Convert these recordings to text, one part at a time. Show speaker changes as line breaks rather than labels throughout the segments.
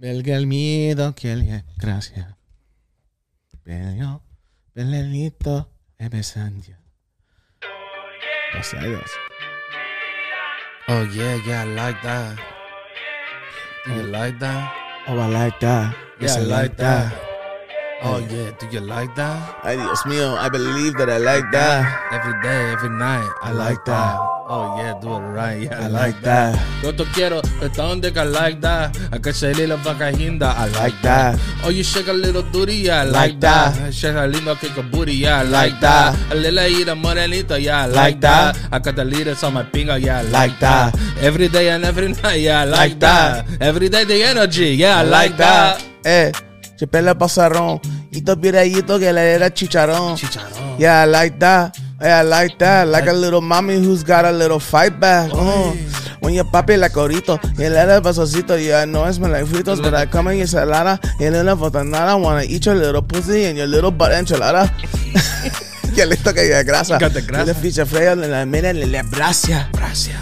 Belga el miedo que le gracia. Belga, belenito, ebesandia. Pues, Dos hay dos.
Oh yeah, yeah, I like that. Do you like that?
Oh, I like that.
Yeah,
Yes,
I like that. Oh
Yeah.
yeah, do you like that?
Ay, Dios mío, I believe that I like that.
Every day, every night, I, like that. Oh yeah, do it right. Yeah,
I like that.
Yo te quiero, hasta donde I like that. I can say little vacahinda, I like that. Oh, you shake a little booty, yeah, I like
Like
that.
that.
Shake a little kick a booty, yeah, I like
Like that.
that. A little eat a morenita, yeah, I like
Like
that.
that.
I got the leaders on my finger, yeah, I like
Like
that.
that.
Every day and every night, yeah, I like
Like
that.
that.
Every day the energy, yeah, I like that.
Eh, chepela pasarón. Y dos pirayito que le era chicharrón.
Chicharrón.
Yeah, I like that. Yeah, I like that. Like a little mommy who's got a little fight back. Uh. When your papi like orito, y le da el vasocito. Yeah, I know it's my like fritos, but I come in your salada. Y le da botanada. Wanna eat your little pussy and your little butt enchilada. que le toca ya grasa.
Got the grasa.
Le ficha fría, le la mira, le le abracia.
Gracias.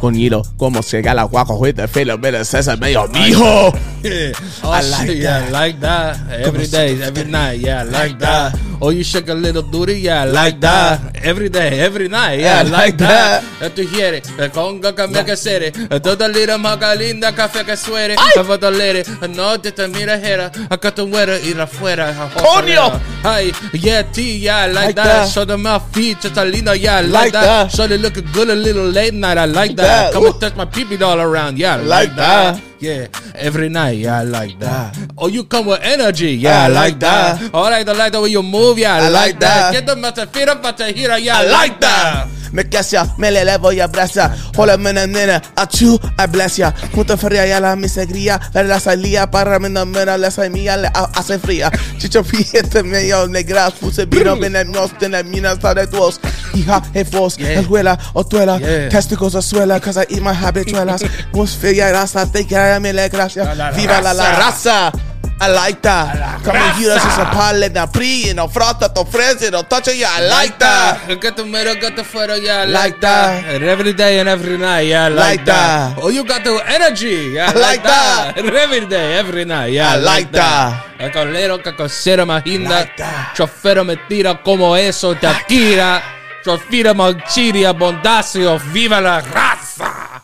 Con hilo, como se gala guaco with the filo, mira, César, medio mijo.
Yeah. Oh,
I
shit,
like
yeah, I
that.
like that. Every day, every night, yeah, I like that. Oh, you shake a little booty, yeah, I like that. Every day, every night, yeah, I like that. Eh, Tú quieres, eh, conga cambia que sere, eh, toda lira maga linda, café que suere, eh, fotolere, eh, no te te mira jera, acá tú mueres ir afuera, ja, joder.
Coño.
eh, Ay, yeah, T, yeah, I like
Like
that.
that.
Show them my feet, just a linda, yeah, I like
Like
that.
that.
Show they looking good a little late night, I like
that.
that. Come and
Ooh.
touch my peepee all around, yeah, I
Like
like that.
that.
Yeah, every night, yeah, I like that. Oh, you come with energy, yeah, I,
I
like
like
that.
that.
All right, I like the way you move, yeah, I,
I
like
like that.
that. Get them at the feet up at the heater, yeah, I, like
like
that.
Me casia, me le elevo y abraza. Hola, mena, nena, achú, I bless ya. Junto fría y a la misegría. Ver la salía para mí, no mera, la semilla le ha- hace fría. Chicho, fíjate, medio negras. Puse
Mm.
vino, venenoso, teneminas, sabe tuos. Hija, jefos,
Yeah.
escuela, otuela.
Yeah.
Testigos, azuela, casa y más habichuelas. Mus fría y raza, te quiero, me le
La,
gracia.
la,
Viva la, la raza. I like
la
that. Come and hear us
raza.
as a pilot, now pre, and no frota, to friends, and no touch it, yeah, I like that.
Get the middle, get the photo, yeah, I like,
Like
that.
that.
And every day and every night, yeah, I like,
Like
that.
that.
Oh, you got the energy, yeah, I
I
like,
like
that. Every day, every night, yeah,
I like
that. Colero, cacosera, maginda.
Like that.
Chofero me tira como eso, te atira. Chofira, manchiria, bondacio, viva la raza.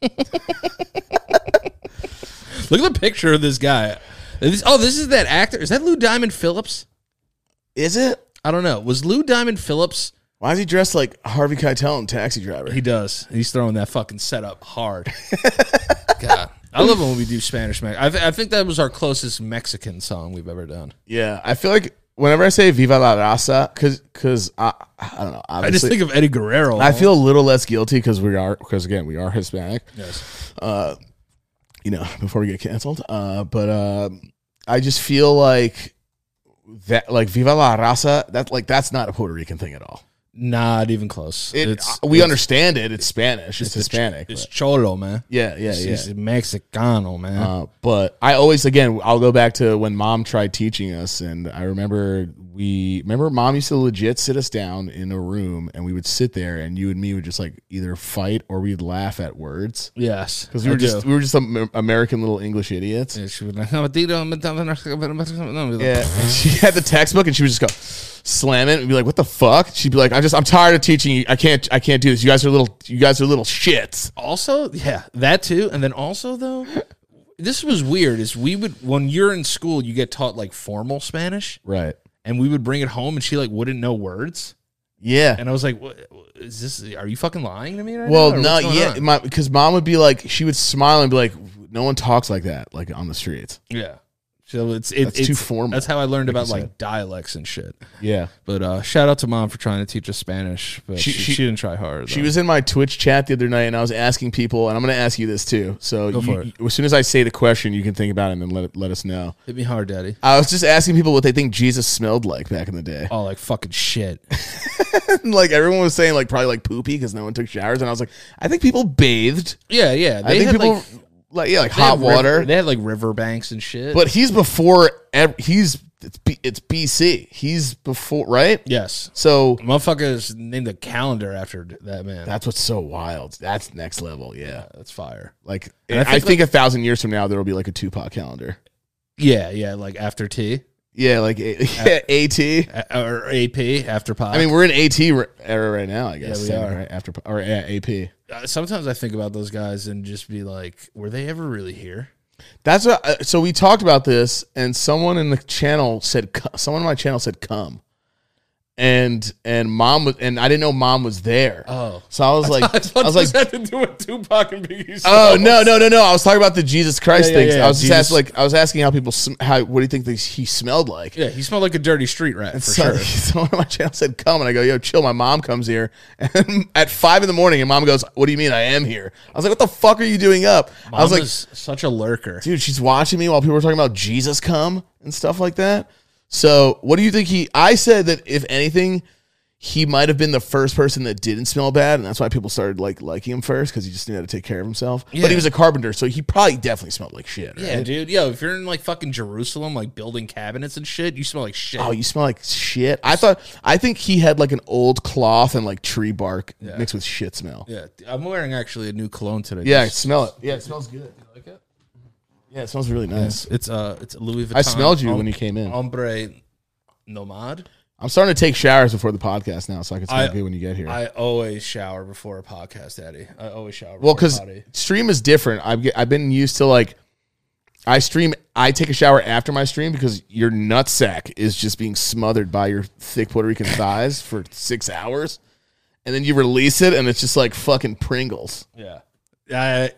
Look at the picture of this guy. This- oh, this is that actor. Is that Lou Diamond Phillips?
Is it?
I don't know. Was Lou Diamond Phillips?
Why is he dressed like Harvey Keitel in Taxi Driver?
He does. He's throwing that fucking setup hard. God, I love it when we do Spanish. Mex- I, th- I think that was our closest Mexican song we've ever done.
yeah, I feel like whenever I say "Viva la raza," because because I I don't know.
I just
Obviously, I,
think of Eddie Guerrero.
feel a little less guilty because we are because again we are Hispanic.
Yes.
You know, before we get canceled. Uh, but um I just feel like that like "Viva la raza" that like that's not a Puerto Rican thing at all.
not even close.
It, uh,
it's,
we
it's-
understand it. It's Spanish. It's, Hispanic.
It's
but-
cholo, man.
yeah, yeah, yeah.
It's Mexicano, man.
Uh, but I always, again, I'll go back to when mom tried teaching us. And I remember we, remember mom used to legit sit us down in a room and we would sit there and you and me would just like either fight or we'd laugh at words.
yes.
Cause we
I
were just,
do.
we were just some American little English idiots.
Yeah, she was like, "I'm a tiro, I'm a tiro, I'm a tiro, I'm a tiro." No, we-
Yeah. she had the textbook and she would just go slam it and be like, what the fuck? She'd be like, I just, I'm tired of teaching you. I can't, I can't do this. You guys are little, you guys are little shits.
also yeah that too and then also though this was weird is we would when you're in school you get taught like formal spanish
Right.
and we would bring it home and she like wouldn't know words
Yeah.
and i was like what is this are you fucking lying to me right
Well,
now, or
no,
what's going
yeah,
on?
my because mom would be like, she would smile and be like, "No one talks like that, like on the streets."
yeah so it's it,
That's
it's
too formal,
that's how i learned about
you
like
said.
dialects and shit
Yeah,
but uh shout out to mom for trying to teach us spanish but she,
She-
she,
she-
didn't try hard
she
though.
was in my Twitch chat the other night, and I was asking people, and I'm going to ask you this too. So, you-
for it.
as soon as I say the question, you can think about it and then let it, let us know.
hit me hard daddy
I was just asking people what they think Jesus smelled like back in the day.
oh like fucking shit
like everyone was saying, like probably like poopy because no one took showers, and I was like, I think people bathed.
yeah yeah
I think
had,
people
like,
like, yeah, like
they had
hot
river-
water.
they had like river banks and shit
but he's before ev- he's
it's B, it's BC. He's before, right?
Yes.
So
Motherfuckers named the calendar after that man.
that's what's so wild. That's next level. Yeah.
That's fire.
Like
And I
I think,
think,
a thousand years from now there will be like a Tupac calendar.
Yeah, yeah, like after T
Yeah, like a, yeah, AT.
uh, or AP after pop.
I mean, we're in AT re- era right now. I guess
we
Same,
are.
right after or yeah, AP.
Uh, sometimes I think about those guys and just be like, were they ever really here?
That's what. Uh, so we talked about this, and someone in the channel said, "Cu- someone on my channel said, "Come," and and mom was, and I didn't know mom was there.
Oh.
so I was like, I was like,
had to do with Tupac and Biggie.
Oh no no no no! I was talking about the Jesus Christ
Yeah, yeah,
things.
yeah,
I was
Jesus.
just asking, like I was asking how people sm- how what do you think they, he smelled like?
Yeah, he smelled like a dirty street rat for
so,
sure.
someone on my channel said come, and I go yo chill. My mom comes here and at five in the morning, and mom goes, "What do you mean I am here?" I was like, "What the fuck are you doing up?" I was like,
Mama's such a lurker.
"Dude, she's watching me while people were talking about Jesus come and stuff like that." So what do you think he? I said that if anything. He might have been the first person that didn't smell bad, and that's why people started like liking him first because he just knew how to take care of himself.
Yeah.
But he was a carpenter, so he probably definitely smelled like shit. right?
Yeah, dude. Yo, if you're in like fucking Jerusalem, like building cabinets and shit, you smell like shit.
Oh, you smell like shit. I thought I think he had like an old cloth and like tree bark mixed with shit smell. Yeah,
yeah, I'm wearing actually a new cologne today.
I smell it. Yeah, it smells good.
like it?
Yeah, it smells really nice.
It's uh, it's Louis Vuitton.
I smelled you
Hom-
when you came in.
Hombre Nomad.
I'm starting to take showers before the podcast now, so I can smell
I-
good when you get here.
I always shower before a podcast, Daddy. I always shower. before a
well, because
potty.
stream is different. I've get, I've been used to like I stream. I take a shower after my stream because your nutsack is just being smothered by your thick Puerto Rican thighs for six hours, and then you release it, and it's just like fucking Pringles,
yeah, I,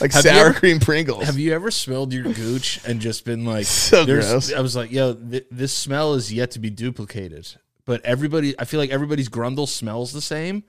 like
you
sour
ever-
cream Pringles.
Have you ever smelled your gooch and just been like,
So
there's-
gross.
I was like, yo, th- this smell is yet to be duplicated. But everybody, I feel like everybody's grundle smells the same,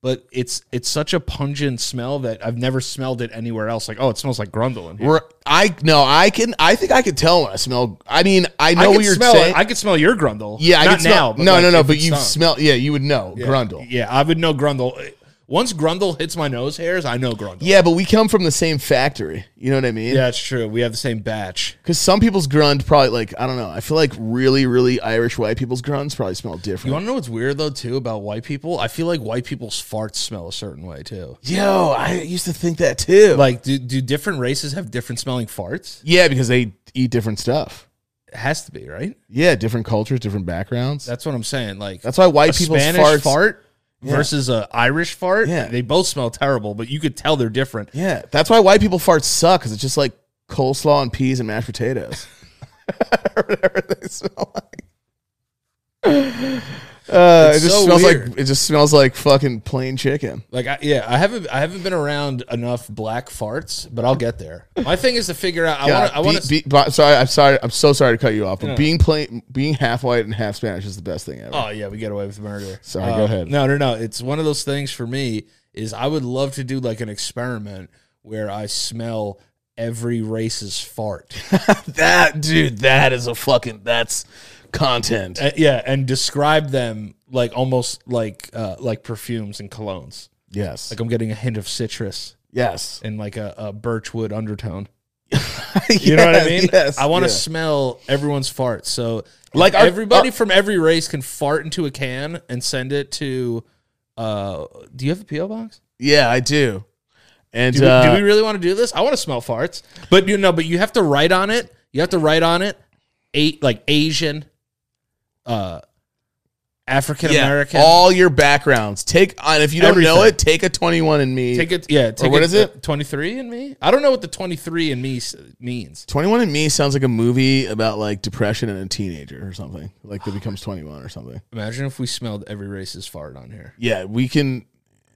but it's it's such a pungent smell that I've never smelled it anywhere else. Like, oh, it smells like grundle in here.
We're, I no, I can. I think I could tell when I smell. I mean, I know
I
what
can
you're
smell
saying.
it. I could smell your grundle.
yeah, I
not
can smell-
now. but
no,
like
no, no.
if
But
it's
you
sung.
smell. Yeah, you would know Grundle.
Yeah, I would know grundle. Once grundle hits my nose hairs, I know grundle.
Yeah, but we come from the same factory. You know what I mean?
yeah, it's true. We have the same batch.
Because some people's grund probably like I don't know. I feel like really, really Irish white people's grunts probably smell
You
different.
want to know what's weird though too about white people? I feel like white people's farts smell a certain way too.
Yo, I used to think that too.
Like, do do different races have different smelling farts?
yeah, because they eat different stuff.
It has to be right.
Yeah, different cultures, different backgrounds. That's,
That's what I'm saying. Like,
why white
a
people's
Spanish
farts.
fart versus a Irish fart.
Yeah.
they both smell terrible, but you could tell they're different.
Yeah, that's why white people farts suck because it's just like coleslaw and peas and mashed potatoes. Whatever they smell like. Uh, it
It's
just
so
smells
weird.
like it just smells like fucking plain chicken.
Like, I, yeah, I haven't I haven't been around enough black farts, but I'll get there. My thing is to figure out. I want
God,
to. I want
be-
to.
be- but- sorry, I'm sorry, I'm so sorry to cut you off. But being plain, being half white and half Spanish is the best thing ever.
Oh yeah, we get away with murder. Uh,
Sorry, go ahead.
No, no, no. It's one of those things for me is I would love to do like an experiment where I smell every race's fart.
that dude, that is a fucking that's content.
Uh, yeah, and describe them like almost like uh, like perfumes and colognes.
Yes,
Like I'm getting a hint of citrus
yes.
and like a, a birchwood undertone. You know what I mean? I want to
yeah.
smell everyone's fart. So
Like
like
our-
everybody
our-
from every race can fart into a can and send it to. Uh, do you have a PO box?
Yeah, I do. And
Do we,
uh,
do we really want to do this? I want to smell farts, but you know, but you have to write on it. You have to write on it, eight like Asian, uh, African American.
All your backgrounds. Take and if you don't know
Everything.
it, take a twenty one and me.
Take it, yeah. Take
what is it?
Twenty three and me. I don't know what the twenty three and me means.
twenty one and me sounds like a movie about like depression and a teenager or something. Like that becomes twenty one or something.
Imagine if we smelled every race's fart on here.
Yeah, we can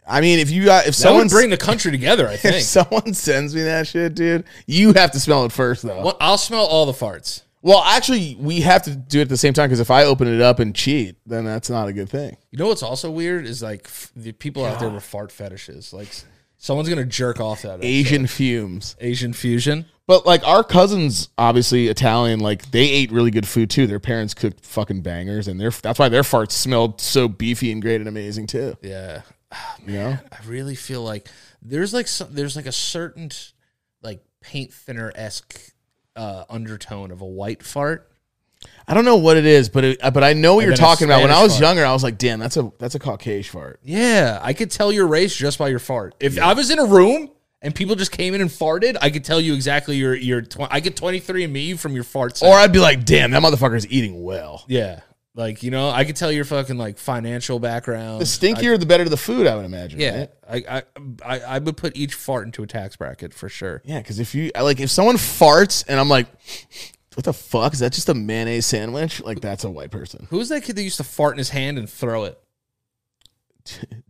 I mean if you got if
That
someone
would bring the country together. I
if
think.
someone sends me that shit, dude, you have to smell it first though.
Well, I'll smell all the farts.
Well, actually we have to do it at the same time because if I open it up and cheat, then that's not a good thing.
You know what's also weird is like f- the people out there with fart fetishes. Like s- someone's gonna jerk off that
Asian fumes.
Asian fusion.
But like our cousins, obviously Italian, like they ate really good food too. Their parents cooked fucking bangers, and their that's why their farts smelled so beefy and great and amazing too.
Yeah.
You know,
I really feel like there's like some, there's like a certain like paint thinner esque uh, undertone of a white fart.
I don't know what it is, but it, uh, but I know what you're
then a
talking about. When I
Spanish
was
fart.
younger, I was like, damn, that's a that's a Caucasian fart.
Yeah, I could tell your race just by your fart. If I was in a room and people just came in and farted, I could tell you exactly your your. Tw- I get twenty three and me from your fart. sound.
Or I'd be like, damn, that motherfucker's eating well.
yeah, like you know, I could tell your fucking like financial background.
The stinkier, the better the food, I would imagine.
yeah,
right?
I, I I I would put each fart into a tax bracket for sure.
yeah. Because if you I- like, if someone farts and I'm like, what the fuck is that? Just a mayonnaise sandwich? Like that's a white person.
Who's that kid that used to fart in his hand and throw it?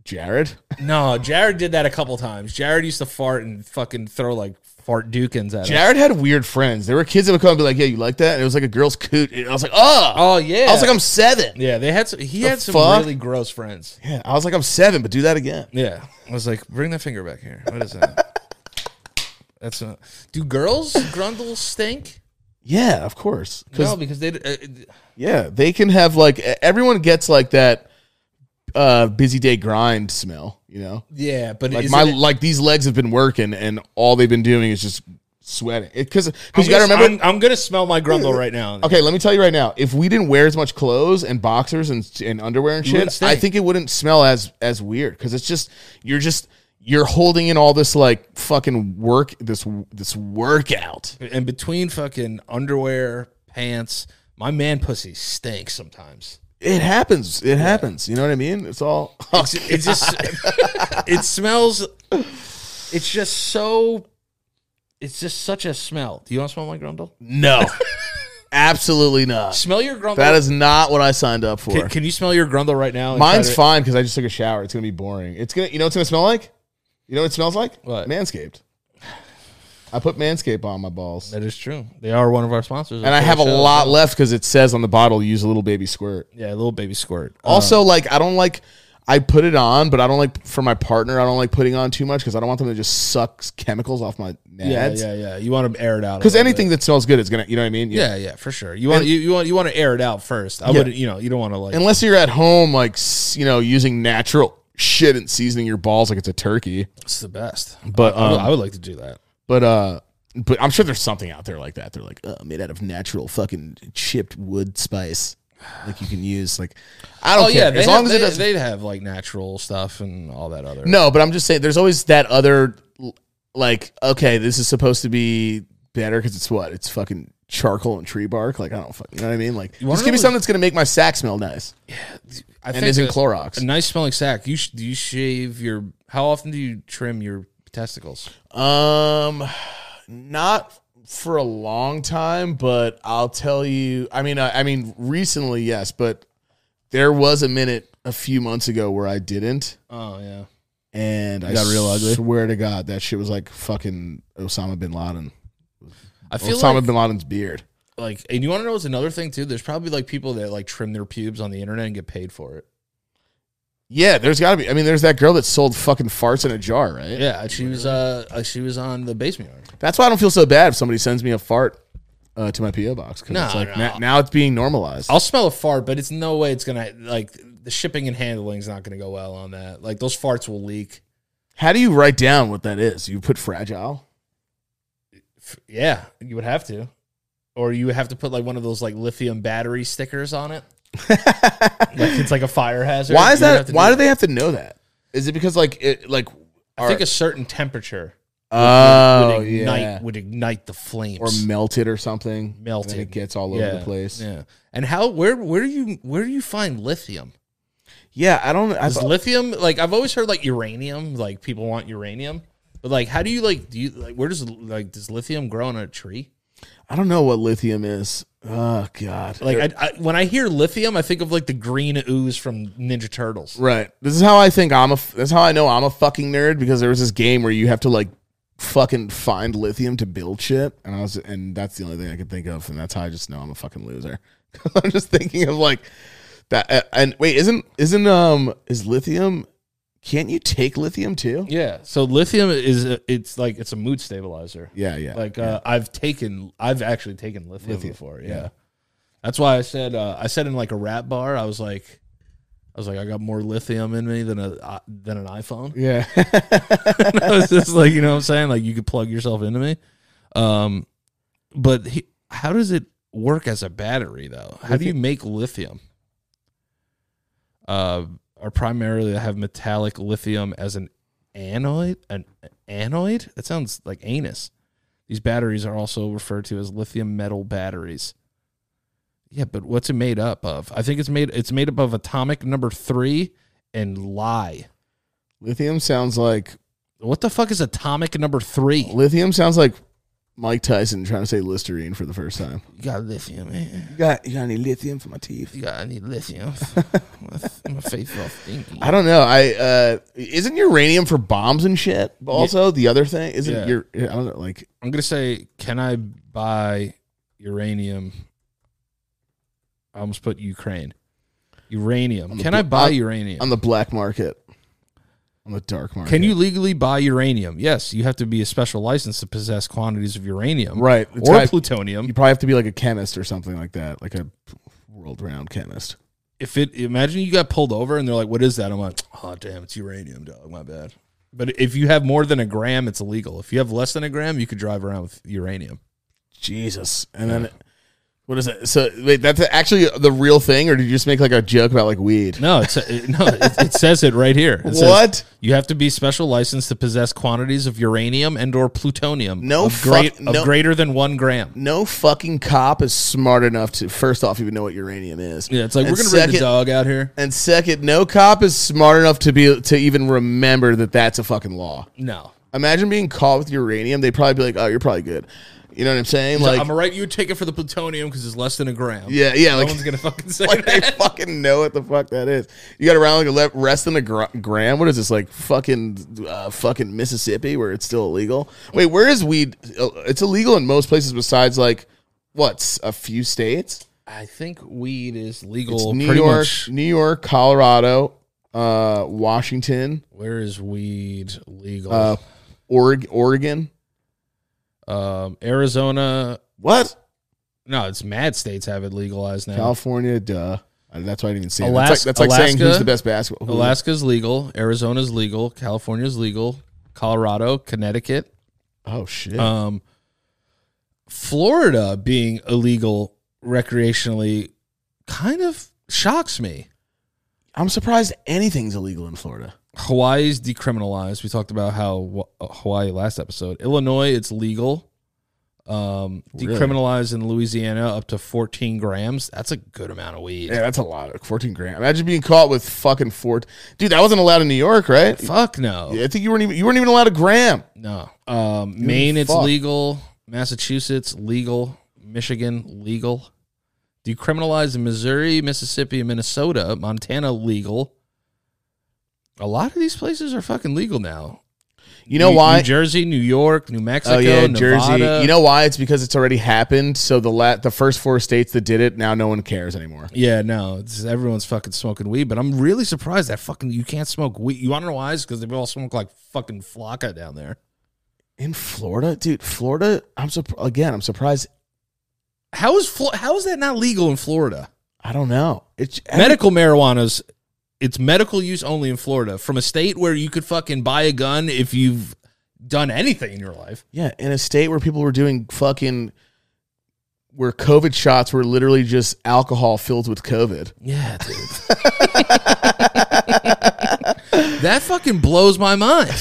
Jared.
No, Jared did that a couple times. Jared used to fart and fucking throw like fart dukins at him.
Jared had weird friends. There were kids that would come and be like, yeah, you like that? And it was like a girl's coot. And I was like, oh.
Oh yeah,
I was like, I'm seven.
yeah. They had some, he had some
fuck?
really gross friends.
Yeah, I was like, I'm seven, but do that again.
Yeah. I was like, bring that finger back here. What is that? That's not. Do girls grundles stink?
Yeah, of course. 'Cause
No, because they. Uh,
Yeah, they can have like e- everyone gets like that uh busy day grind smell, you know?
yeah, but
Like
is
my
it-
like these legs have been working and all they've been doing is just sweating. It, cuz cuz you got to
Yes,
remember
I'm, I'm gonna smell my grundle right now.
Okay, let me tell you right now. If we didn't wear as much clothes and boxers and, and underwear and
wouldn't
shit,
stink.
I think it wouldn't smell as as weird because it's just you're just you're holding in all this like fucking work this this workout.
And between fucking underwear, pants, my man pussy stinks sometimes.
It happens. It happens. You know what I mean? It's all
It's, it just. it smells. It's just so. It's just such a smell. Do you want to smell my grundle?
no, absolutely not.
Smell your grundle.
That is not what I signed up for.
Can, can you smell your grundle right now? and try
Mine's
to-
fine because I just took a shower. It's gonna be boring. It's gonna, you know, what it's gonna smell like. You know what it smells like?
What?
Manscaped. I put Manscaped on my balls,
That is true. They are one of our sponsors,
and I have a
Shout out.
lot left because it says on the bottle, "Use a little baby squirt."
Yeah, a little baby squirt. Uh,
Also, like I don't like. I put it on, but I don't like for my partner. I don't like putting on too much because I don't want them to just suck chemicals off my
yeah,
nads.
yeah, yeah. You want to air it out a
Because
little
anything
bit.
that smells good is gonna, you know what I mean?
Yeah, yeah, for sure. You want you, you want you want to air it out first. I would, you know, you don't want to like.
Unless you're at home, like s- you know, using natural shit and seasoning your balls like it's a turkey.
It's the best.
But
I would-
um,
I would like to do that.
But uh but I'm sure there's something out there like that. They're like uh, made out of natural fucking chipped wood spice, like you can use. Like I don't
Oh
care
yeah, they
as
have,
long as
they,
it doesn't.
they'd have like natural stuff and all that other.
no, but I'm just saying there's always that other l- like okay, this is supposed to be better because it's what it's fucking charcoal and tree bark. Like I don't fucking you know what I mean. Like
wanna
just
know
give me
what-
something that's gonna make my sack smell nice
I
and isn't
a-
Clorox.
A nice smelling sack. You sh- do you shave your? How often do you trim your testicles?
Um, not for a long time, but I'll tell you. I mean, I, I mean, recently, yes, but there was a minute a few months ago where I didn't,
Oh yeah.
and I
got real ugly?
Swear to God, that shit was like fucking Osama bin Laden.
I feel
Osama
like,
bin Laden's beard.
like, and you want to know what's another thing too? There's probably like people that like trim their pubes on the internet and get paid for it.
Yeah, there's got to be. I mean, there's that girl that sold fucking farts in a jar, right?
Yeah, she was uh uh, she was on the basement yard.
That's why I don't feel so bad if somebody sends me a fart uh, to my PO box because
No,
it's like
no.
na- now it's being normalized.
I'll smell a fart, but it's no way it's gonna like the shipping and handling's not gonna go well on that. Like those farts will leak.
How do you write down what that is? You put fragile.
F- Yeah, you would have to, or you would have to put like one of those like lithium battery stickers on it. like it's like a fire hazard.
Why is
You would have
that?
to
Why do
that.
they have to know that? Is it because like it like?
I think a certain temperature
oh
would ignite would ignite the flames
or melted or something.
Melted.
and it gets all
Yeah,
over the place. Yeah,
Yeah, and how where where do you where do you find lithium?
I don't. I
Is
thought-
lithium like I've always heard like uranium, like people want uranium, but like how do you like do you like where does like does lithium grow on a tree?
I don't know what lithium is. Oh God!
Like I, I, when I hear lithium, I think of like the green ooze from Ninja Turtles.
right. This is how I think I'm a. f- This is how I know I'm a fucking nerd because there was this game where you have to like fucking find lithium to build shit, and I was, and that's the only thing I could think of, and that's how I just know I'm a fucking loser. I'm just thinking of like that. uh, And wait, isn't isn't um is lithium? Can't you take lithium too?
Yeah, so lithium is a, it's like it's a mood stabilizer.
Yeah, yeah.
Like uh, I've taken, I've actually taken lithium, before. Yeah. that's why I said uh, I said in like a rap bar, I was like, I was like, I got more lithium in me than a uh, than an iPhone.
yeah.
I was just like, you know what I'm saying? Like you could plug yourself into me. Um, but he, how does it work as a battery though? How do you make lithium? Uh, are primarily have metallic lithium as an anoid, an anoid. That sounds like anus. These batteries are also referred to as lithium metal batteries. Yeah, but what's it made up of? I think it's made it's made up of atomic number three and lie.
Lithium sounds like
What the fuck is atomic number three?
lithium sounds like Mike Tyson trying to say Listerine for the first time.
You got lithium, man.
You got you got any lithium for my teeth?
You got I need lithium. my, my face all stinky.
I don't know. I uh isn't uranium for bombs and shit? Also, the other thing isn't
Yeah.
your I don't know like
I'm gonna say, can I buy uranium? I almost put Ukraine. Uranium. Can I buy
on-
uranium?
on the black market. On the dark market.
Can you legally buy uranium? Yes, you have to be a special license to possess quantities of uranium,
Right. It's
Or
got-
plutonium.
You probably have to be like a chemist or something like that, like a world round chemist.
If it imagine you got pulled over and they're like, "What is that?" I'm like, "Oh damn, it's uranium, dog. My bad." But if you have more than a gram, it's illegal. If you have less than a gram, you could drive around with uranium.
Jesus. And then what is it? So wait, that's actually the real thing, or did you just make like a joke about like weed?
No, it's, uh, it, no, it, it says it right here. It says,
What?
you have to be special licensed to possess quantities of uranium and or plutonium.
No
of, great,
fuck- no-
of greater than one gram.
No fucking cop is smart enough to first off even know what uranium is.
Yeah, it's like
And
we're gonna
second,
bring the dog out here.
And second, no cop is smart enough to be to even remember that that's a fucking law.
No,
Imagine being caught with uranium; they'd probably be like, "Oh, you're probably good." You know what I'm saying?
So
Like,
I'm gonna write you a ticket for the plutonium because it's less than a gram.
yeah, yeah.
no
Like,
one's gonna fucking say
like they
that.
fucking know what the fuck that is. You got around like a le- rest in a gr- gram. What is this like fucking uh, fucking Mississippi where it's still illegal? Wait, where is weed? uh, It's illegal in most places besides like what's a few states.
I think weed is
It's
legal.
New
pretty
York,
much.
New York, Colorado, uh, Washington,
Where is weed legal?
uh, Oreg- Oregon.
um, Arizona.
What?
No, it's mad states have it legalized now.
California, duh. Uh, That's why I didn't even see it.
Alas-
That's like, that's like saying
Alaska?
who's the best basketball. who-
Mm-hmm. Alaska's legal. Arizona's legal. California's legal. Colorado, Connecticut.
Oh shit.
Um, Florida being illegal recreationally kind of shocks me.
I'm surprised anything's illegal in Florida.
Hawaii's decriminalized. We talked about how Wa- uh, Hawaii last episode. Illinois, it's legal. Um,
Really?
decriminalized in Louisiana up to 14 grams. That's a good amount of weed.
Yeah, that's a lot. Like Fourteen grand. Imagine being caught with fucking four. Dude, that wasn't allowed in New York, right?
Fuck no,
Yeah, I think you weren't even you weren't even allowed a gram.
no. Um, Maine, it's
fuck.
legal. Massachusetts, legal. Michigan, legal. Decriminalized in Missouri, Mississippi, Minnesota, Montana, legal. A lot of these places are fucking legal now.
You know
New-
why?
New Jersey, New York, New Mexico,
oh yeah,
Nevada.
Jersey. You know why? It's because it's already happened. So the la- the first four states that did it, now no one cares anymore.
Yeah, no, it's, everyone's fucking smoking weed, but I'm really surprised that fucking you can't smoke weed. You want to know why? Because they all smoke like fucking flocka down there.
In Florida, dude, Florida. I'm surp- again. I'm surprised.
How is Flo- how is that not legal in Florida?
I don't know. It's
Medical marijuana's it's medical use only in Florida from a state where you could fucking buy a gun if you've done anything in your life.
Yeah, in a state where people were doing fucking where COVID shots were literally just alcohol filled with COVID.
Yeah, dude. that fucking blows my mind.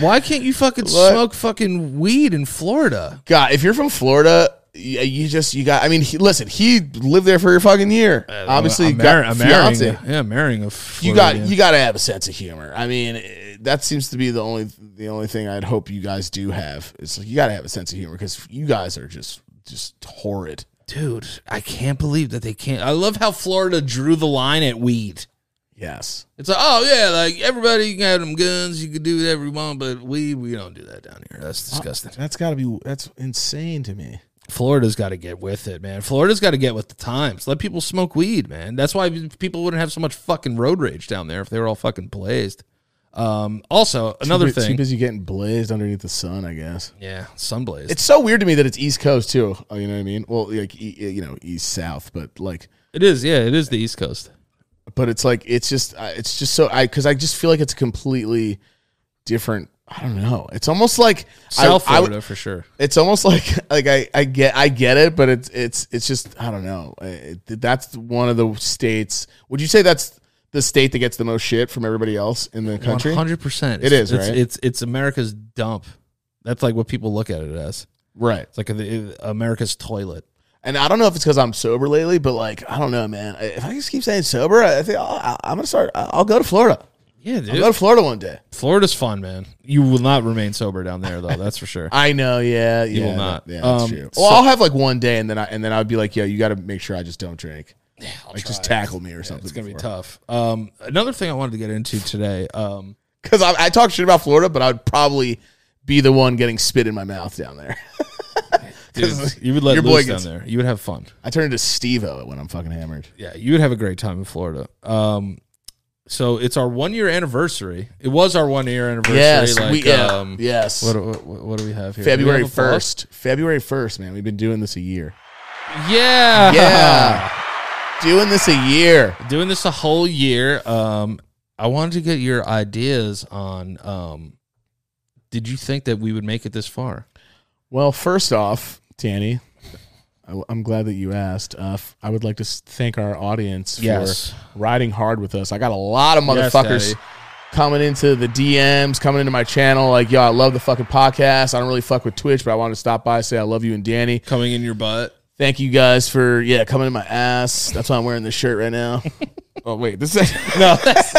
Why can't you fucking smoke fucking weed in Florida?
God, if you're from Florida, you, you just you got. I mean, he, listen, he lived there for Uh, a fucking year. Obviously,
I'm
you got
marry- I'm
fiance.
marrying, a- yeah, marrying a
You got
Floridian.
you got to have a sense of humor. I mean, eh, that seems to be the only the only thing I'd hope you guys do have. It's like you got to have a sense of humor because you guys are just just horrid.
dude. I can't believe that they can't. I love how Florida drew the line at weed.
Yes,
It's like, oh yeah, like everybody can have them guns, you can do whatever you want, but weed, we don't do that down here. That's
Uh,
disgusting.
that's got to be that's insane to me.
Florida's got to get with it, man. Florida's got to get with the times. Let people smoke weed, man. That's why people wouldn't have so much fucking road rage down there if they were all fucking blazed. Um, also, another
Too bu- too
thing,
busy getting blazed underneath the sun, I guess.
yeah, sunblaze.
It's so weird to me that it's East Coast too. Oh, you know what I mean? Well, like e- e- you know, East South, but like,
It is, yeah, it is the East Coast.
but it's like it's just uh, it's just so I because I just feel like it's a completely different I don't know. It's almost like I-
South
I,
Florida for sure.
it's almost like like I, I get I get it, but it's it's it's just I don't know. It, that's one of the states. Would you say that's the state that gets the most shit from everybody else in the country?
One hundred percent.
It is,
it's,
right?
It's it's America's dump. That's like what people look at it as.
Right.
It's like a, it- America's toilet.
And I don't know if it's because I'm sober lately, but like I don't know, man. I- If I just keep saying sober, I think I'll, I'm gonna start. I'll go to Florida.
Yeah, dude.
I'll go to Florida one day.
Florida's fun, man. You will not remain sober down there, though. That's for sure.
I know, yeah, yeah,
will not.
yeah, that's
Um,
true.
so-
Well, I'll have like one day, and then I and then I'd be like, yo, you got to make sure I just don't drink. like just tackle me or something.
It's gonna be tough. Um, another thing I wanted to get into today. Um,
because I, I talk shit about Florida, but I would probably be the one getting spit in my mouth down there.
dude, you would let
your boy
loose
gets-
down there. You would have fun.
I turn into Steve-O when I'm fucking hammered.
Yeah, you would have a great time in Florida. Um, so it's our one year anniversary. It was our one year anniversary.
Yes,
like,
we yeah,
um,
yes.
What, what, what do we have here? Do we
February
have a fall?
first, February first, man. We've been doing this a year.
Yeah.
Yeah, doing this a year.
doing this a whole year. Um, I wanted to get your ideas on. Um, did you think that we would make it this far?
Well, first off, Danny, I- I'm glad that you asked. Uh, f- I would like to s- thank our audience
Yes.
for riding hard with us. I got a lot of
Yes,
motherfuckers
Daddy.
coming into the DMs, coming into my channel. Like, yo, I love the fucking podcast. I don't really fuck with Twitch, but I wanted to stop by, say I love you and Danny.
Coming in your butt.
Thank you guys for yeah coming in my ass. That's why I'm wearing this shirt right now. oh wait, this is,
No, that's,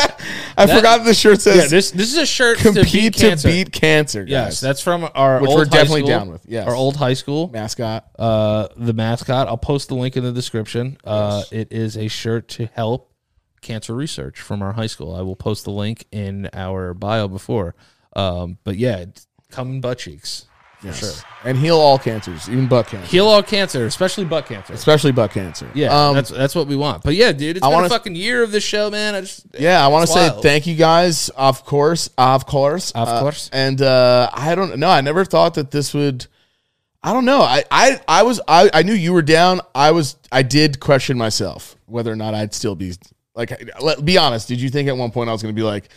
I forgot the shirt says
yeah, this this is a shirt to beat
compete to beat
cancer.
cancer.
yes,
guys.
that's from our
Which
old
we're
high
definitely
school-
down with, yes.
our old high school.
mascot.
Uh, the mascot. I'll post the link in the description. Uh, it is a shirt to help cancer research from our high school. I will post the link in our bio before. Um, but yeah, it's- come butt cheeks.
Yes. And heal all cancers, even butt cancer.
Heal all cancer, especially butt cancer.
especially butt cancer.
Yeah,
um,
that's that's what we want. But yeah, dude, it's
I
been
wanna-
a fucking year of this show, man. I just
yeah. I want
it's
to say
wild.
thank you guys, of course, of course,
Of
Uh,
course.
and uh, I don't know. I never thought that this would. I don't know. I I, I was I, I knew you were down. I was I did question myself whether or not I'd still be like. Let be honest. Did you think at one point I was going to be like,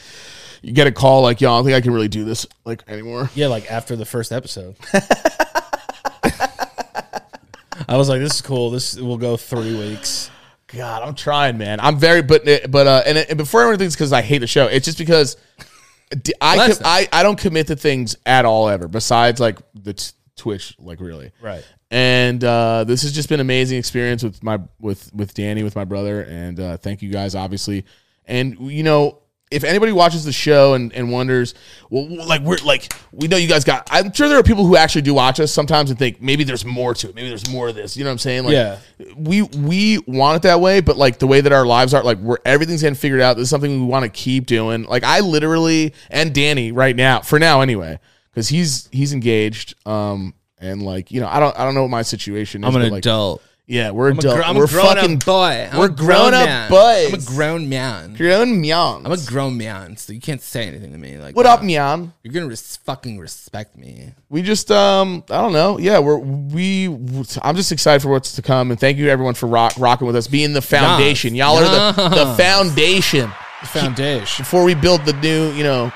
you get a call like, yo, I don't think I can really do this like anymore.
yeah, like after the first episode. I was like, this is cool. This will go three weeks.
God, I'm trying, man. I'm very, but but uh, and, and before anyone thinks because I hate the show, it's just because d- I
Well,
com-
that's
I I don't commit to things at all ever. Besides like the t- Twitch, like really,
Right.
And uh, this has just been an amazing experience with my with with Danny with my brother, and uh, thank you guys, obviously. And you know, if anybody watches the show and, and wonders, well, like we're like we know you guys got. I'm sure there are people who actually do watch us sometimes and think maybe there's more to it, maybe there's more of this. You know what I'm saying? Like,
Yeah.
we we want it that way, but like the way that our lives are, like we're everything's getting figured out. This is something we want to keep doing. Like I literally and Danny right now, for now anyway, because he's he's engaged. Um, and like you know, I don't I don't know what my situation is.
I'm an
but, like,
adult.
Yeah, we're
I'm a,
adult.
gr- I'm
we're
a grown
fucking
up boy. I'm
we're
a
grown up
man.
boys.
I'm a grown man.
grown meow.
I'm a grown man, so you can't say anything to me. Like,
What
that.
up, meow?
You're gonna res- fucking respect me.
we just um i don't know yeah we're we i'm just excited for what's to come and thank you everyone for rock rocking with us being the foundation y'all are the, the
Yes.
foundation
Foundation.
before we build the new you know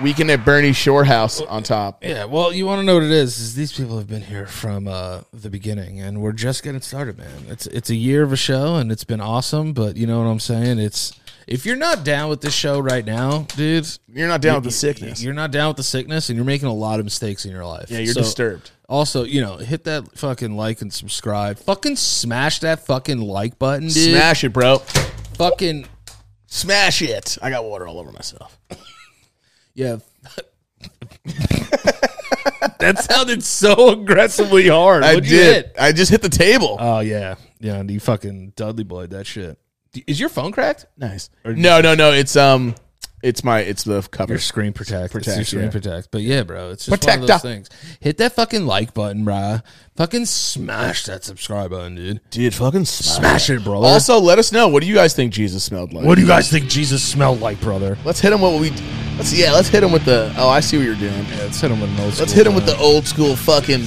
weekend at bernie shore house on top
Yeah, well, you want to know what it is? Is these people have been here from uh, the beginning, and we're just getting started, man. It's it's a year of a show, and it's been awesome. But you know what I'm saying? It's if you're not down with this show right now, dude,
you're not down with the sickness
you're not down with the sickness, and you're making a lot of mistakes in your life.
yeah you're
So-
disturbed
Also, you know, hit that fucking like and subscribe. Fucking smash that fucking like button, dude.
smash it bro
Fucking
smash it i got water all over myself
yeah. that sounded so aggressively hard.
i
What'd you hit?
did i just hit Uh, the table
Oh yeah, yeah. You fucking Dudley boyed that shit. D- Is your phone cracked?
nice no no no it's um it's my it's the cover
Your screen protect. Protect. your
Protect,
screen
yeah.
protect. But yeah, bro, it's just one of those
Protector.
things. Hit that fucking like button, bro. Fucking smash that subscribe button, dude.
dude fucking smash,
Smash it, brother.
also let us know what do you guys think jesus smelled like
what do you guys think Jesus smelled like, brother?
Let's hit him with what we. Let's yeah. Let's hit him with the. Oh, I see what you're doing.
Yeah, let's hit him with an old.
Let's
school
hit him with
time.
the old school fucking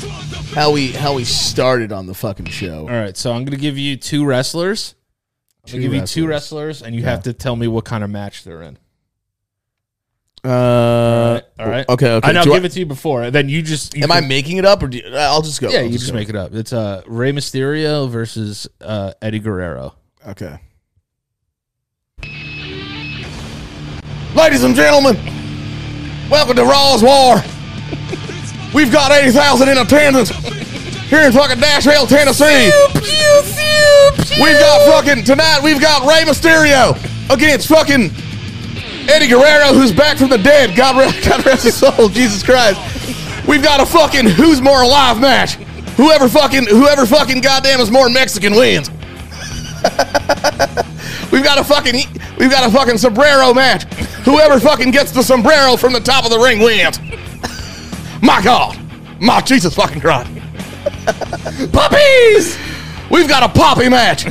how we how we started on the fucking show.
All right, so I'm gonna give you two wrestlers. I'm
Two
gonna give you two wrestlers, and you have to tell me what kind of match they're in.
Uh,
All right.
Okay. Okay.
And I'll
Do I-
give it to you before. Then you just. You
am I making it up or do you, I'll just go?
Yeah,
I'll
you just
go.
make it up. It's uh Rey Mysterio versus uh, Eddie Guerrero.
Okay. Ladies and gentlemen, welcome to Raw's War. We've got 80,000 in attendance here in fucking Nashville, Tennessee. We've got fucking, tonight we've got Rey Mysterio against fucking Eddie Guerrero, who's back from the dead. God rest, God rest his soul, Jesus Christ. We've got a fucking who's more alive match. Whoever fucking, whoever fucking goddamn is more Mexican wins. We've got a fucking we've got a fucking sombrero match. Whoever fucking gets the sombrero from the top of the ring wins. My God, my Jesus fucking Christ! Puppies! We've got a poppy match.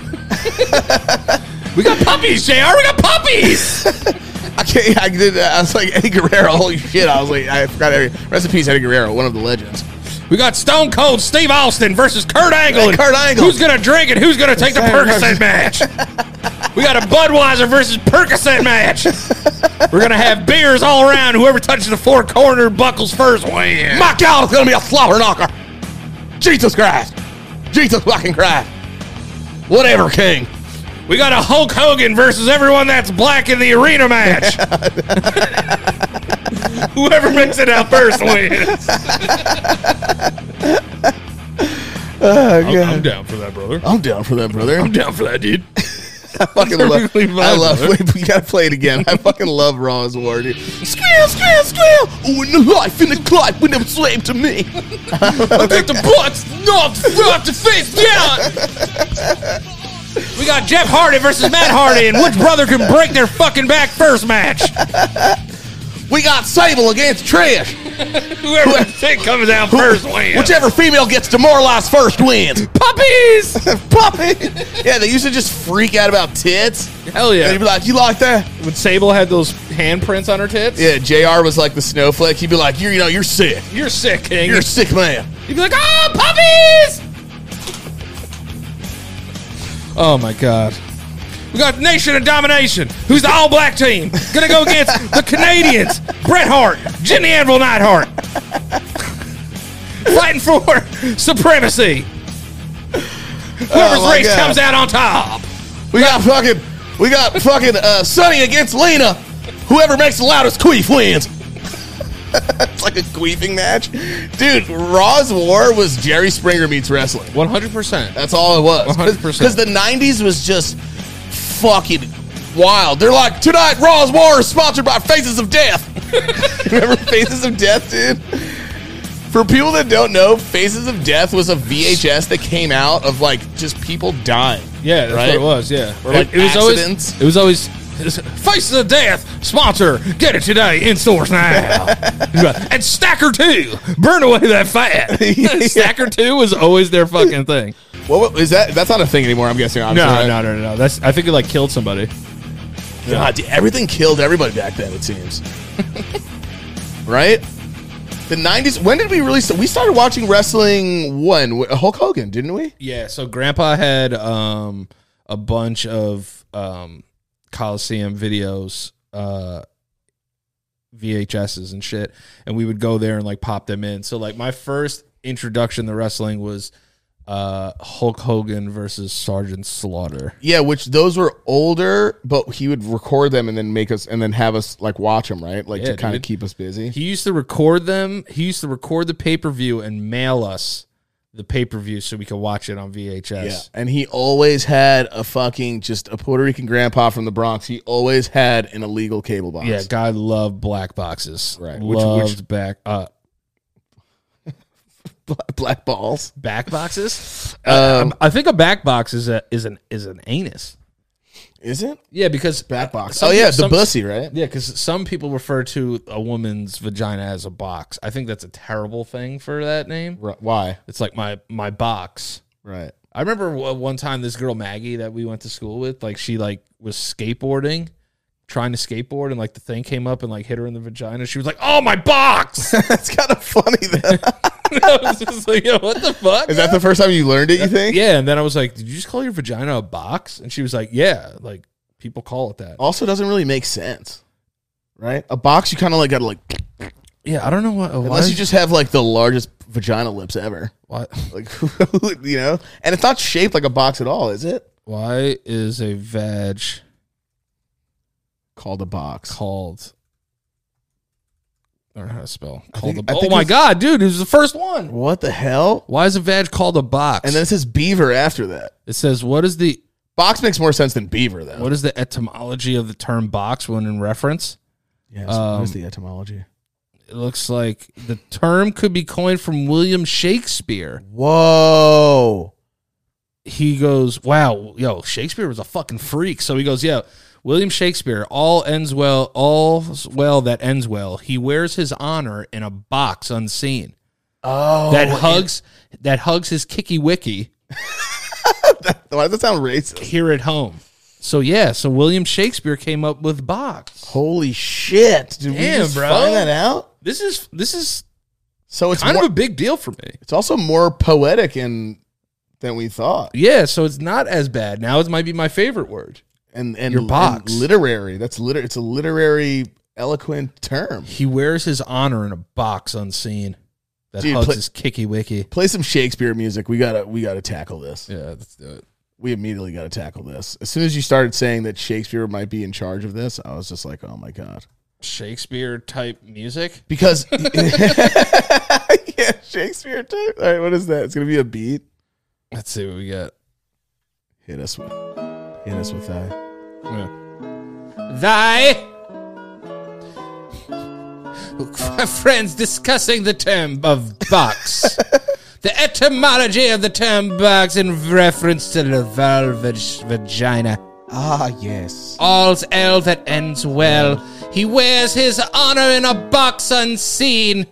We got puppies, Jr. We got puppies.
I can't. I did. I was like Eddie Guerrero. Holy shit! I was like, I forgot. Eddie, rest in peace, Eddie Guerrero, one of the legends.
we got Stone Cold Steve Austin versus Kurt Angle.
Hey, Kurt Angle.
Who's gonna drink and who's gonna take the
Same
Percocet match? we got a Budweiser versus Percocet match. We're gonna have beers all around. Whoever touches the four corner buckles first wins.
My God, it's gonna be a slobber knocker. Jesus Christ! Jesus fucking Christ! Whatever, King.
We got a Hulk Hogan versus everyone that's black in the arena match. Whoever makes it out first wins.
Oh, God.
I'm down for that, brother.
I'm down for that, brother.
I'm down for that, dude.
fucking love.
Perfectly fine,
I love.
brother.
We gotta play it again. I fucking love Raw as War, dude. Squeal, squeal, squeal. Oh, in the life, in the clock, we never slave to me.
Take the butts, knock, knock the face down. We got Jeff Hardy versus Matt Hardy, and which brother can break their fucking back first match?
We got Sable against Trish.
Whoever the thing comes out first wins.
Whichever female gets demoralized first wins.
puppies?
Puppy. Yeah, they used to just freak out about tits.
Hell
And you'd be
yeah!
like, "You like that?"
When Sable had those handprints on her tits,
Yeah. Jr. was like the snowflake. He'd be like, "You, you know, you're sick.
you're sick, King.
You're a sick man."
You'd be like, "Ah, puppies!" Oh my god. We got Nation of Domination, who's the all black team, gonna go against the Canadians, Bret Hart, Jimmy Anvil Neidhart, fighting for supremacy. Whoever's
Oh, my
race
God.
comes out on top.
We got fucking. We got fucking uh, Sonny against Lena. Whoever makes the loudest queef wins. it's like a queefing match, dude. Raw's War was Jerry Springer meets wrestling.
100%.
That's all it was.
100%.
Because the '90s was just fucking wild. They're like tonight, Raw's War is sponsored by Faces of Death. Remember Faces of Death, dude? For people that don't know, Faces of Death was a VHS that came out of like just people dying.
Yeah, that's
Right?
what it was. Yeah,
Or, like,
it, it was
accidents.
always. It was always. Faces of Death sponsor. Get it today in stores now. and Stacker Two, burn away that fat. Stacker Two was always their fucking thing.
Well, what is that? That's not a thing anymore. I'm guessing.
No,
Obviously,
no,
right?
no, no, no. That's I think it like killed somebody.
God, dude, everything killed everybody back then. It seems. right. The '90s. When did we really? St- we started watching wrestling. When Wh- Hulk Hogan, didn't we?
Yeah. So Grandpa had um a bunch of um Coliseum videos. Uh, VHSs and shit, and we would go there and like pop them in. So like my first introduction to wrestling was uh Hulk Hogan versus Sergeant Slaughter.
Yeah, which those were older, but he would record them and then make us and then have us like watch them, right? Like
Yeah,
to kind of
dude.
keep us busy.
He used to record them. He used to record the pay per view and mail us the pay per view so we could watch it on VHS.
Yeah, and he always had a fucking just a Puerto Rican grandpa from the Bronx. He always had an illegal cable box.
Yeah, God loved black boxes.
Right. Which-
Loved
which-
back uh
Black- black balls.
back boxes.
Um,
Uh, I think a back box is a is an is an anus.
is it
Yeah, because
back box?
some-
oh yeah, the
some-
bussy, right?
Yeah, because some people refer to a woman's vagina as a box. I think that's a terrible thing for that name.
Ri- Why?
It's like my my box.
Right.
I remember w- one time this girl Maggie that we went to school with, like she like was skateboarding, trying to skateboard, and like the thing came up and like hit her in the vagina. She was like, "Oh my box!"
That's kind of funny. Then.
I was just like, "Yo, what the fuck?"
Is that the first time you learned it? You think?
yeah, and then I was like, "Did you just call your vagina a box?" And she was like, "Yeah, like people call it that."
Also, doesn't really make sense. right? A box, you kind of like got to like,
Yeah, I don't know what. Why
unless you just have like the largest vagina lips ever,
why,
like you know. And it's not shaped like a box at all, is it?
why is a vag
Called a box.
called? I don't know how to spell. Called
think-
a,
I
oh
think
my
it's-
god, dude! It was the first one.
What the hell?
Why is a vag called a box?
And then it says beaver after that.
it says, "What is the
Box makes more sense than beaver though.
what is the etymology of the term box when in reference?"
yeah,
um,
the etymology?
It looks like the term could be coined from William Shakespeare.
Whoa.
he goes, "Wow, yo, Shakespeare was a fucking freak." So he goes, "Yeah, William Shakespeare, all ends well, all's well that ends well. He wears his honor in a box unseen
Oh.
that hugs that hugs his kicky wicky
Why does that sound racist?
here at home." So yeah, so William Shakespeare came up with box.
Holy shit. Did we
Damn,
just
bro.
find that out?
This is this is
So it's
kind
more,
of a big deal for me.
it's also more poetic and than we thought.
Yeah, so it's not as bad now. It might be my favorite word.
And and,
Your box.
and literary. That's liter it's a literary eloquent term.
He wears his honor in a box unseen that
Dude,
hugs
pla-
his kicky wicky.
Play some Shakespeare music. We gotta we gotta tackle this.
Yeah, let's do
uh,
it.
We immediately gotta tackle this. As soon as you started saying that Shakespeare might be in charge of this, I was just like, oh my god.
Shakespeare type music.
Because yeah, Shakespeare too. All right, what is that? It's gonna be a beat.
Let's see what we got.
Hit us with hit us with that.
Thy friends discussing the term of box. the etymology of the term box in reference to the vulva vagina.
Ah yes.
All's L that ends well. He wears his honor in a box unseen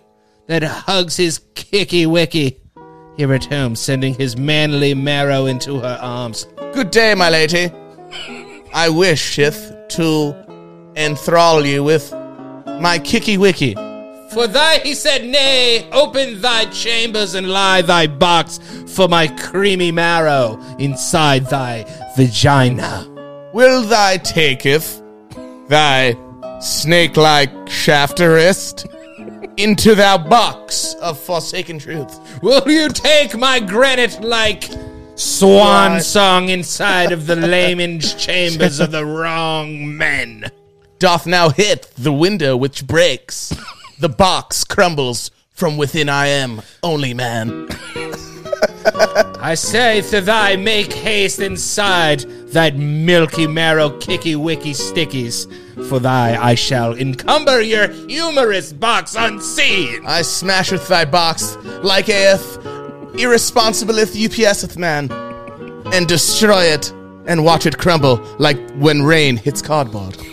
that hugs his kicky wicky. Here at home, sending his manly marrow into her arms.
Good day, my lady. I wisheth to enthrall you with my kicky wicky.
For thy, he said, nay, open thy chambers and lie thy box for my creamy marrow inside thy vagina.
Will thy taketh thy snake like shafterist into thou box of forsaken truth?
Will you take my granite like swan song inside of the layman's chambers of the wrong men?
doth now hit the window which breaks. The box crumbles from within I am only man.
I say to thy, make haste inside that milky marrow kicky wicky stickies. For thy, I shall encumber your humorous box unseen.
I smasheth thy box like aeth, irresponsibleth UPSeth man, and destroy it and watch it crumble like when rain hits cardboard.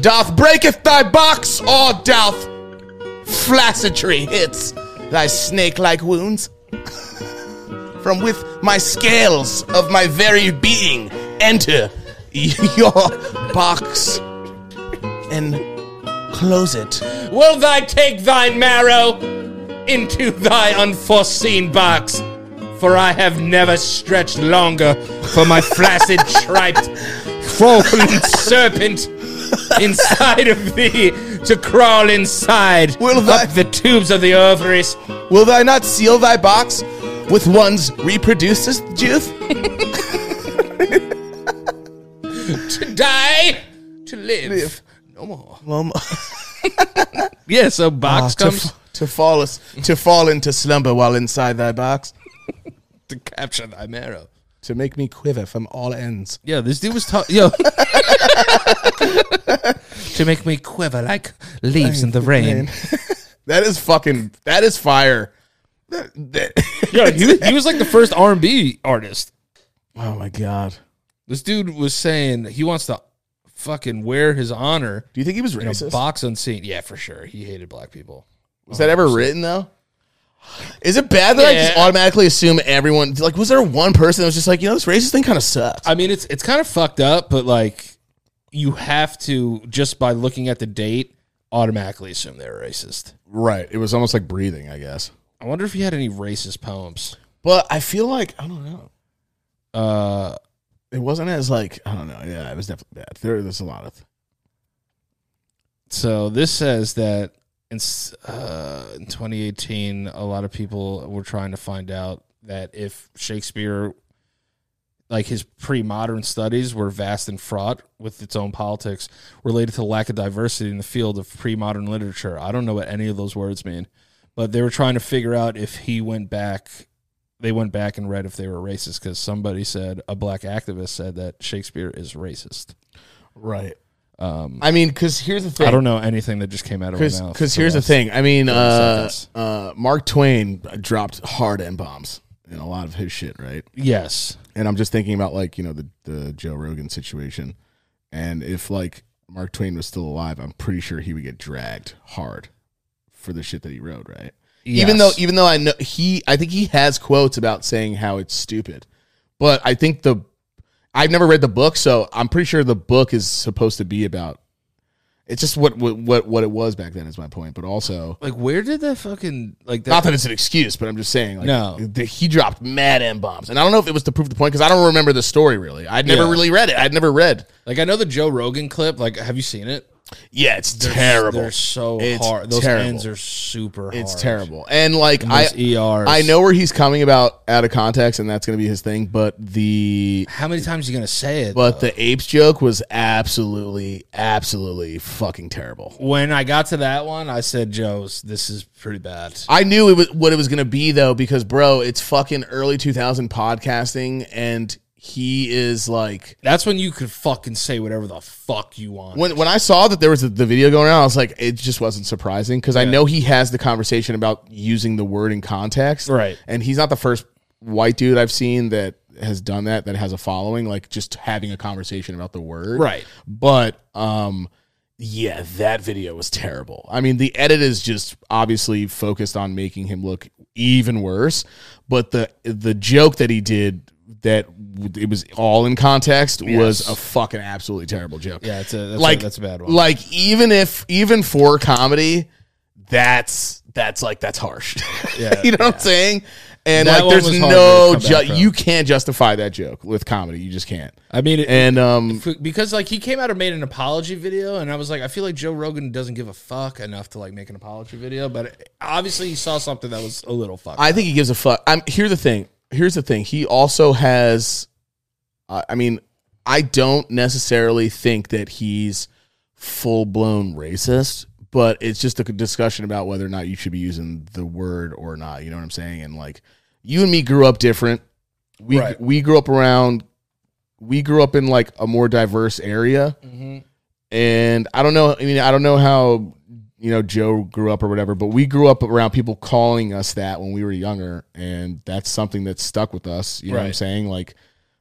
doth breaketh thy box or doth flaccidry hits thy snake-like wounds from with my scales of my very being enter your box and close it
Will thy take thine marrow into thy unforeseen box? For I have never stretched longer for my flaccid triped crawling serpent inside of thee to crawl inside
Will thy-
up the tubes of the ovaries.
will thou not seal thy box with one's reproduced youth
To die, to live. No more.
um,
Yeah, so box
to,
comes
f- to fall as- to fall into slumber while inside thy box
to capture thy marrow.
to make me quiver from all ends
Yeah, this dude was talking. Yo. to make me quiver like leaves in the rain.
that is fucking that is fire That- that-
Yo, he, he was like the first R and B artist.
oh my god
This dude was saying he wants to fucking wear his honor
do you think he was
in a
racist
box unseen. Yeah, for sure. He hated black people.
Was that ever written though? Is it bad that I just
Yeah.
automatically assume everyone? Like, was there one person that was just like, you know, this racist thing kind of sucks?
I mean, it's it's kind of fucked up, but like you have to just by looking at the date automatically assume they're racist.
Right. It was almost like breathing, I guess.
I wonder if he had any racist poems.
But I feel like I don't know.
Uh
it wasn't as like I don't know. Yeah, it was definitely bad. There, there's a lot of.
So this says that in, s- uh, in 2018, a lot of people were trying to find out that if Shakespeare, like his pre-modern studies, were vast and fraught with its own politics related to lack of diversity in the field of pre-modern literature. I don't know what any of those words mean, but they were trying to figure out if he went back. They went back and read if they were racist because somebody said a black activist said that Shakespeare is racist.
Right. I mean, because here's the thing.
Um, I don't know anything that just came out of my mouth.
because
so
here's the
that's-
thing. I mean, uh,
seconds.
uh, Mark Twain dropped hard n bombs in a lot of his shit, right?
Yes.
And I'm just thinking about like you know the the Joe Rogan situation, and if like Mark Twain was still alive, I'm pretty sure he would get dragged hard for the shit that he wrote, right? Even though
Yes.
even though I know he, I think he has quotes about saying how it's stupid, but I think the I've never read the book, so I'm pretty sure the book is supposed to be about. It's just what what what, what it was back then is my point, but also
Like, where did that fucking like that?
not that it's an excuse, but I'm just saying like
No.
the, he dropped mad m bombs, and I don't know if it was to prove the point because I don't remember the story really. I'd never
Yeah.
really read it. I'd never read.
like, I know the Joe Rogan clip. Like, have you seen it?
Yeah, it's terrible.
They're so
It's
hard. Those
terrible.
ends are super hard.
It's terrible, and like I
Those E ERs.
I know where he's coming about out of context, and that's going to be his thing. But the
How many times are you gonna say it?
but the apes joke was absolutely absolutely fucking terrible.
when I got to that one, I said, "Joe's, this is pretty bad."
I knew it was what it was going to be though, because bro, it's fucking early 2000 podcasting, and he is like.
That's when you could fucking say whatever the fuck you want.
When, when I saw that there was the video going around, I was like, it just wasn't surprising because I know he has the conversation about using the word in context,
Right.
And he's not the first white dude I've seen that has done that that has a following, like just having a conversation about the word,
right.
But um, yeah, that video was terrible. I mean, the edit is just obviously focused on making him look even worse, but the the joke that he did that w- it was all in context was a fucking absolutely terrible joke
Yeah, it's a that's
like
a, that's a bad one.
Like even if even for comedy, that's that's like that's harsh.
Yeah,
you know what I'm saying? And
That
like,
one
there's
was harder
no
to come back
ju-
from.
you can't justify that joke with comedy. You just can't.
I mean, it,
And um,
F- because like he came out and made an apology video and i was like i feel like joe rogan doesn't give a fuck enough to like make an apology video but obviously he saw something that was a little fucked
I think he gives a fuck. I'm here's the thing. Here's the thing. He also has. Uh, I mean, I don't necessarily think that he's full blown racist, but it's just a discussion about whether or not you should be using the word or not. You know what I'm saying? And like, you and me grew up different. We
Right.
we grew up around. We grew up in like a more diverse area and I don't know. I mean, I don't know how you know Joe grew up or whatever, but we grew up around people calling us that when we were younger, and that's something that stuck with us. You know what I'm
Right.
saying? Like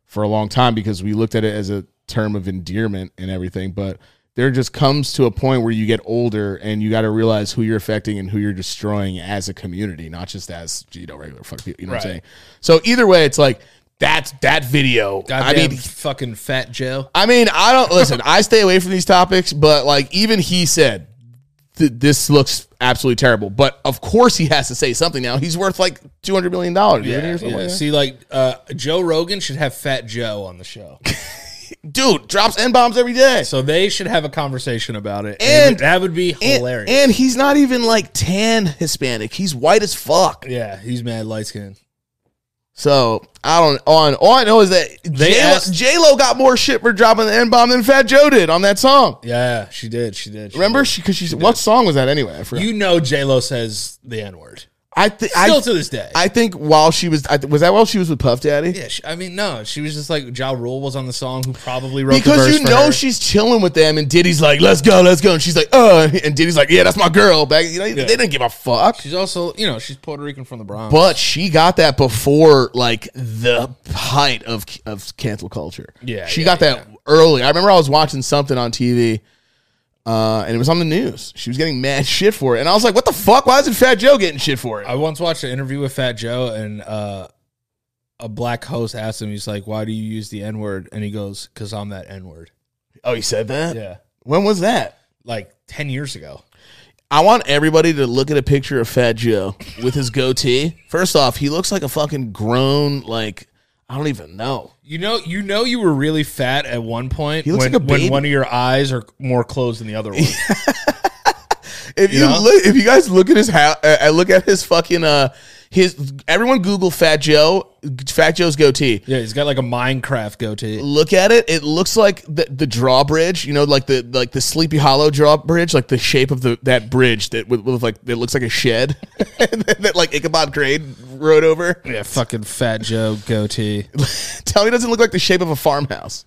for a long time because we looked at it as a term of endearment and everything, but there just comes to a point where you get older and you got to realize who you're affecting and who you're destroying as a community, not just as you know regular fuck people. You know what I'm
Right.
saying? So either way, it's like that that video.
Goddamn
I mean,
fucking fat joe
I mean, I don't listen. I stay away from these topics, but like even he said, th- this looks absolutely terrible. But of course, he has to say something now. He's worth like two hundred million dollars,
yeah, yeah. see like uh, joe rogan should have fat joe on the show
dude. Drops n bombs every day,
so they should have a conversation about it
And-
and, it would- that would be
and,
hilarious
and he's not even like tan Hispanic. He's white as fuck.
yeah he's mad light skinned
So I don't. On all I know is that
They asked-
J Lo got more shit for dropping the n bomb than Fat Joe did on that song.
yeah she did she did she
Remember,
did.
she because she's what song was that anyway? I forgot.
you know j-lo says the n-word
I think
still
I,
to this day
I think while she was I th- was that while she was with Puff Daddy.
Yeah, she, I mean, no, she was just like Ja Rule was on the song, who probably wrote the
because
verse
you
for
know
her.
she's chilling with them, and Diddy's like, "Let's go, let's go," and she's like, "Uh," and Diddy's like, "Yeah, that's my girl." Back, you know, they didn't give a fuck.
She's also, you know, she's Puerto Rican from the Bronx.
But she got that before like the height of of cancel culture.
Yeah,
she
yeah,
got that early. I remember I was watching something on TV. Uh, and it was on the news. She was getting mad shit for it, and I was like, "What the fuck? Why isn't Fat Joe getting shit for it?"
I once watched an interview with Fat Joe, and uh, a black host asked him, he's like, "Why do you use the N word?" And he goes, "Cause I'm that N word."
oh, you said that?
Yeah,
When was that?
like ten years ago.
I want everybody to look at a picture of Fat Joe with his goatee. First off, he looks like a fucking grown, like I don't even know.
You know, you know, you were really fat at one point
He looks
when,
like a
when
baby.
one of your eyes are more closed than the other one.
If you,
You know?
look, if you guys look at his house, I look at his fucking uh, his everyone Google Fat Joe, Fat Joe's goatee.
yeah, he's got like a Minecraft goatee.
Look at it; it looks like the the drawbridge, you know, like the like the Sleepy Hollow drawbridge, like the shape of the that bridge that with, with like it looks like a shed that, that, like Ichabod Crane rode over.
Yeah, fucking Fat Joe goatee.
Tell me, it doesn't look like the shape of a farmhouse,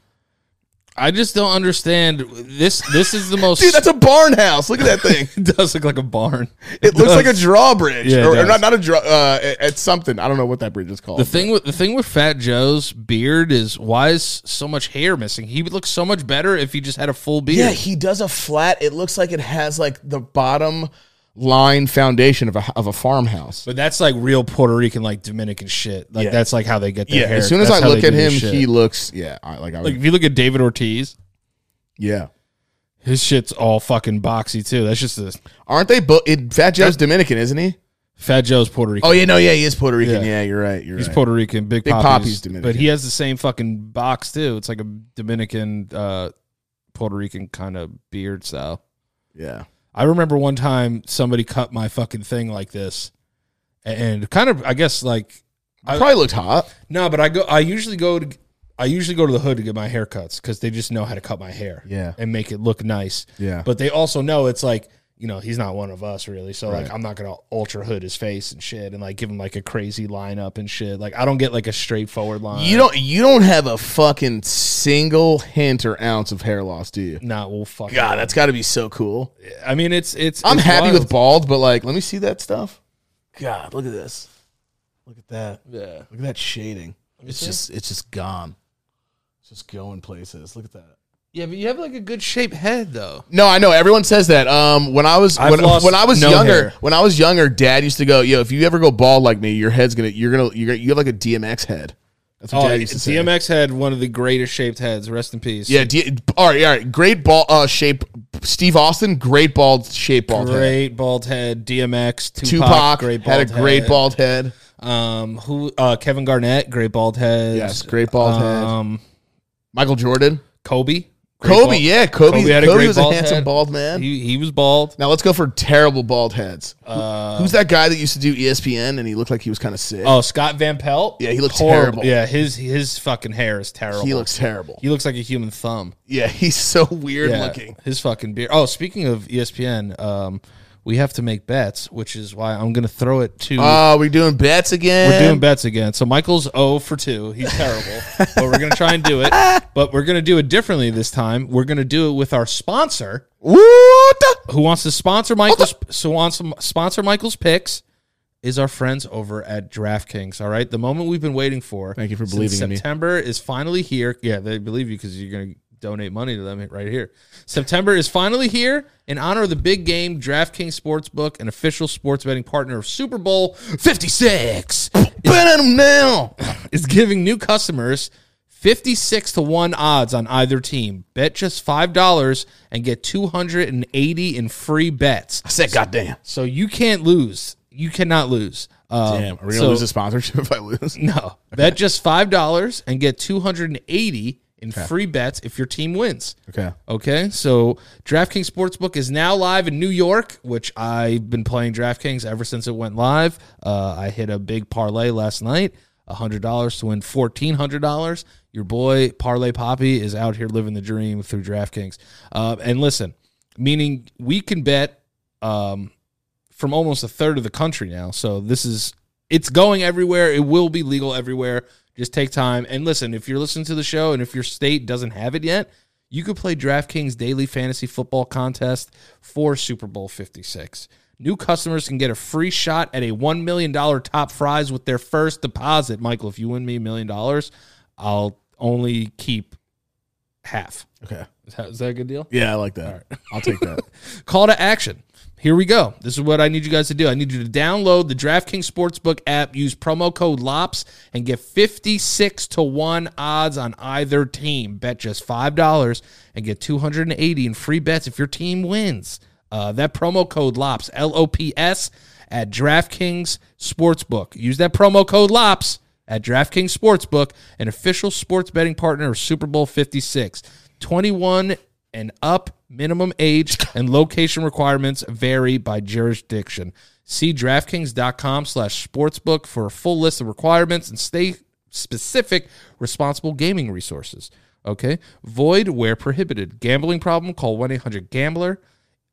I just don't understand this. This is the most.
dude. That's a barn house. Look at that thing.
it does look like a barn.
It looks like a drawbridge,
Yeah, it
or, or
does.
not, not a draw. Uh, it- it's something I don't know what that bridge is called.
The thing with the thing with Fat Joe's beard is why is so much hair missing? He would look so much better if he just had a full beard.
Yeah, he does a flat. It looks like it has like the bottom line foundation of a of a farmhouse.
But that's like real Puerto Rican, like Dominican shit. Like
Yeah.
that's like how they get their
Yeah,
hair.
as soon as I
That's how
look
they
at
do their
him,
shit.
he looks. Yeah, I, like I would,
like if you look at David Ortiz,
yeah.
his shit's all fucking boxy too. That's just a
Aren't they? But it, Fat Joe's Dominican, isn't he?
Fat Joe's Puerto Rican.
Oh yeah, no, yeah, he is Puerto Rican.
Yeah.
Yeah, you're right. You're
He's
right.
Puerto Rican, big,
Big
Papi's,
Papi's Dominican.
but he has the same fucking box too. It's like a Dominican, uh, Puerto Rican kind of beard style.
yeah,
I remember one time somebody cut my fucking thing like this, and kind of I guess like I-
probably looked hot.
no, but I go. I usually go to. I usually go to the hood to get my haircuts because they just know how to cut my hair,
Yeah.
and make it look nice.
Yeah.
but they also know it's like you know he's not one of us really, so like
Right.
I'm not gonna ultra hood his face and shit, and like give him like a crazy lineup and shit. Like I don't get like a straightforward line.
You don't. You don't have a fucking single hint or ounce of hair loss, do you?
Nah, well, fuck.
God, that's got to be so cool.
I mean, it's it's.
I'm
it's
happy
wild.
with bald, but like, let me see that stuff. God, look at this. Look at that.
Yeah.
Look at that shading. It's just it's just gone. It's just going places. Look at that.
Yeah, but you have like a good shaped head though.
No, I know everyone says that. Um, when I was
I've
when,
lost
when I was
no
younger,
hair.
when I was younger, Dad used to go, "Yo, if you ever go bald like me, your head's gonna you're gonna you're gonna, you have like a DMX head." That's what
Oh,
Dad used to say.
DMX had one of the greatest shaped heads. Rest in peace.
Yeah, D- all right, all right. Great ball uh, shape. Steve Austin, great bald shape, bald head.
Great bald head, DMX, Tupac,
Tupac
great bald
had a great
head.
bald head.
Um, who? Uh, Kevin Garnett, great bald head.
Yes, great bald head.
Um,
Michael Jordan,
Kobe. Great
Kobe,
bald-
yeah, Kobe.
Kobe
Kobe,
had a great
was a
bald
handsome
head.
bald man.
He he was bald.
Now let's go for terrible bald heads.
Uh,
Who's that guy that used to do E ESPN and he looked like he was kind of sick?
oh, Scott Van Pelt.
Yeah, he looks terrible.
Yeah, his his fucking hair is terrible.
he looks terrible.
He looks like a human thumb.
Yeah, he's so weird
Yeah,
looking.
His fucking beard. Oh, speaking of ESPN, um, we have to make bets, which is why I'm gonna throw it to.
Oh, we're doing bets again.
We're doing bets again. So Michael's 0 for 2. He's terrible. but we're going to try and do it. But we're going to do it differently this time. We're going to do it with our sponsor
What? the-
who wants to sponsor Michael's so wants to sponsor Michael's picks is our friends over at DraftKings, all right? The moment we've been waiting for.
Thank you for
since
believing in me.
September is finally here. Yeah, they believe you cuz you're going to donate money to them right here. September is finally here in honor of the big game DraftKings Sportsbook, an official sports betting partner of Super Bowl 56
Bet on him now.
is giving new customers 56 to 1 odds on either team. Bet just $5 and get 280 in free bets.
I said, goddamn.
So you can't lose. You cannot lose. Um,
Damn, are we gonna
so-
lose a sponsorship if I lose?
No. Bet just $5 and get 280 in free bets if your team wins.
Okay.
Okay, so DraftKings Sportsbook is now live in New York, which I've been playing DraftKings ever since it went live. Uh, I hit a big parlay last night, $100 to win $1,400. Your boy, Parlay Poppy, is out here living the dream through DraftKings. Uh, and listen, meaning we can bet um, from almost a third of the country now. So this is it's going everywhere. It will be legal everywhere. Just take time and listen. If you're listening to the show and if your state doesn't have it yet, you could play DraftKings Daily Fantasy Football Contest for Super Bowl 56. New customers can get a free shot at a $1 million top prize with their first deposit. Michael, if you win me a million dollars, I'll only keep half.
Okay.
Is that, is that a good deal?
Yeah, I like that. I'll take that.
call to action. Here we go. This is what I need you guys to do. I need you to download the DraftKings Sportsbook app, use promo code LOPS, and get 56 to 1 odds on either team. Bet just $5 and get 280 in free bets if your team wins. Uh, that promo code LOPS, L O P S, at DraftKings Sportsbook. Use that promo code LOPS at DraftKings Sportsbook, an official sports betting partner of Super Bowl 56. 21 and up minimum age and location requirements vary by jurisdiction. See DraftKings.com slash sportsbook for a full list of requirements and stay specific responsible gaming resources. Okay. Void where prohibited. Gambling problem, call 1 800 Gambler.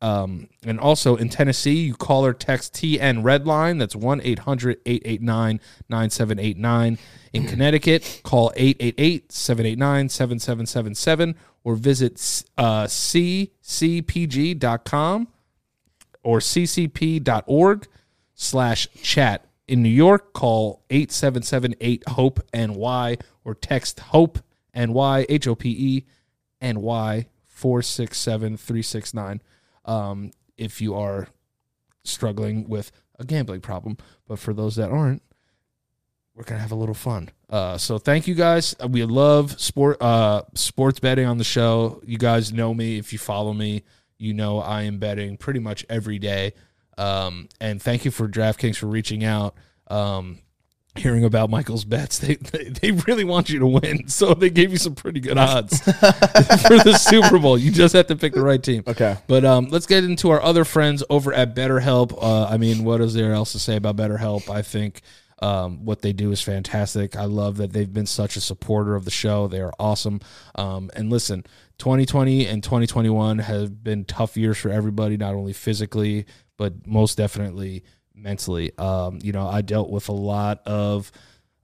Um, and also in Tennessee, you call or text TN Redline. That's 1 800 889 9789. In Connecticut, call 888 789 7777 or visit uh, ccpg.com or ccp.org slash chat. In New York, call 877-8-HOPE-NY or text HOPE-NY, H-O-P-E, N-Y, 467-369 um, if you are struggling with a gambling problem. But for those that aren't, we're gonna have a little fun. Uh, so thank you guys. Uh, We love sport uh, sports betting on the show. You guys know me. If you follow me, you know I am betting pretty much every day. Um, and thank you for DraftKings for reaching out. Um, hearing about Michael's bets, they, they they really want you to win, so they gave you some pretty good odds for the Super Bowl. You just have to pick the right team.
Okay.
But um, let's get into our other friends over at BetterHelp. Uh, I mean, what is there else to say about BetterHelp? I think um, what they do is fantastic. I love that they've been such a supporter of the show. They are awesome. Um, and listen, 2020 and 2021 have been tough years for everybody, not only physically, but most definitely mentally. Um, you know, I dealt with a lot of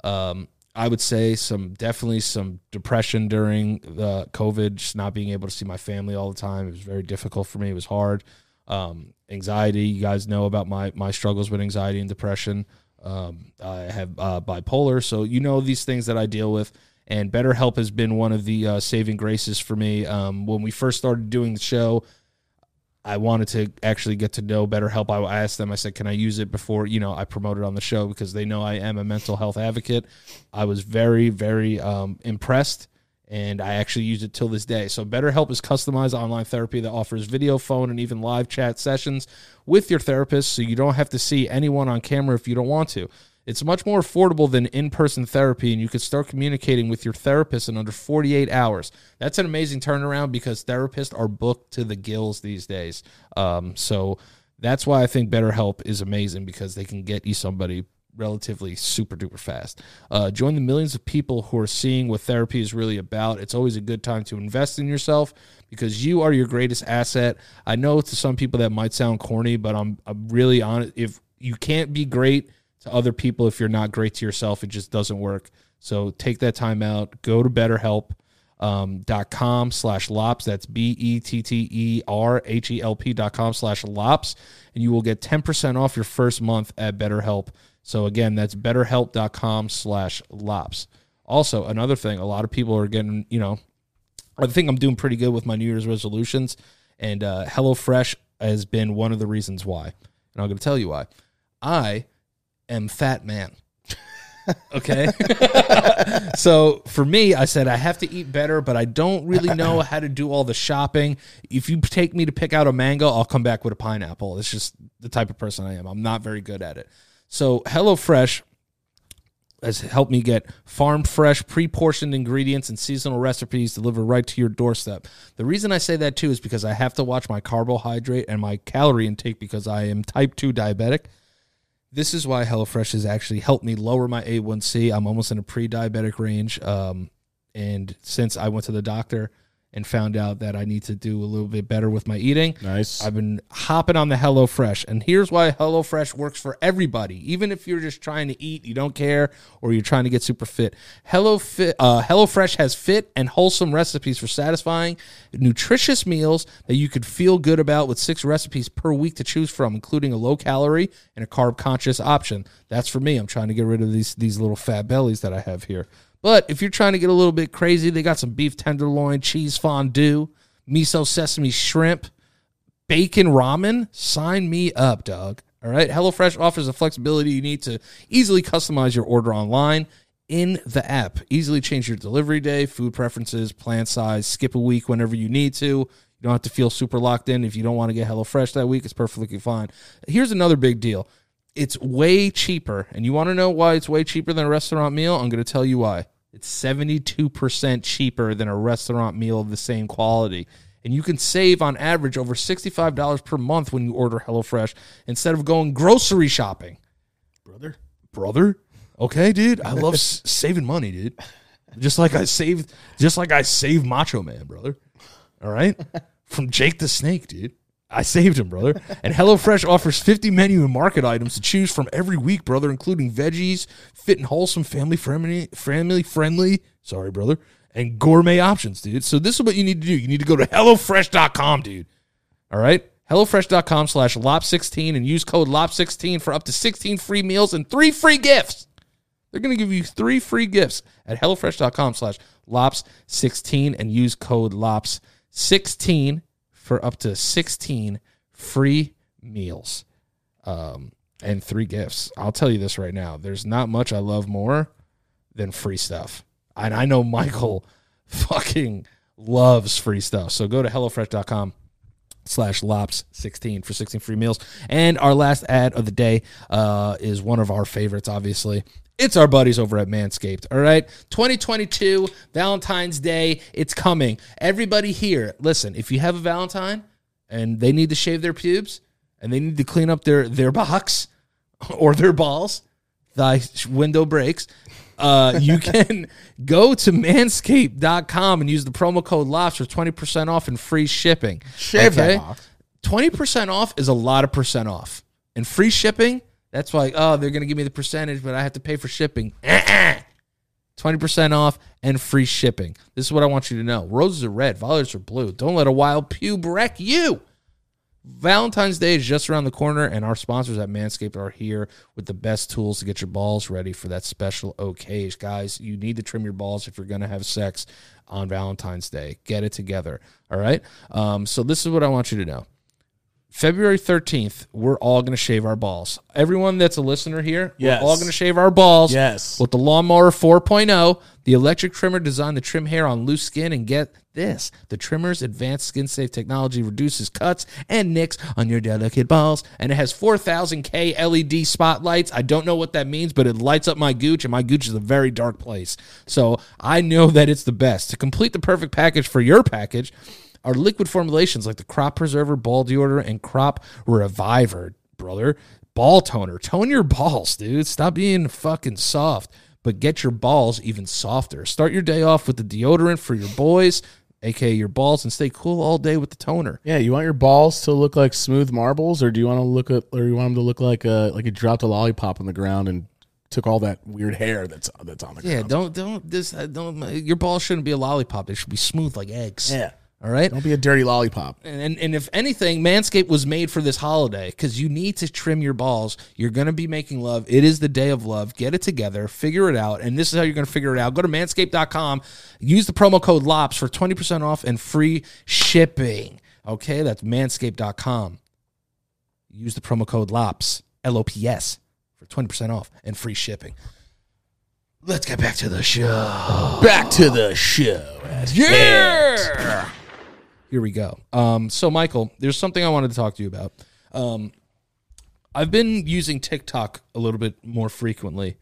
um, I would say some definitely some depression during the COVID, just not being able to see my family all the time. It was very difficult for me. It was hard. Um, anxiety, you guys know about my my struggles with anxiety and depression. Um, I have uh, bipolar, so you know these things that I deal with. And BetterHelp has been one of the uh, saving graces for me. Um, when we first started doing the show, I wanted to actually get to know BetterHelp. I I asked them, I said, can I use it before, you know, I promote it on the show because they know I am a mental health advocate. I was very, very um, impressed and I actually use it till this day. So BetterHelp is customized online therapy that offers video, phone, and even live chat sessions with your therapist so you don't have to see anyone on camera if you don't want to. It's much more affordable than in person therapy, and you can start communicating with your therapist in under 48 hours. That's an amazing turnaround because therapists are booked to the gills these days. Um, so that's why I think BetterHelp is amazing because they can get you somebody relatively super duper fast. Uh, join the millions of people who are seeing what therapy is really about. It's always a good time to invest in yourself because you are your greatest asset. I know to some people that might sound corny, but I'm, I'm really honest. If you can't be great to other people, if you're not great to yourself, it just doesn't work. So take that time out. Go to BetterHelp um, dot com slash lops. That's B E T T E R H E L P dot com slash lops. And you will get 10% off your first month at BetterHelp. So again, that's betterhelp.com slash lops. Also, another thing, a lot of people are getting, you know, I think I'm doing pretty good with my New Year's resolutions. And uh, HelloFresh has been one of the reasons why. And I'm going to tell you why. I am fat man. Okay. so for me, I said I have to eat better, but I don't really know how to do all the shopping. If you take me to pick out a mango, I'll come back with a pineapple. It's just the type of person I am. I'm not very good at it. So HelloFresh has helped me get farm fresh, pre portioned ingredients and seasonal recipes delivered right to your doorstep. The reason I say that too is because I have to watch my carbohydrate and my calorie intake because I am type 2 diabetic. This is why HelloFresh has actually helped me lower my A1C. I'm almost in a pre diabetic range. Um, and since I went to the doctor and found out that I need to do a little bit better with my eating,
Nice.
I've been hopping on the HelloFresh, and here's why HelloFresh works for everybody. Even if you're just trying to eat, you don't care, or you're trying to get super fit. Hello, fit, uh, HelloFresh has fit and wholesome recipes for satisfying, nutritious meals that you could feel good about with six recipes per week to choose from, including a low calorie and a carb conscious option. That's for me. I'm trying to get rid of these these little fat bellies that I have here. But if you're trying to get a little bit crazy, they got some beef tenderloin, cheese fondue, miso sesame shrimp bacon ramen, sign me up, dog. All right. HelloFresh offers the flexibility you need to easily customize your order online in the app. Easily change your delivery day, food preferences, plan size, skip a week whenever you need to. You don't have to feel super locked in. If you don't want to get HelloFresh that week, it's perfectly fine. Here's another big deal It's way cheaper. And you want to know why it's way cheaper than a restaurant meal? I'm going to tell you why. It's 72% cheaper than a restaurant meal of the same quality. And you can save on average over $65 per month when you order HelloFresh instead of going grocery shopping.
brother.
Brother, okay, dude, I love s- saving money, dude. Just like I saved just like I saved Macho Man, brother. All right? From Jake the Snake, dude. I saved him, brother. And HelloFresh offers 50 menu and market items to choose from every week, brother, including veggies, fit and wholesome, family friendly, family friendly, sorry, brother, and gourmet options, dude. So this is what you need to do. You need to go to hellofresh.com, dude. All right? HelloFresh.com slash LOP16 and use code LOP16 for up to 16 free meals and three free gifts. They're going to give you three free gifts at HelloFresh.com slash LOPS16 and use code LOPS16 for up to 16 free meals um, and three gifts. I'll tell you this right now. There's not much I love more than free stuff. And I know Michael fucking loves free stuff. So go to HelloFresh.com slash lops 16 for 16 free meals and our last ad of the day uh, is one of our favorites obviously it's our buddies over at manscaped all right 2022 valentine's day it's coming everybody here listen if you have a valentine and they need to shave their pubes and they need to clean up their their box or their balls thy window breaks, uh, you can go to manscaped.com and use the promo code LOPS for 20% off and free shipping.
Shave that off.
20% off is a lot of percent off. And free shipping, that's like, oh, they're going to give me the percentage, but I have to pay for shipping. Uh-uh. 20% off and free shipping. This is what I want you to know. Roses are red, violets are blue. Don't let a wild pube wreck you. Valentine's Day is just around the corner, and our sponsors at Manscaped are here with the best tools to get your balls ready for that special occasion. Guys, you need to trim your balls if you're going to have sex on Valentine's Day. Get it together. All right. Um, so, this is what I want you to know February 13th, we're all going to shave our balls. Everyone that's a listener here,
Yes.
we're all going to shave our balls
Yes.
with the lawnmower 4.0, the electric trimmer designed to trim hair on loose skin. And get this the trimmer's advanced skin safe technology reduces cuts and nicks on your delicate balls. And it has 4,000K LED E spotlights. I don't know what that means, but it lights up my gooch, and my gooch is a very dark place. So I know that it's the best. To complete the perfect package for your package, are liquid formulations like the crop preserver, ball deodorant, and crop reviver brother. Ball toner. Tone your balls, dude. Stop being fucking soft, but get your balls even softer. Start your day off with the deodorant for your boys, aka your balls, and stay cool all day with the toner.
Yeah, you want your balls to look like smooth marbles, or do you want to look at, or you want them to look like a like you dropped a lollipop on the ground and took all that weird hair that's that's on the
Yeah,
ground?
don't don't this uh, don't your balls shouldn't be a lollipop. They should be smooth like eggs.
Yeah.
All right.
Don't be a dirty lollipop.
and, and and if anything, Manscaped was made for this holiday because you need to trim your balls. You're gonna be making love. It is the day of love. Get it together, figure it out, and this is how you're gonna figure it out. Go to manscaped.com, use the promo code LOPS for 20% off and free shipping. Okay, that's manscaped.com. Use the promo code LOPS, L O P S, for 20% off and free shipping. Let's get back to the show.
Back to the show.
Yeah. Here we go. Um, so Michael, there's something I wanted to talk to you about. Um, I've been using TikTok a little bit more frequently,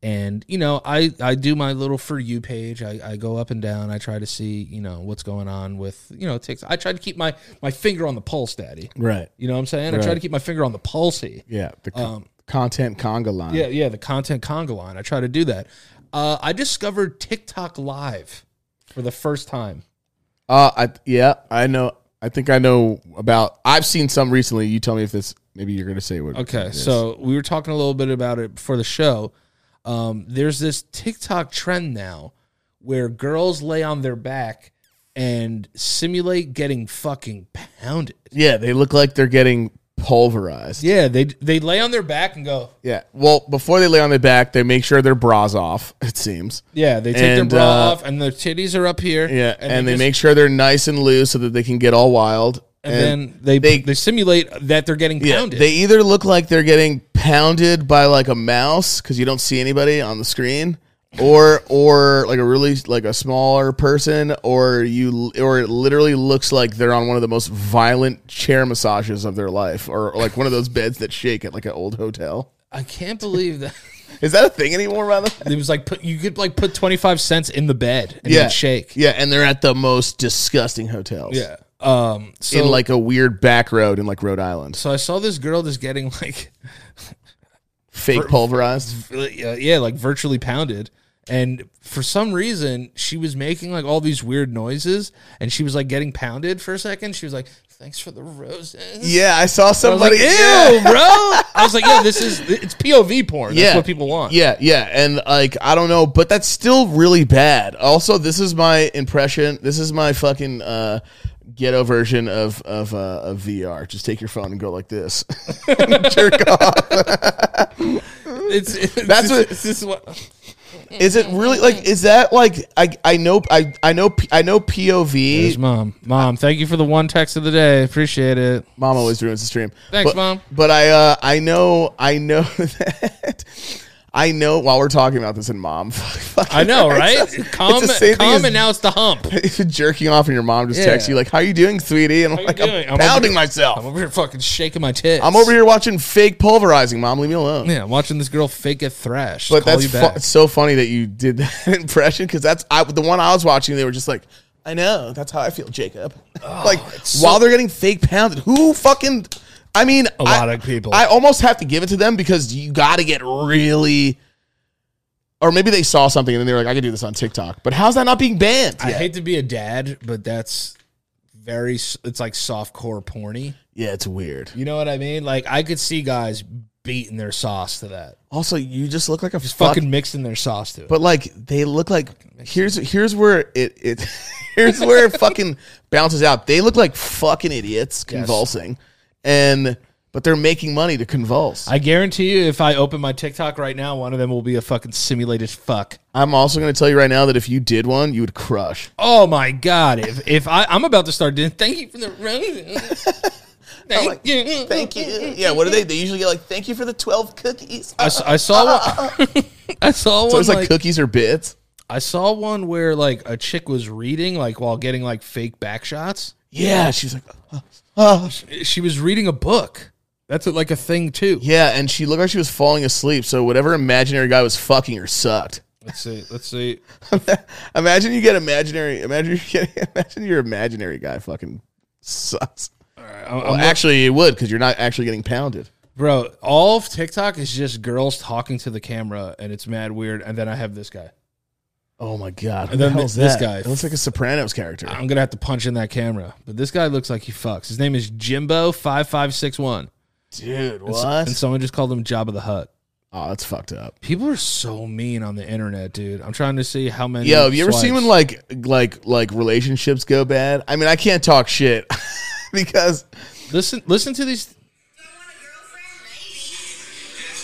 and you know, I I do my little for you page. I, I go up and down. I try to see you know what's going on with you know TikTok. I try to keep my my finger on the pulse, Daddy.
Right.
You know what I'm saying? I try
Right.
to keep my finger on the pulse here.
Yeah. The con- content conga line.
Yeah, yeah, the content conga line. I try to do that. Uh, I discovered TikTok Live for the first time.
Uh, I yeah, I know. I think I know about. I've seen some recently. You tell me if this. Maybe you're gonna say what.
Okay,
it is.
so we were talking a little bit about it before the show. Um, there's this TikTok trend now where girls lay on their back and simulate getting fucking pounded.
yeah, they look like they're getting pulverized. Yeah.
Yeah, they they lay on their back and go.
Well, before they lay on their back, they make sure their bras off. It seems.
Yeah, they take
And,
their bra
uh,
off and their titties are up here.
Yeah, and, they,
just-
make sure they're nice and loose so that they can get all wild.
and, then they, they
they-
simulate that they're getting
yeah,
pounded.
they either look like they're getting pounded by like a mouse because you don't see anybody on the screen, or or like a really like a smaller person, or you or it literally looks like they're on one of the most violent chair massages of their life, or like one of those beds that shake at like an old hotel.
I can't believe that.
Is that a thing anymore, rather?
It was like put, you could like put twenty five cents in the bed and
Yeah.
then shake.
Yeah, and they're at the most disgusting hotels.
Yeah. Um. So
in like a weird back road in like Rhode Island.
so I saw this girl just getting like
Fake pulverized.
uh, yeah like virtually pounded, and for some reason she was making like all these weird noises, and she was like getting pounded for a second. She was like, "Thanks for the roses."
Yeah, I
I
saw
was like,
somebody.
ew,
yeah.
bro. I was like, yeah, this is it's POV porn. That's what people want.
Yeah, yeah, and like I don't know, but that's still really bad. Also, this is my impression. This is my fucking uh, ghetto version of of, uh, of VR. Just take your phone and go like this. Jerk off.
It's, it's
That's what-
it's just what
Is it really like? Is that like? I I know I I know P- I know POV.
mom. Mom, thank you for the one text of the day. Appreciate it.
Mom always ruins the stream.
Thanks,
But-
Mom.
But I uh, I know I know that. I know while we're talking about this, and mom,
I know, right? Calm,
the same thing
calm,
as-
and now it's the hump.
jerking off and your mom just
Yeah.
texts you like, "How you doing, sweetie?" And I'm
you
like,
doing? I'm
"I'm,
over
pounding
here.
myself.
I'm over here fucking shaking my tits.
I'm over here watching fake pulverizing, mom. Leave me alone."
Yeah, I'm watching this girl fake get thrashed.
But
Call
that's
you back.
fu- so funny that you did that impression because that's I, the one I was watching. They were just like, "I know, that's how I feel, Jacob." like
Oh, so-
while they're getting fake pounded, who fucking? I mean, a
lot of people.
I almost have to give it to them because you got to get really. Or maybe they saw something and then they were like, "I could do this on TikTok." But how's that not being banned?
I
yet?
hate to be a dad, but that's very. s- It's like soft core porny.
yeah, it's weird.
You know what I mean? Like I could see guys beating their sauce to that.
Also, you just look like a
Just
fucking
fucking mixing their sauce to it.
But like they look like here's here's where it it here's where it fucking bounces out. They look like fucking idiots convulsing, and but they're making money to convulse.
I guarantee you, if I open my TikTok right now, one of them will be a fucking simulated fuck.
I'm also going to tell you right now that if you did one, you would crush.
Oh my god! If if I I'm about to start doing. Thank you for the roses. Thank you.
Thank you. Yeah. What do they? They usually get like thank you for the twelve cookies.
I,
So
s- I saw one. I saw one.
it's like,
like-
cookies or bits.
I saw one where like a chick was reading like while getting like fake back shots.
Yeah. She's like, "Uh,
She was reading a book. That's like a thing too.
yeah, and she looked like she was falling asleep. So whatever imaginary guy was fucking her sucked.
Let's see. Let's see.
imagine you get imaginary. Imagine you get. Imagine your imaginary guy fucking sucks.
I'm-
Well,
I'm-
actually, it would because you're not actually getting pounded.
bro, all of TikTok is just girls talking to the camera, and it's mad weird. And then I have this guy.
Oh my god!
And then
Who the
th-
hell's
this guy.
It looks like a Sopranos character.
I'm gonna have to punch in that camera. But this guy looks like he fucks. His name is Jimbo five five six one.
Dude,
And someone just called him Job of the Hut.
Oh, that's fucked up.
People are so mean on the internet, dude. I'm trying to see how many.
Yo, have you ever seen
swipes.
when like like like relationships go bad? I mean, I can't talk shit because
listen? Listen to these.
Don't want a girlfriend?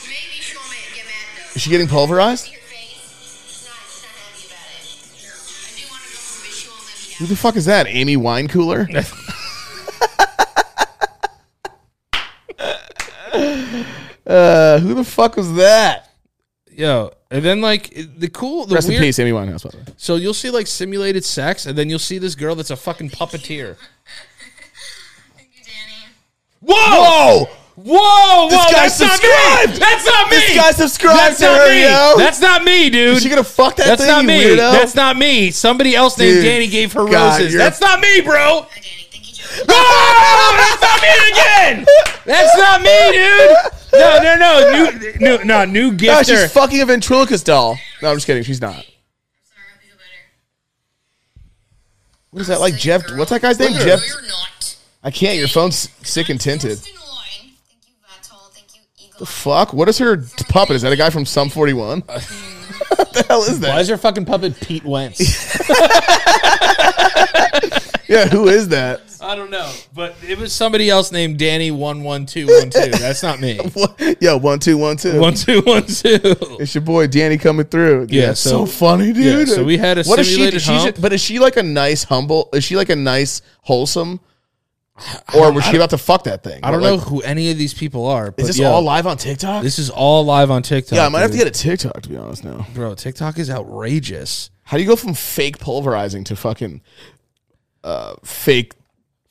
Maybe. Maybe she'll ma- get mad though.
is she getting pulverized?
Your face. She's not, she's not happy about it. I do want a girlfriend, but she won't let me
Who
have
the fuck is that? Amy Wine Cooler. uh, who the fuck was that?
Yo, and then like the cool, the
Rest
weird.
in peace, Amy Winehouse. By the way.
So you'll see like simulated sex, and then you'll see this girl that's a fucking puppeteer.
it. Thank you, Danny.
Whoa!
Whoa,
This
whoa,
guy
that's not me.
subscribed!
That's not me.
This guy subscribed
That's
to
not
her,
me.
yo.
That's not me, dude.
Is she gonna fuck that
That's
thing?
not
you
me.
weirdo?
That's not me. Somebody else named
Dude,
Danny gave her
God,
roses.
you're-
That's not me, bro.
Hi, Danny. Thank you, Joe.
Oh, that's not me again. That's not me, dude. No, no, no, new, no, no, new
No,
gifter.
she's fucking a ventriloquist doll. No, I'm just kidding. She's not.
Sorry, I feel better.
What is that like, Jeff? What's that guy's name?
You're,
Jeff.
You're not.
I can't. Your phone's sick and tinted.
Just annoying. Thank you, Vatal. Thank you, Eagle.
The fuck? What is her puppet? Is that a guy from Sum 41? what the hell is
Why
that?
is your fucking puppet Pete Wentz?
Yeah, who is that?
I don't know, but it was somebody else named Danny one one two one two. That's not me.
What? Yo, one two one two.
One two one two.
It's your boy Danny coming through.
Yeah,
That's
so-
so, funny, dude.
yeah, so we had a
what is she?
simulated
She's
hump.
a- but is she like a nice humble? Is she like a nice wholesome? Or was she about to fuck that thing?
I don't know
Like,
who any of these people are. But
Is this
yo,
all live on TikTok?
This is all live on TikTok.
yeah, I might have to
dude.
get a TikTok to be honest now.
Bro, TikTok is outrageous.
How do you go from fake pulverizing to fucking uh, fake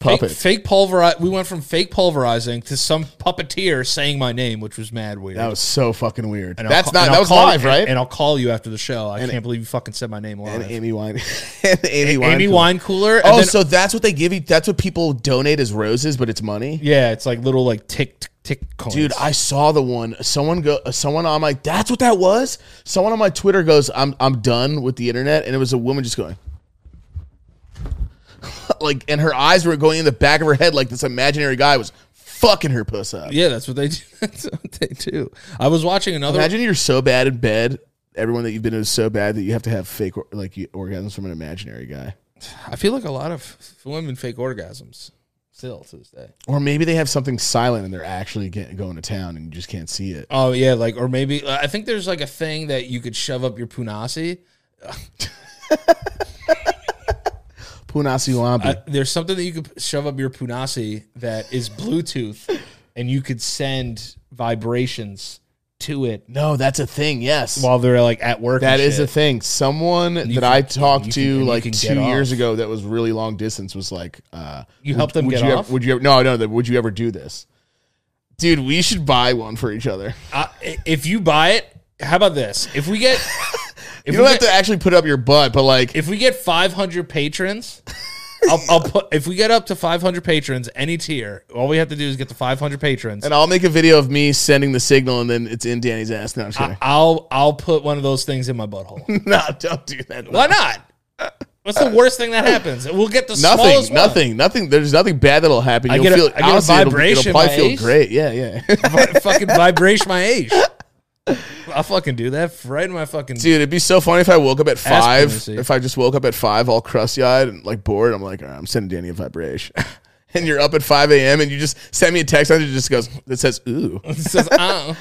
Fake,
puppet.
fake pulveri We went from fake pulverizing to some puppeteer saying my name, which was mad weird.
That was so fucking weird.
And I'll
That's
ca-
not
and
that
I'll
was
call-
live,
and-
right?
And I'll call you after the show. I
And-
can't believe you fucking said my name live.
And Amy Wine.
and Amy Winecool.
Amy Wine Cooler. and
oh,
then-
so that's what they give you. That's what people donate as roses, but it's money.
yeah, it's like little like tick tick, tick coins.
Dude, I saw the one. Someone go. Someone on my. That's what that was. Someone on my Twitter goes. I'm. I'm done with the internet. And it was a woman just going. like, and her eyes were going in the back of her head. Like this imaginary guy was fucking her puss up.
yeah, that's what they do. that's what they do. I was watching another.
Imagine you're so bad in bed. Everyone that you've been to is so bad that you have to have fake or- like you- orgasms from an imaginary guy.
I feel like a lot of women fake orgasms still to this day.
Or maybe they have something silent and they're actually get, going to town and you just can't see it.
Oh yeah, like or maybe I think there's like a thing that you could shove up your punasi.
Punasi Wambi.
I, there's something that you could shove up your punasi that is Bluetooth, and you could send vibrations to it
no, that's a thing. Yes.
while they're like at work.
That is
a
a thing. Someone that
can-
I talked
you can-
to
and you
like
can
two
get off.
years ago that was really long distance was like, uh,
You helped them
would
get
you ever-
off?
would you ever, no, no, that- would you ever do this? Dude, we should buy one for each other.
if you buy it, how about this? If we get, if
You
we
don't have
get,
to actually put up your butt, but like,
if we get 500 patrons. I'll, I'll put if we get up to 500 patrons, any tier. All we have to do is get to 500 patrons,
and I'll make a video of me sending the signal and then it's in Danny's ass. No, I'm just
Ah.
kidding.
I'll I'll put one of those things in my butthole.
no, don't do that.
Why not? What's the worst thing that happens? We'll get the smallest
Nothing,
one.
nothing, nothing. There's nothing bad that'll happen.
I
You'll
get a-
feel
I get a
honestly, it'll-
vibration
It'll,
by
probably feel
Ace.
great. Yeah, yeah.
Vi- fucking vibration my age. I'll fucking do that right in my fucking.
Dude, it'd be so funny if I woke up at five.
pussy.
If I just woke up at five, all crusty eyed and like bored, I'm like, all right, I'm sending Danny a vibration. and you're up at five a.m. and you just send me a text message that just goes that says ooh.
It says, uh.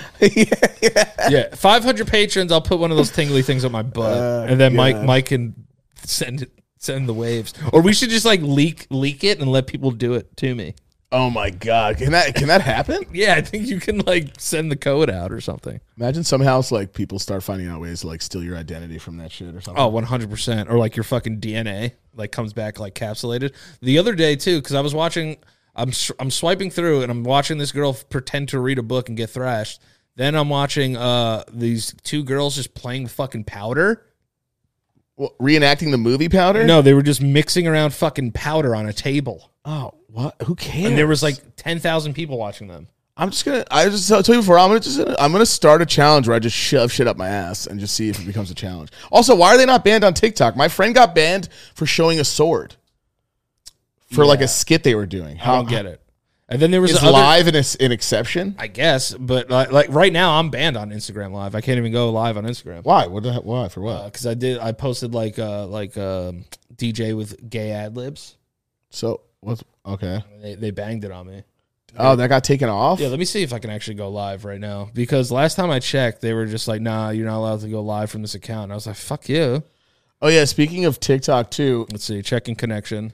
yeah, 500 patrons. I'll put one of those tingly things on my butt, and then Mike Mike can send it send the waves. Or we should just like leak leak it and let people do it to me.
oh my god, can that can that happen?
Yeah, I think you can like send the code out or something.
Imagine somehow it's like people start finding out ways to like steal your identity from that shit or something.
Oh, 100%. Or like your fucking DNA like comes back like capsulated. The other day too cuz I was watching I'm s- I'm swiping through and I'm watching this girl f- pretend to read a book and get thrashed. Then I'm watching uh these two girls just playing with fucking powder.
Well, reenacting the movie powder?
No, they were just mixing around fucking powder on a table.
Oh, what? Who cares?
And there was like 10,000 people watching them.
I'm just gonna. I just I'll tell you before. I'm gonna just. I'm gonna start a challenge where I just shove shit up my ass and just see if it becomes a challenge. Also, why are they not banned on TikTok? My friend got banned for showing a sword for like a skit they were doing.
I don't get it. And then there was
Is
other-
live an, ex- an exception?
I guess, but uh, like, like right now I'm banned on Instagram live. I can't even go live on Instagram.
Why? What? the- Why for what?
because Uh, I did I posted like uh like um DJ with gay ad libs.
so what's okay?
They they banged it on me.
Oh, that got taken off.
Yeah, let me see if I can actually go live right now because last time I checked, they were just like, "Nah, you're not allowed to go live from this account." And I was like, "Fuck you."
oh yeah. Speaking of TikTok too,
Let's see, checking connection,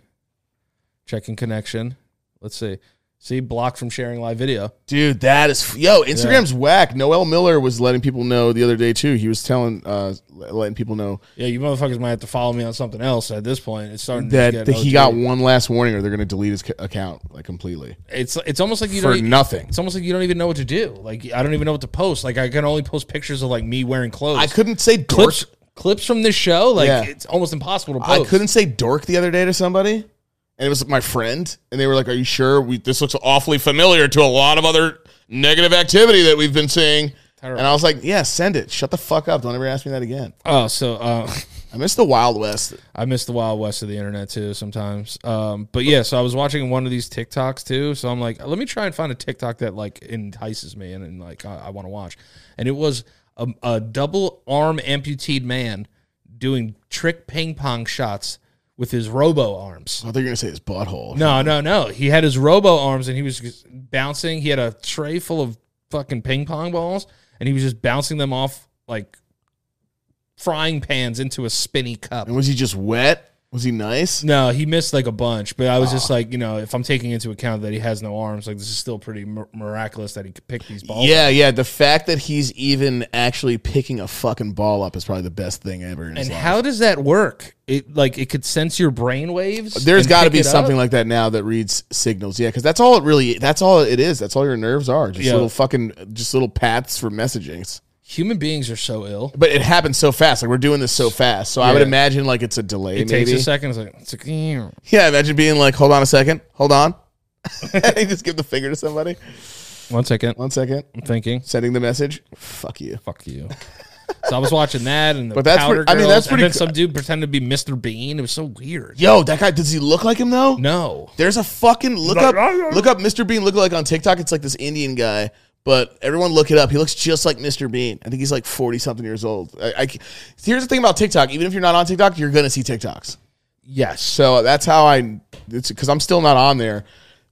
checking connection. Let's see, see blocked from sharing live video.
dude, that is yo. Instagram's whack. Noel Miller was letting people know the other day too. He was telling, uh, letting people know
Yeah, you motherfuckers might have to follow me on something else at this point. It's starting to
that,
get
that he
OG.
got one last warning, or they're gonna delete his ca- account like completely.
It's it's almost like you
for
don't. e,
nothing.
it's almost like you don't even know what to do. Like I don't even know what to post. Like I can only post pictures of like me wearing clothes.
I couldn't say dork.
clips clips from this show. Like
Yeah.
it's almost impossible to
I
post.
couldn't say dork the other day to somebody, and it was my friend, and they were like, "Are you sure? We, this looks awfully familiar to a lot of other negative activity that we've been seeing."
Terrible.
And I was like, "Yeah, send it. Shut the fuck up. Don't ever ask me that again."
Oh, so uh,
I miss the Wild West.
I miss the wild west of the internet too sometimes. Um, but yeah, so I was watching one of these TikToks too. So I'm like, let me try and find a TikTok that like entices me and, and like I, I want to watch. And it was a, a double arm amputee man doing trick ping pong shots with his robo arms.
I thought you were gonna say his butthole.
No, no, no. He had his robo arms and he was just bouncing. He had a tray full of fucking ping pong balls and he was just bouncing them off like frying pans into a spinny cup.
And was he just wet? Was he nice?
No, he missed like a bunch, but I was just like, you know, if I'm taking into account that he has no arms, like this is still pretty mir- miraculous that he could pick these balls.
Yeah, yeah. The fact that he's even actually picking a fucking ball up is probably the best thing ever. In his
And
life.
how does that work? It like it could sense your brain waves.
There's
and
got to
pick
be
it up?
something like that now that reads signals. Yeah, because that's all it really. That's all it is. That's all your nerves are. Just
Yeah.
little fucking, just little paths for messaging.
Human beings are so ill.
But it happens so fast. Like we're doing this so fast. So I would
Yeah.
imagine like it's a delay.
It
maybe.
takes a second. It's like, it's like "Mm."
Yeah, imagine being like, hold on a second, hold on. and you just give the finger to somebody.
one second.
One second,
I'm thinking.
sending the message. Fuck you.
Fuck you. so I was watching that, and the
But that's
powder
pretty- I mean,
Girls,
that's
and
pretty
then
co-
some dude pretended to be Mr. Bean. It was so weird.
Yo, that guy. Does he look like him though?
No,
There's a fucking look up look up Mr. Bean look alike on TikTok. It's like this Indian guy, but everyone look it up. He looks just like Mr. Bean. I think he's like 40 something years old. I, I c- here's the thing about TikTok. Even if you're not on TikTok, you're gonna see TikToks.
yes.
So that's how I. It's because I'm still not on there.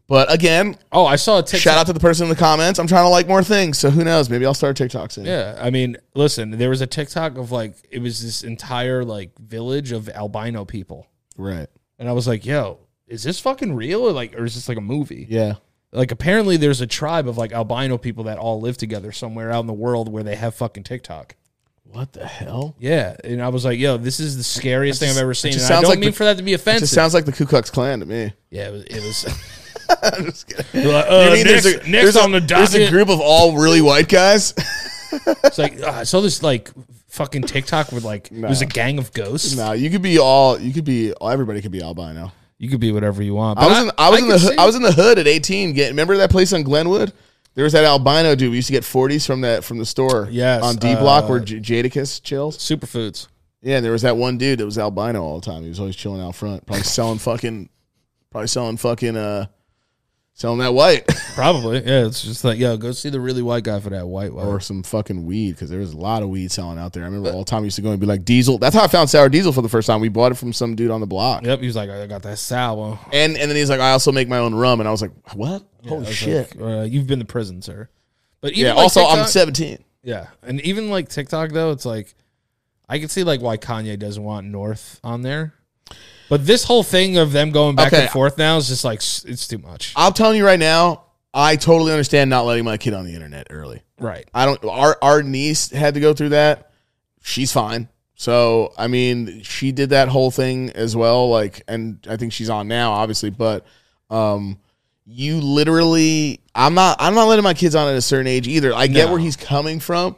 But again,
Oh, I saw a TikTok.
shout out to the person in the comments. I'm trying to like more things. So who knows? Maybe I'll start a TikTok soon.
Yeah, I mean, listen, there was a TikTok of like it was this entire like village of albino people,
Right.
and I was like, "Yo, is this fucking real or like, or is this like a movie?"
Yeah.
Like, apparently, there's a tribe of like albino people that all live together somewhere out in the world where they have fucking TikTok.
What the hell?
Yeah, and I was like, "Yo, this is the scariest thing I've ever seen."
just
And I
sounds
don't
like
mean
the-
for that to be
It
offensive.
just sounds like the Ku Klux Klan to me.
yeah, it was. It was
I'm just kidding.
Like, uh,
You mean
next,
there's a-
next
there's a-
on the
There's a
docket.
group of all really white guys.
It's like uh, I saw this like fucking TikTok with like it was a gang of ghosts.
No, you could be all. You could be. Everybody could be albino.
You could be whatever you want.
I was in. I was in
can
the.
see
hoo- I was in the hood at eighteen. Get remember that place on Glenwood? There was that albino dude. We used to get forties from that from the store.
Yes,
on D Block
uh,
where J- Jadakiss chills.
superfoods.
Yeah, and there was that one dude that was albino all the time. He was always chilling out front, probably selling fucking, probably selling fucking, uh, selling that white
Probably. Yeah, it's just like, yo, go see the really white guy for that white one.
or some fucking weed because there was a lot of weed selling out there. I remember all the time I used to go and be like Diesel. That's how I found Sour Diesel for the first time. We bought it from some dude on the block.
yep, he was like, I got that sour.
And and then he's like, I also make my own rum, and I was like, what? Holy
I was
shit!
like, uh, you've been to prison, sir. But even
yeah.
like
also, I'm
TikTok-
17.
yeah, and even like TikTok though, it's like I can see like why Kanye doesn't want North on there. But this whole thing of them going back
Okay. Uh,
and forth now is just like s- it's too much.
I'm telling you right now, I totally understand not letting my kid on the internet early.
right.
I don't. Our our niece had to go through that. She's fine. So I mean, she did that whole thing as well. Like, and I think she's on now, obviously. But, um, you literally, I'm not. I'm not letting my kids on at a certain age either. I get
No.
where he's coming from,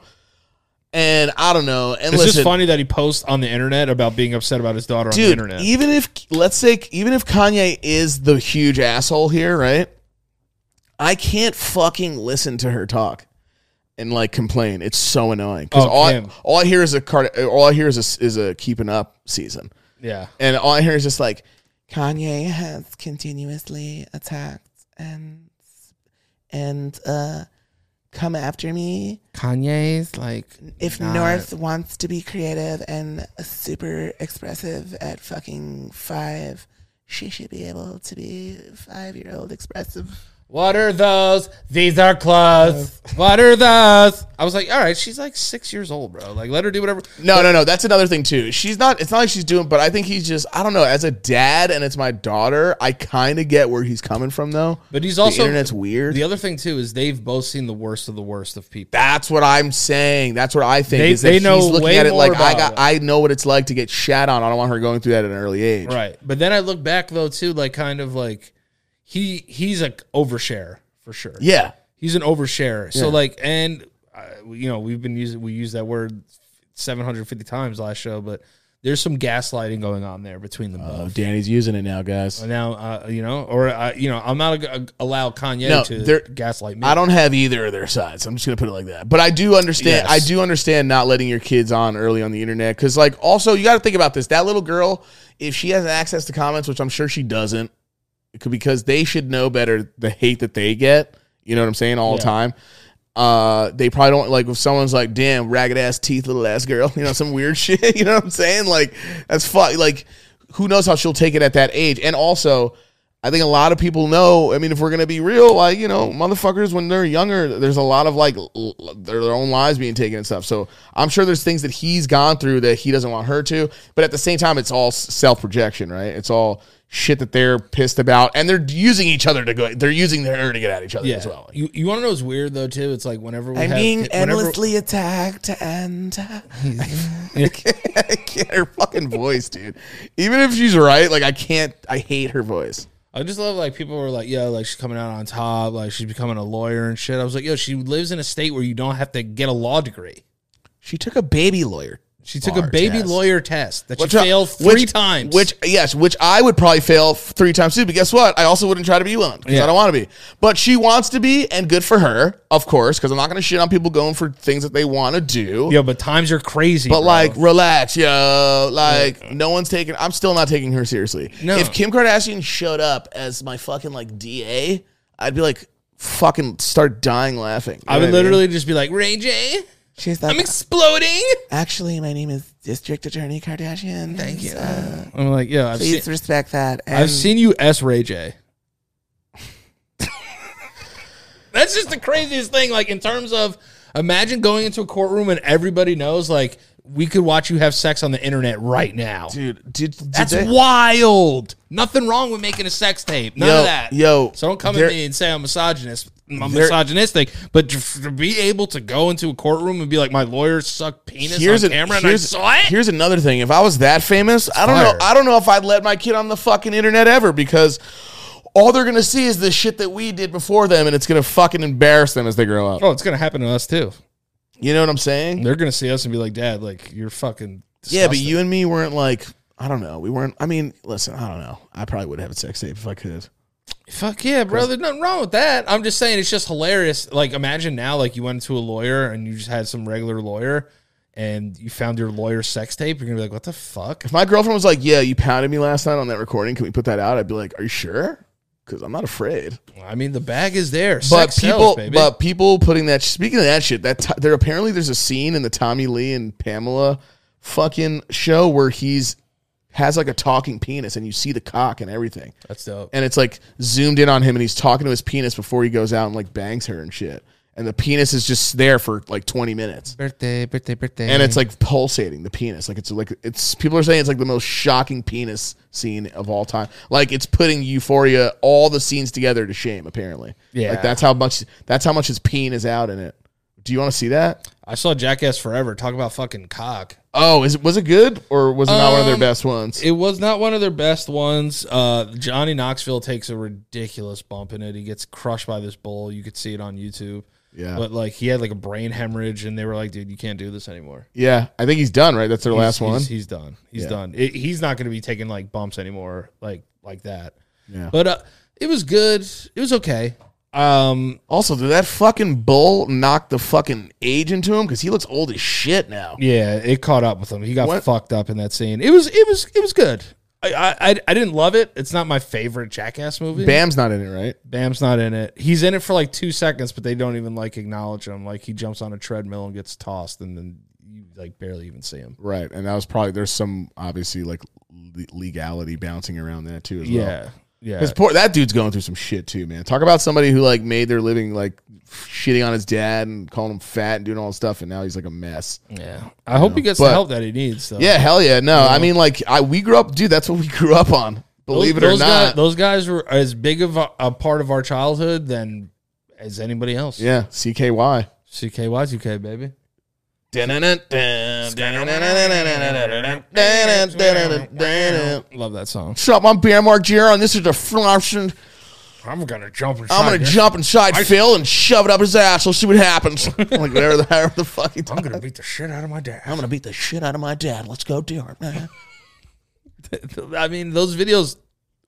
and I don't know. And
It's
listen,
just funny that he posts on the internet about being upset about his daughter on the
dude. e-
internet.
Even if let's say even if Kanye is the huge asshole here, right? I can't fucking listen to her talk and like complain. It's so annoying because
Oh,
all, I-
Kim.
all I hear is a card. All I hear is a, is a keeping up season,
yeah.
and all I hear is just like
Kanye has continuously attacked and and uh come after me.
Kanye's like
If North wants to be creative and super expressive at fucking five, she should be able to be five year old expressive.
What are those? These are clothes. What are those? I was like, all right, she's like six years old, bro. Like, let her do whatever.
No, no, no. That's another thing too. She's not. It's not like she's doing. But I think he's just. I don't know. As a dad, and it's my daughter. I kind of get where he's coming from though.
But he's
The
also
internet's weird.
The other thing too is they've both seen the worst of the worst of people.
That's what I'm saying. That's what I think.
They-
is that
they know
he's looking
way
at it
more
like I
about
got. I know what it's like to get shat on. I don't want her going through that at an early age.
Right. But then I look back though too, like kind of like he he's a overshare for sure.
Yeah.
He's an overshare. So like, and uh, you know, we've been using we used that word 750 times last show, but there's some gaslighting going on there between them
Uh,
both.
Oh, Danny's using it now, guys.
Now, uh, you know, or uh, you know, I'm not a, allow Kanye
No,
to
there-
gaslight me.
I don't have either of their sides. I'm just gonna put it like that. But I do understand.
Yes.
I do understand not letting your kids on early on the internet because, like, also you got to think about this. That little girl, if she has access to comments, which I'm sure she doesn't, it could- because they should know better the hate that they get. You know what I'm saying? All the
Yeah.
time. Uh, they probably don't like if someone's like, "Damn, ragged ass teeth, little ass girl," you know, some weird shit. You know what I'm saying? Like, that's fuck. Like, who knows how she'll take it at that age? And also, I think a lot of people know. I mean, if we're gonna be real, like you know, motherfuckers when they're younger, there's a lot of like l- l- their, their own lives being taken and stuff. So I'm sure there's things that he's gone through that he doesn't want her to. But at the same time, it's all self projection, right? It's all shit that they're pissed about, and they're using each other to go. They're using her to get at each other
Yeah.
as well.
You you want to know what's weird though too? It's like whenever we
I'm
have
being
whenever-
endlessly attacked and
I can't her fucking voice, dude. Even if she's right, like I can't. I hate her voice.
I just love like people were like, yo, like she's coming out on top, like she's becoming a lawyer and shit. I was like, yo, she lives in a state where you don't have to get a law degree.
She took a baby lawyer.
She took a baby
test.
lawyer test that
Which- uh,
she failed three
which-
times.
Which yes, which I would probably fail f- three times too. But guess what? I also wouldn't try to be one because
Yeah.
I don't want to be. But she wants to be, and good for her, of course. Because I'm not going to shit on people going for things that they want to do.
yo, but times are crazy.
But
bro.
like, relax, yo. Like, no one's taking. I'm still not taking her seriously.
No.
If Kim Kardashian showed up as my fucking like DA, I'd be like, fucking start dying laughing. You
I
know
would
what mean?
literally just be like, Ray J,
she's
I'm
like,
exploding.
actually, my name is District Attorney Kardashian. Thank you.
I'm like, yo, I've seen,
please respect that.
I've
And
seen you S Ray J. That's just the craziest thing. Like in terms of, imagine going into a courtroom and everybody knows. Like we could watch you have sex on the internet right now.
dude. Did, did
That's
they-
wild. Nothing wrong with making a sex tape. None
yo,
of that.
Yo,
So don't come
there-
at me and say I'm misogynist. I'm
There-
misogynistic, but to f- to be able to go into a courtroom and be like, my lawyer sucked penis on
an-
camera and I saw it.
Here's another thing. If I was that famous, I don't
Fire.
know. I don't know if I'd let my kid on the fucking internet ever because all they're gonna see is the shit that we did before them, and it's gonna fucking embarrass them as they grow up.
oh, it's gonna happen to us too.
You know what I'm saying?
They're gonna see us and be like, Dad, like you're fucking. Disgusting.
Yeah, but you and me weren't like. I don't know. We weren't. I mean, listen. I don't know. I probably would have a sex tape if I could.
Fuck yeah, bro. There's nothing wrong with that. I'm just saying it's just hilarious. Like imagine now, like you went to a lawyer and you just had some regular lawyer, and you found your lawyer's sex tape. You're gonna be like, what the fuck?
If my girlfriend was like, "Yeah, you pounded me last night on that recording. Can we put that out?" I'd be like, "Are you sure?" Because I'm not afraid.
I mean, the bag is there.
But
Sex
people,
sells, baby.
but people putting that. Speaking of that shit, that t- there apparently there's a scene in the Tommy Lee and Pamela fucking show where he's has like a talking penis, and you see the cock and everything,
that's dope.
and it's like zoomed in on him, and he's talking to his penis before he goes out and like bangs her and shit, and the penis is just there for like 20 minutes,
birthday, birthday, birthday.
and it's like pulsating the penis, like it's like it's people are saying it's like the most shocking penis scene of all time, like it's putting Euphoria all the scenes together to shame apparently.
Yeah.
Like that's how much that's how much his peen is out in it. Do you want to see that?
I saw Jackass Forever talk about fucking cock.
Oh, is it was it good or was it not one of their
Um,
best ones?
It was not one of their best ones. Uh, Johnny Knoxville takes a ridiculous bump in it. He gets crushed by this bull. You could see it on YouTube.
Yeah.
But like he had like a brain hemorrhage, and they were like, "Dude, you can't do this anymore."
yeah, I think he's done, right? That's their last
He's-
one.
He's, he's done. He's done. It, he's not going to be taking like bumps anymore, like like that.
Yeah.
But uh, it was good. It was okay. Um.
also, did that fucking bull knock the fucking age into him cuz he looks old as shit now?
Yeah, it caught up with him. He got
What-
fucked up in that scene. It was it was it was good. I, I I- I didn't love it. It's not my favorite Jackass movie.
Bam's not in it, right?
Bam's not in it. He's in it for like two seconds, but they don't even like acknowledge him. Like he jumps on a treadmill and gets tossed, and then you like barely even see him.
Right. And that was probably there's some obviously like le- legality bouncing around that too as well.
Yeah, yeah.
Because poor that dude's going through some shit too, man. Talk about somebody who like made their living like shitting on his dad and calling him fat and doing all this stuff, and now he's like a mess.
Yeah. I hope he gets the
But-
help that he needs. Though.
Yeah, hell yeah. No, I mean like I we grew up, dude. That's what we grew up on.
Those-
Believe it or
those guy-
not.
those guys were as big of a, a part of our childhood than as anybody else.
yeah, CKY.
CKY2K baby. Love that song.
Shut up, I'm Bear Mark Jr. and this is the front option.
I'm gonna jump.
I'm gonna jump inside Phil and shove it up his ass. We'll see what happens. like whatever the whatever the fuck he
I'm gonna beat the shit out of my dad.
I'm gonna beat the shit out of my dad. Let's go, dear.
I mean, those videos.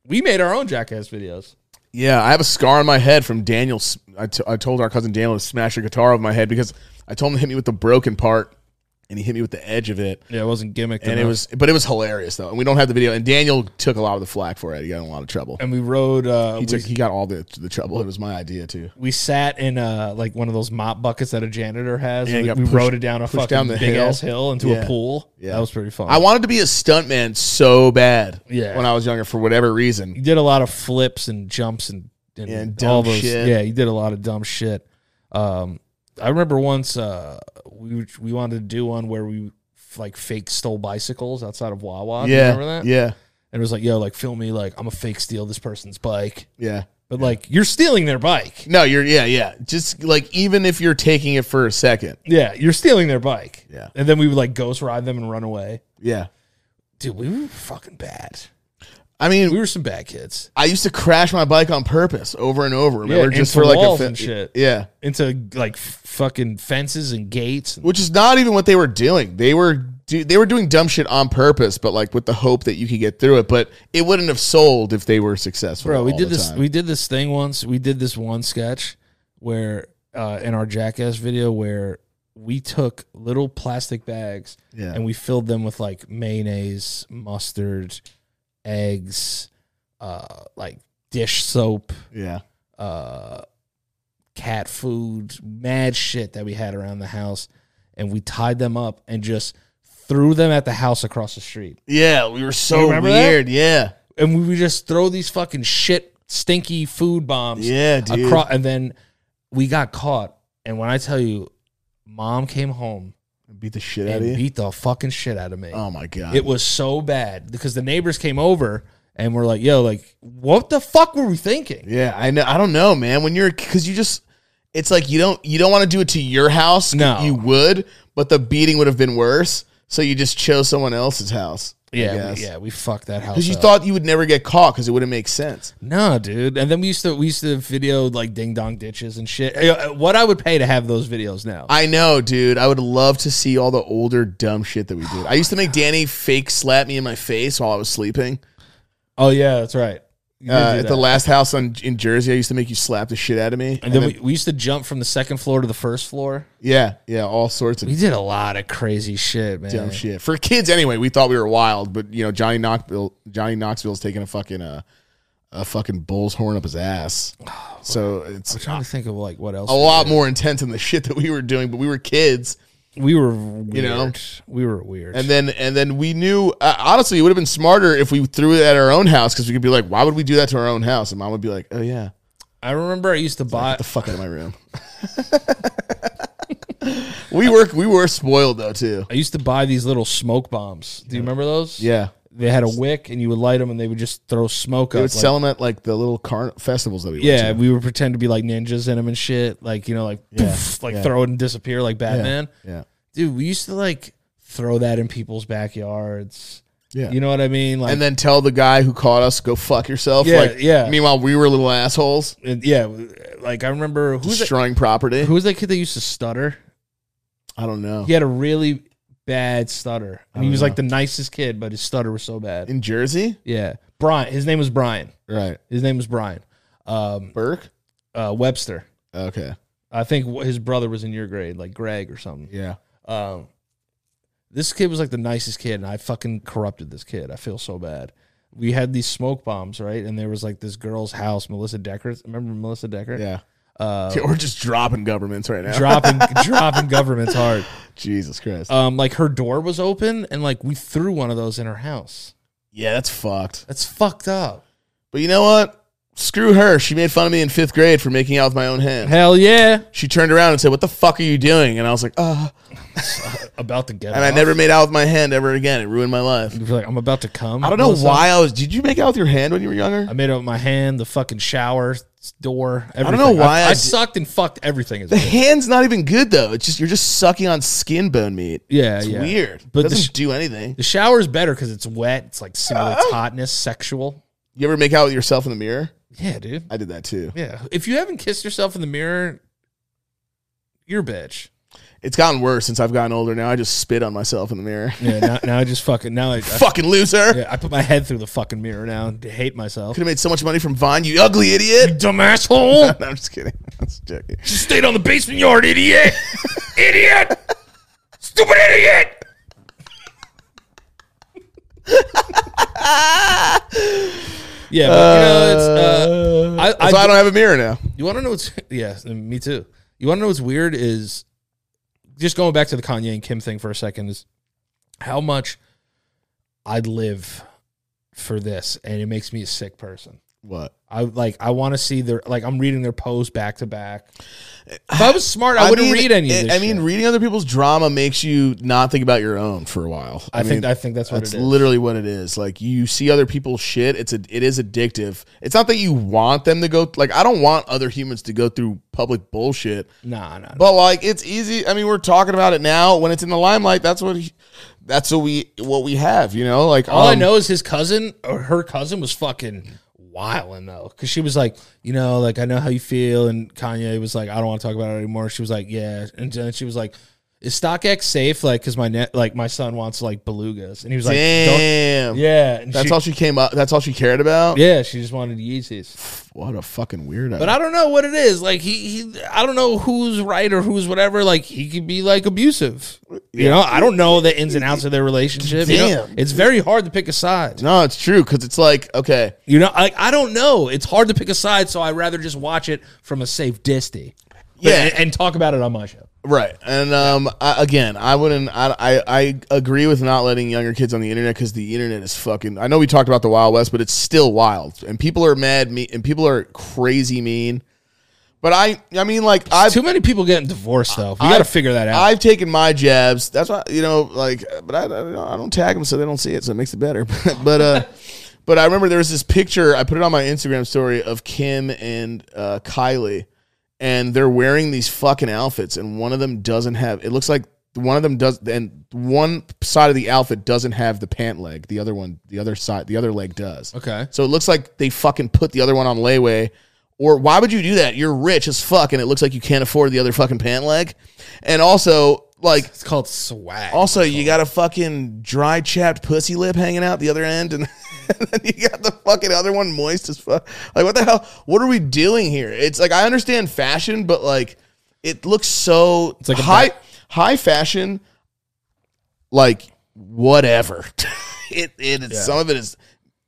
We made our own jackass videos.
Yeah, I have a scar on my head from Daniel. I, t- I told our cousin Daniel to smash a guitar over my head because I told him to hit me with the broken part and he hit me with the edge of it.
Yeah, it wasn't gimmick.
And it
enough.
was, but it was hilarious though. And we don't have the video. And Daniel took a lot of the flack for it. He got in a lot of trouble.
and we rode. Uh,
He
we,
took, he got all the the trouble. It was my idea too.
we sat in uh like one of those mop buckets that a janitor has.
Yeah,
and
got
we
pushed-
rode it down a fucking
pushed down the
big
hill.
ass hill into a
Yeah.
pool.
Yeah.
that was pretty fun.
I wanted to be a stuntman so bad.
Yeah.
When I was younger, for whatever
you
reason.
did a lot of flips and jumps and and,
Yeah, and
all
dumb
those.
shit.
Yeah, you did a lot of dumb shit. Um, I remember once uh we we wanted to do one where we like fake stole bicycles outside of Wawa. Do you
Yeah.
remember that?
Yeah.
and it was like, yo, like film me, like I'm a fake steal this person's bike,
Yeah.
but like you're stealing their bike.
No, you're yeah, yeah. Just like even if you're taking it for a second.
Yeah, you're stealing their bike.
Yeah.
and then we would like ghost ride them and run away.
Yeah.
Dude, we were fucking bad.
I mean,
We were some bad kids
I used to crash my bike on purpose over and over. Remember,
Yeah,
just
into
for like
walls
a
and shit.
Yeah,
into like f- fucking fences and gates. And,
which is not even what they were doing. They were do, they were doing dumb shit on purpose, but like with the hope that you could get through it. But it wouldn't have sold if they were successful.
bro, we
all
did
the
this.
time.
We did this thing once. We did this one sketch where uh, in our jackass video where we took little plastic bags
yeah,
and we filled them with like mayonnaise, mustard, eggs, uh, like dish soap,
yeah,
uh, cat food, mad shit that we had around the house, and we tied them up and just threw them at the house across the street,
yeah. We were
You
so
remember that?
weird. Yeah,
and we would just throw these fucking shit stinky food bombs
yeah, dude.
across, and then we got caught. And when I tell you, mom came home
beat the shit out of
and
you.
beat the fucking shit out of me.
oh my god.
It was so bad because the neighbors came over and were like, "Yo, like, what the fuck were we thinking?"
yeah, I know. I don't know, man. When you're because you just. It's like you don't you don't want to do it to your house.
No.
you would, but the beating would have been worse. So you just chose someone else's house. I
Yeah,
guess.
we, yeah, we fucked that house.
Because you
up.
thought you would never get caught because it wouldn't make sense.
no, dude. And then we used to we used to video like ding dong ditches and shit. Uh, What I would pay to have those videos now.
I know, dude. I would love to see all the older dumb shit that we did. I used to make Danny fake slap me in my face while I was sleeping.
oh yeah, that's right. You did
Uh,
do
at the
that.
last house on, in Jersey, I used to make you slap the shit out of me.
and then we, we used to jump from the second floor to the first floor.
yeah, yeah, all sorts of
We did a lot of crazy shit, man.
dumb shit for kids. Anyway, we thought we were wild, but you know Johnny Knoxville, Johnny Knoxville's taking a fucking uh, a fucking bull's horn up his ass. So
I'm
it's
trying to think of like what else.
a lot more intense than the shit that we were doing, but we were kids.
We were, weird. you
know?
know, we were weird.
And then and then we knew uh, honestly it would have been smarter if we threw it at our own house because we could be like, why would we do that to our own house? And mom would be like, oh yeah,
I remember I used to buy.
get the fuck out of my room. we were we were spoiled though too.
I used to buy these little smoke bombs. Do you remember those?
Yeah,
They had a wick, and you would light them, and they would just throw smoke
they
up.
would
like-
sell them at like the little car festivals that we
yeah,
went
we would pretend to be like ninjas in them and shit. Like you know, like poof, like
yeah.
throw it and disappear like Batman.
to. Yeah,
Dude, we used to like throw that in people's backyards.
yeah.
You know what I mean? Like
and then tell the guy who caught us go fuck yourself.
Yeah,
like,
yeah.
Meanwhile, we were little assholes
and- yeah, like I remember who's that,
destroying property.
who was that kid that used to stutter?
I don't know.
He had a really bad stutter. I mean, he
don't
was
know.
like the nicest kid, but his stutter was so bad.
Oh, In Jersey,
Yeah, Brian. His name was Brian.
right?
His name was Brian. Um,
Burke.
uh, Webster.
Okay.
I think wh- his brother was in your grade, like Greg or something.
Yeah.
Um, this kid was like the nicest kid, and I fucking corrupted this kid. I feel so bad. We had these smoke bombs, right? And there was like this girl's house, Melissa Decker. Remember Melissa Decker?
Yeah.
Uh,
Yeah, we're just dropping governments right now.
dropping, dropping governments hard.
Jesus Christ.
Um, like her door was open, and like we threw one of those in her house.
yeah, that's fucked.
That's fucked up.
But you know what? Screw her. She made fun of me in fifth grade for making out with my own hand.
Hell yeah!
She turned around and said, "What the fuck are you doing?" And I was like, "Uh."
About to get.
And I
off.
never made out with my hand ever again. It ruined my life.
You were like, I'm about to come.
I don't know
Melissa.
why I was. Did you make out with your hand when you were younger?
I made it with my hand, the fucking shower door. Everything.
don't know
I,
why I
I
did-
sucked and fucked everything. As a
The
kid.
hand's not even good though. It's just you're just sucking on skin bone meat.
yeah,
It's
yeah.
weird. But
But
doesn't
the sh-
do anything.
The shower's better because it's wet. It's like simulates hotness, sexual.
You ever make out with yourself in the mirror?
Yeah, dude.
I did that too.
Yeah. If you haven't kissed yourself in the mirror, you're a bitch.
It's gotten worse since I've gotten older. Now I just spit on myself in the mirror.
Yeah. Now, now I just fucking now I, I-
Fucking loser.
yeah, I put my head through the fucking mirror now and hate myself.
Could have made so much money from Vine, you ugly idiot.
Dumb asshole.
No, I'm just kidding. I'm just joking.
Stayed on the basement yard, idiot. idiot. stupid idiot. yeah, but, you know, it's, uh, I, I
So I don't have a mirror now.
You want to know what's yeah, me too. You want to know what's weird is just going back to the Kanye and Kim thing for a second is how much I'd live for this, and it makes me a sick person.
What?
I like I want to see their like I'm reading their posts back to back. If I was smart, I, wouldn't
mean,
read any.
it-
Of this
eh, I mean,
shit.
reading other people's drama makes you not think about your own for a while.
I, think
mean,
I think that's what
that's
it is.
literally what it is. Like you see other people's shit. It's a it is addictive. It's not that you want them to go. Like I don't want other humans to go through public bullshit.
nah, nah, nah.
But like it's easy. I mean, we're talking about it now. When it's in the limelight, that's what that's what we what we have. You know, like
All I
um,
know is his cousin or her cousin was fucking wilding though, because she was like, you know, like I know how you feel, and Kanye was like, I don't want to talk about it anymore. She was like, yeah, and then she was like, is StockX safe? Like, because my net, like my son wants like belugas, and he was like, don't,
Damn.
yeah, and
That's
she-
all she came up. That's all she cared about.
Yeah, she just wanted Yeezys,
What a fucking weirdo.
but I don't know what it is. Like he, he, I don't know who's right or who's whatever. Like he could be like abusive, you know. I don't know the ins and outs of their relationship. you know?
Damn.
it's very hard to pick a side.
no, it's true because it's like okay.
You know, like I don't know. It's hard to pick a side, so I'd rather just watch it from a safe distance.
Yeah.
and, and talk about it on my show.
Right, and um, I, again, I wouldn't. I, I I agree with not letting younger kids on the internet because the internet is fucking. I know we talked about the Wild West, but it's still wild, and people are mad. Me and people are crazy mean. But I, I mean, like I've
Too many people getting divorced, though. We got to
I've-
figure that out.
I've taken my jabs. That's why you know, like, but I, I don't- I don't tag them so they don't see it, so it makes it better. but uh, but I remember there was this picture I put it on my Instagram story of Kim and uh, Kylie, and they're wearing these fucking outfits, and one of them doesn't have. It looks like one of them does, and one side of the outfit doesn't have the pant leg. The other one, the other side, the other leg does.
okay,
So it looks like they fucking put the other one on layaway. Or why would you do that? You're rich as fuck, and it looks like you can't afford the other fucking pant leg. And also, like,
it's called swag.
also you got a fucking dry chapped pussy lip hanging out the other end, and, then you got the fucking other one moist as fuck. Like, what the hell? What are we doing here? It's like I understand fashion, but like, it looks so it's
like a
high
ba-
high fashion. Like whatever, it it it's, some of it is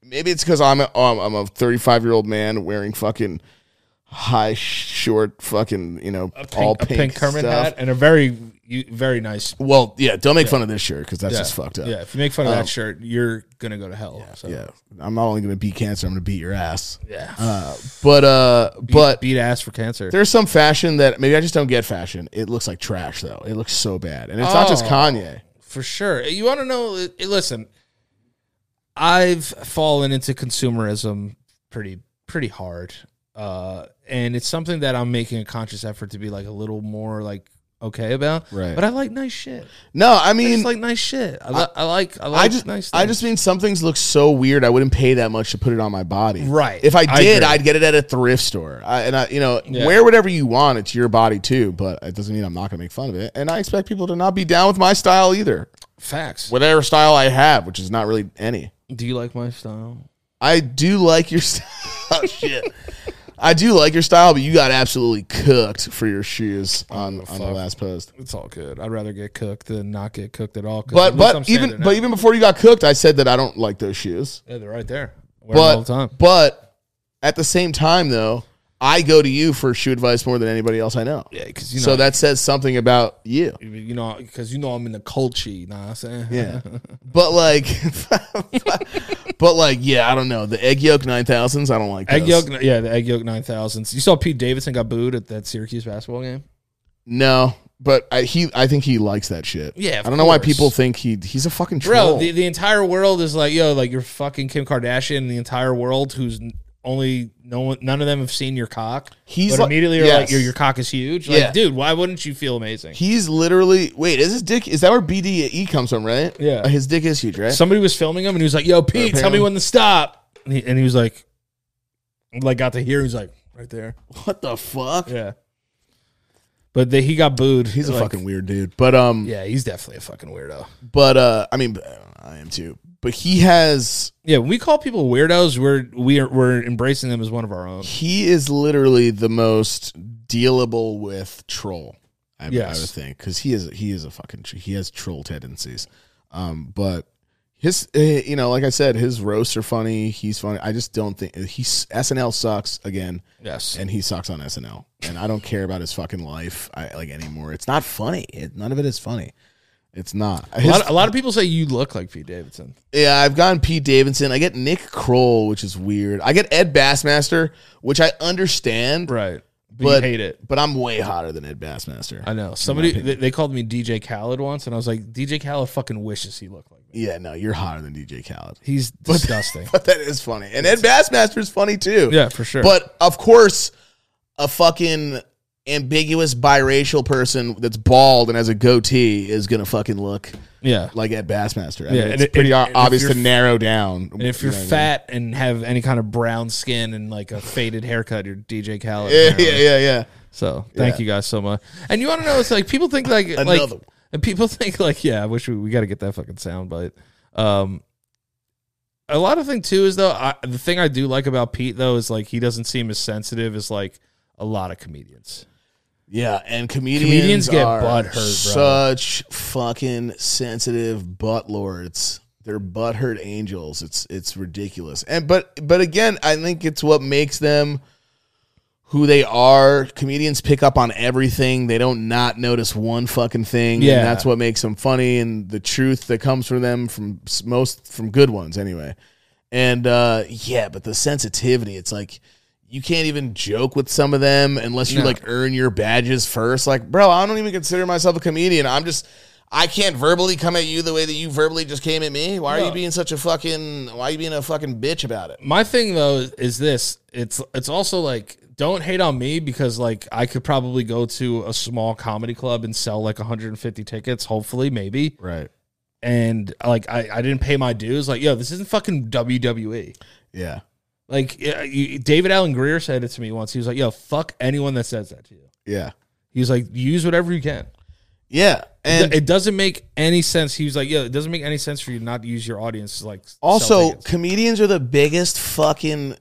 maybe it's because I'm a, um, I'm a 35 year old man wearing fucking high short fucking you know
Pink-
all
a
pink,
Kermit
stuff.
hat and a very, you, very nice.
Well, yeah, don't make fun of this shirt because that's just fucked up. Oh.
Yeah, if you make fun of that shirt, you're gonna go to hell. Yeah, so.
Yeah. I'm not only gonna beat cancer, I'm gonna beat your ass.
Yeah.
But uh, but
beat ass for cancer.
there's some fashion that maybe I just don't get fashion. It looks like trash though. It looks so bad, and it's not just
Oh.
Kanye.
for sure. You want to know? eh, Listen, I've fallen into consumerism pretty pretty hard, uh, and it's something that I'm making a conscious effort to be like a little more like okay about.
Right.
But I like nice shit.
No, I
I
mean,
just like nice shit. I, li- I like I like
I just
nice.
I
things.
just mean some things look so weird. I wouldn't pay that much to put it on my body.
Right.
If I
I
did,
agree.
I would get it at a thrift store. I, and I, you know,
Yeah.
wear whatever you want. It's your body too. But it doesn't mean I'm not gonna make fun of it. And I expect people to not be down with my style either.
facts.
Whatever style I have, which is not really any.
Do you like my style?
I do like your style. shit. I do like your style, but you got absolutely cooked for your shoes on, on the last post.
It's all good. I'd rather get cooked than not get cooked at all. 'cause at least
But
I'm
but
standing
even
out.
but even before you got cooked, I said that I don't like those shoes.
yeah, they're right there. I Wear them all
But
the time.
but at the same time though, I go to you for shoe advice more than anybody else I know.
Yeah, because you know
so that says something about you.
you know because you know I'm in the culture. You know what I'm saying?
Yeah. but like but like yeah, I don't know. The egg yolk 9000s, I don't like
Egg
those.
yolk, yeah, the egg yolk nine thousands. You saw Pete Davidson got booed at that Syracuse basketball game.
No, but I, he, I think he likes that shit.
Yeah, of
I don't know why
course.
people think he he's a fucking
Bro,
troll.
the, the entire world is like, yo, like you're fucking Kim Kardashian. The entire world, who's n- only no one, none of them have seen your cock.
He's
but
like-
immediately are
yes.
like, your your cock is huge. Like,
Yeah.
dude, why wouldn't you feel amazing?
he's literally wait. Is his dick? Is that where BDE comes from? Right?
Yeah.
Uh, His dick is huge, right?
Somebody was filming him, and he was like, yo, Pete, tell me when to stop. And he, and he was like, like got to here, he's like, right there.
what the fuck?
Yeah. But the, he got booed.
He's a
Like,
fucking weird dude. But um,
Yeah, he's definitely a fucking weirdo.
but uh, I mean, I am too. But he has
Yeah, when we call people weirdos, we're we're we're embracing them as one of our own.
he is literally the most dealable with troll. I,
Yes.
I would think because he is he is a fucking tr- he has troll tendencies. Um, but his eh, you know like I said his roasts are funny. He's funny. I just don't think he's SNL sucks again.
Yes.
and he sucks on SNL. And I don't care about his fucking life I, like anymore. It's not funny. It, none of it is funny. It's not.
A
His-
lot, a lot of people say you look like Pete Davidson.
yeah, I've gotten Pete Davidson. I get Nick Kroll, which is weird. I get Ed Bassmaster, which I understand.
Right. But,
But
you hate it.
But I'm way hotter than Ed Bassmaster.
I know. Somebody they, they called me DJ Khaled once and I was like, DJ Khaled fucking wishes he looked like me.
yeah, no, you're hotter than DJ Khaled.
He's disgusting.
But that is funny. And Ed Bassmaster is funny too.
yeah, for sure.
But of course, a fucking ambiguous biracial person that's bald and has a goatee is gonna fucking look
yeah.
like Ed Bassmaster. I
Yeah,
mean,
and
it's
it-
pretty
and-
o-
and if
obvious
you're
to narrow down.
And if you're
you know what I mean?
fat and have any kind of brown skin and like a faded haircut, you're DJ Khaled.
yeah,
apparently.
yeah, yeah, yeah.
So thank you guys so much. And you want to know? It's like people think like like
Another one.
and people think like yeah. I wish we, we got to get that fucking sound bite. Um, a lot of thing too is though I, the thing I do like about Pete though is like he doesn't seem as sensitive as like a lot of comedians.
Yeah, and comedians,
Comedians get
are
butthurt, bro.
Such fucking sensitive buttlords. They're butthurt angels. It's it's ridiculous. And but but again, I think it's what makes them who they are. Comedians pick up on everything. They don't not notice one fucking thing.
Yeah.
and that's what makes them funny. And the truth that comes from them from s- most from good ones anyway. And uh, yeah, but the sensitivity, it's like you can't even joke with some of them unless you
No.
like earn your badges first. Like, bro, I don't even consider myself a comedian. I'm just I can't verbally come at you the way that you verbally just came at me. Why are you being such a fucking why are you being a fucking bitch about it?
My thing though is this. It's it's also like don't hate on me because like I could probably go to a small comedy club and sell like 150 tickets. Hopefully, maybe.
Right.
And like I I didn't pay my dues. Like yo, this isn't fucking E. WWE.
Yeah.
Like yeah, you, David Allen Greer said it to me once. He was like, "Yo, fuck anyone that says that to you."
Yeah.
He was like, "Use whatever you can."
Yeah. And
it doesn't make any sense. He was like, "Yo, it doesn't make any sense for you not to use your audience." to, Like, sell
also
tickets."
comedians are the biggest fucking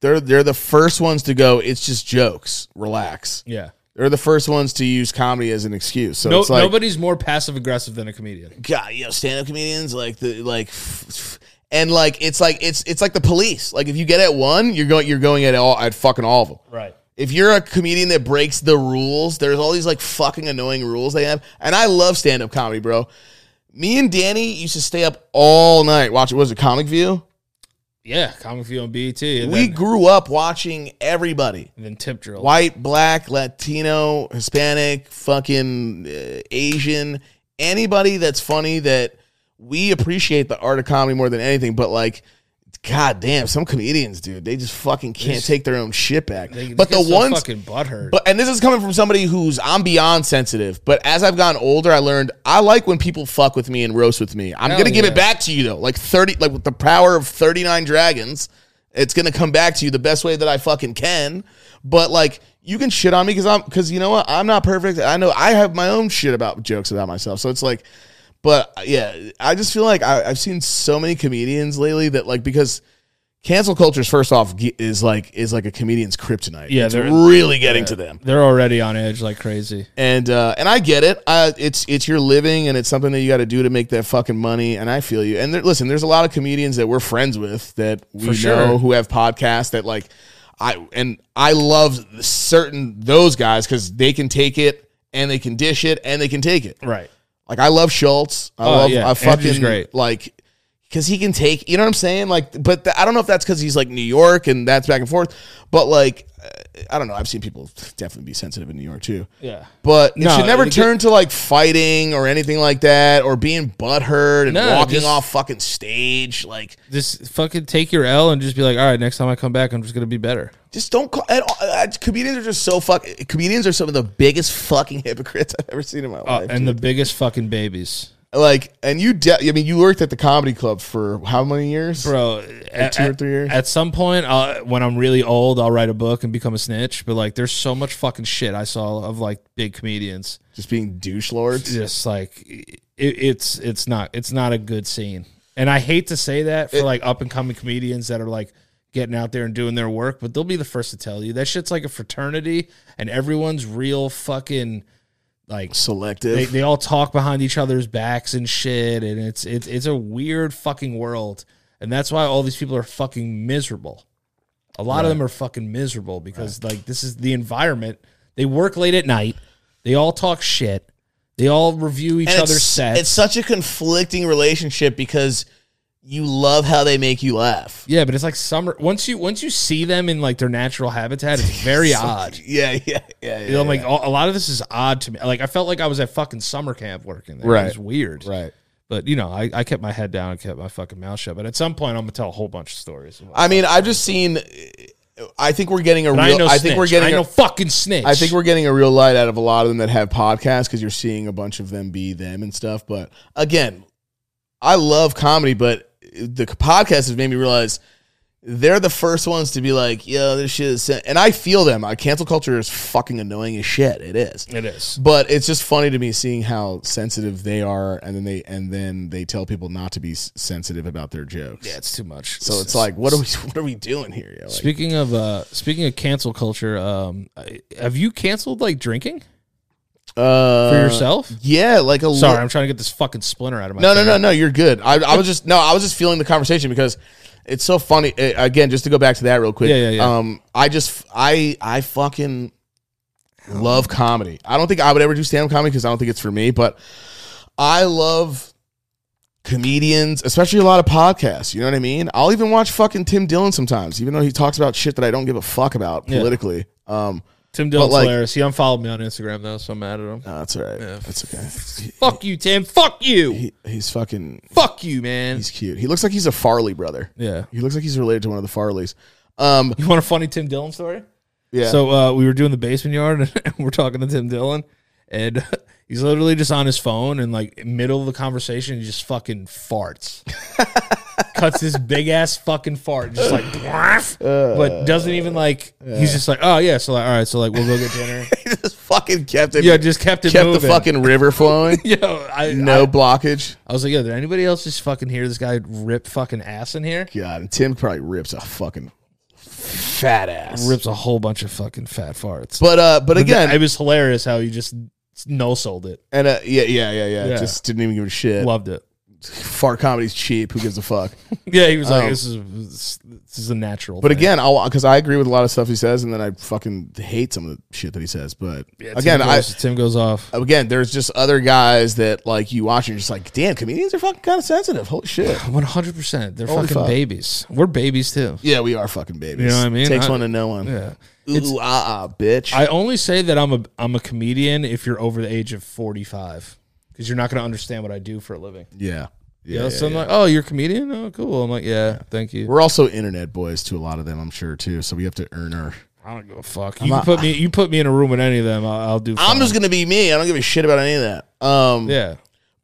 they're they're the first ones to go, it's just jokes. Relax.
yeah,
They're the first ones to use comedy as an excuse. So
no,
it's like
nobody's more passive aggressive than a comedian.
God, you know, stand up comedians like the like, f- f- and like it's like it's it's like the police. Like if you get at one, you're going you're going at all at fucking all of them.
Right.
If you're a comedian that breaks the rules, there's all these like fucking annoying rules they have. And I love stand up comedy, bro. Me and Danny used to stay up all night watching. What was it Comic View?
Yeah, comic view on BET, and,
We
then,
grew up watching everybody.
and then tip drill.
White, black, Latino, Hispanic, fucking uh, Asian, anybody that's funny that we appreciate the art of comedy more than anything. But like, god damn, some comedians, dude, they just fucking can't take their own shit back.
They- they
but the
get so
ones,
fucking butthurt.
but and this is coming from somebody who's I'm beyond sensitive. But as I've gotten older, I learned I like when people fuck with me and roast with me. I'm
Hell
gonna give
yeah.
it back to you though, like thirty, like with the power of thirty nine dragons, it's gonna come back to you the best way that I fucking can. But like you can shit on me because I'm because you know what I'm not perfect. I know I have my own shit about jokes about myself. So it's like, but yeah, I just feel like I, I've seen so many comedians lately that like because. Cancel culture's first off ge- is like is like a comedian's kryptonite.
Yeah,
it's
they're-
really getting to them
They're already on edge like crazy.
and uh, and I get it. I, it's it's your living, and it's something that you got to do to make that fucking money. And I feel you. And there, listen, there's a lot of comedians that we're friends with that we know
sure.
who have podcasts that like I and I love certain those guys because they can take it and they can dish it and they can take it.
Right.
Like I love Schultz. I
Oh,
love.
yeah.
I
Andrew's
fucking
great.
Like because he can take. You know what I'm saying? Like, but th- I don't know if that's because he's like New York and that's back and forth. But like, uh, I don't know. I've seen people definitely be sensitive in New York too.
Yeah.
But it
No,
should never
it-
turn to like fighting or anything like that, or being butthurt and
No,
walking
just-
off fucking stage. Like,
Just fucking take your L and just be like, all right, next time I come back, I'm just gonna be better.
just don't call. And, uh, comedians are just so fuck. Comedians are some of the biggest fucking hypocrites I've ever seen in my
Uh,
life.
and the biggest fucking babies,
like, and you, de- I mean, you worked at the comedy club for how many years,
bro. at,
two or three years?
At some point, I'll, when I'm really old, I'll write a book and become a snitch. But like, there's so much fucking shit I saw of like big comedians.
Just being douche lords.
Just like it, it's it's not it's not a good scene. And I hate to say that for like up and coming comedians that are like getting out there and doing their work, but they'll be the first to tell you that shit's like a fraternity, and everyone's real fucking like
Selective.
they, they all talk behind each other's backs and shit and it's it's it's a weird fucking world and that's why all these people are fucking miserable a lot of them are fucking miserable because like this is the environment they work late at night they all talk shit they all review each
And
other's
it's,
sets
It's such a conflicting relationship because you love how they make you laugh.
yeah but it's like summer once you once you see them in like their natural habitat it's very odd
Yeah, yeah, yeah.
You know, I'm like a a lot of this is odd to me. Like I felt like I was at fucking summer camp working there. It
Right.
was weird.
right.
But you know, I, I kept my head down and kept my fucking mouth shut. But at some point, I'm gonna tell a whole bunch of stories.
I mean, I've just seen. I think we're getting a
And I
real.
ain't no
I think
snitch.
we're
I
getting.
ain't
a-
no fucking snitch.
I think we're getting a real light out of a lot of them that have podcasts because you're seeing a bunch of them be them and stuff. But
again, I love comedy, but the podcast has made me realize they're the first ones to be like, "Yo, this shit is," sin-" and I feel them. I cancel culture is fucking annoying as shit. It is.
it is.
but it's just funny to me seeing how sensitive they are, and then they and then they tell people not to be s- sensitive about their jokes.
Yeah, it's too much.
So it's like, what are we what are we doing here? yo? Like,
speaking of uh speaking of cancel culture, um, I- have you canceled like drinking
uh,
for yourself?
Yeah, like a
Sorry,
li-
I'm trying to get this fucking splinter out of my.
No, no,
throat.
no, no. You're good. I, I was just no. I was just feeling the conversation because it's so funny. Uh, Again, just to go back to that real quick.
Yeah, yeah, yeah.
Um, I just I I fucking love comedy. I don't think I would ever do stand up comedy because I don't think it's for me. But I love comedians, especially a lot of podcasts. You know what I mean? I'll even watch fucking Tim Dillon sometimes, even though he talks about shit that I don't give a fuck about
Yeah.
politically. Um,
Tim Dillon's
But, like- Uh,
hilarious. He unfollowed me on Instagram though, so I'm mad at him.
no, that's all right. That's okay. He-
Fuck you, Tim. Fuck you.
He, he's fucking.
Fuck you, man.
He's cute. He looks like he's a Farley brother.
Yeah.
He looks like he's related to one of the Farleys. Um,
You want a funny Tim Dillon story?
yeah.
So uh, we were doing the basement yard, and we're talking to Tim Dillon, and he's literally just on his phone, and like middle of the conversation, he just fucking farts, cuts this big ass fucking fart, and just like,
Uh,
but doesn't even like. He's just like, oh yeah, so like, all right, so like we'll go get dinner.
They just fucking kept it.
yeah, just kept it
kept
moving.
the fucking river flowing.
Yo, I,
No
no.
blockage.
I, I was like, yo, did anybody else just fucking hear this guy rip fucking ass in here?
God, and Tim probably rips a fucking fat ass.
Rips a whole bunch of fucking fat farts.
But uh, but again,
it was hilarious how he just no sold it.
and uh, yeah, yeah, yeah, yeah,
Yeah.
Just didn't even give a shit.
Loved it.
Fart comedy's cheap. Who gives a fuck?
Yeah, he was like,
Um,
"This is this is a natural."
But
thing.
again, I'll because I agree with a lot of stuff he says, and then I fucking hate some of the shit that he says. But
Yeah, Tim
again, I Uh,
goes- Tim goes off.
again, there's just other guys that like you watch and you're just like, damn, comedians are fucking kind of sensitive. Holy shit.
One hundred percent. They're
Holy
fucking
fuck.
babies. We're babies too.
Yeah, we are fucking babies.
You know what I mean?
Takes
I-
one to know one.
Yeah.
Ooh, ah, ah, bitch.
I only say that I'm a I'm a comedian if you're over the age of forty five because you're not going to understand what I do for a living.
yeah.
You
Yeah.
know?
yeah,
so I'm
yeah.
like, "Oh, you're a comedian? Oh, cool." I'm like, "Yeah, thank you."
We're also internet boys to a lot of them, I'm sure, too. So we have to earn our.
I don't give a fuck. You can put me you put me in a room with any of them. I'll, I'll do.
I'm
fine.
just gonna be me. I don't give a shit about any of that.
Um,
yeah.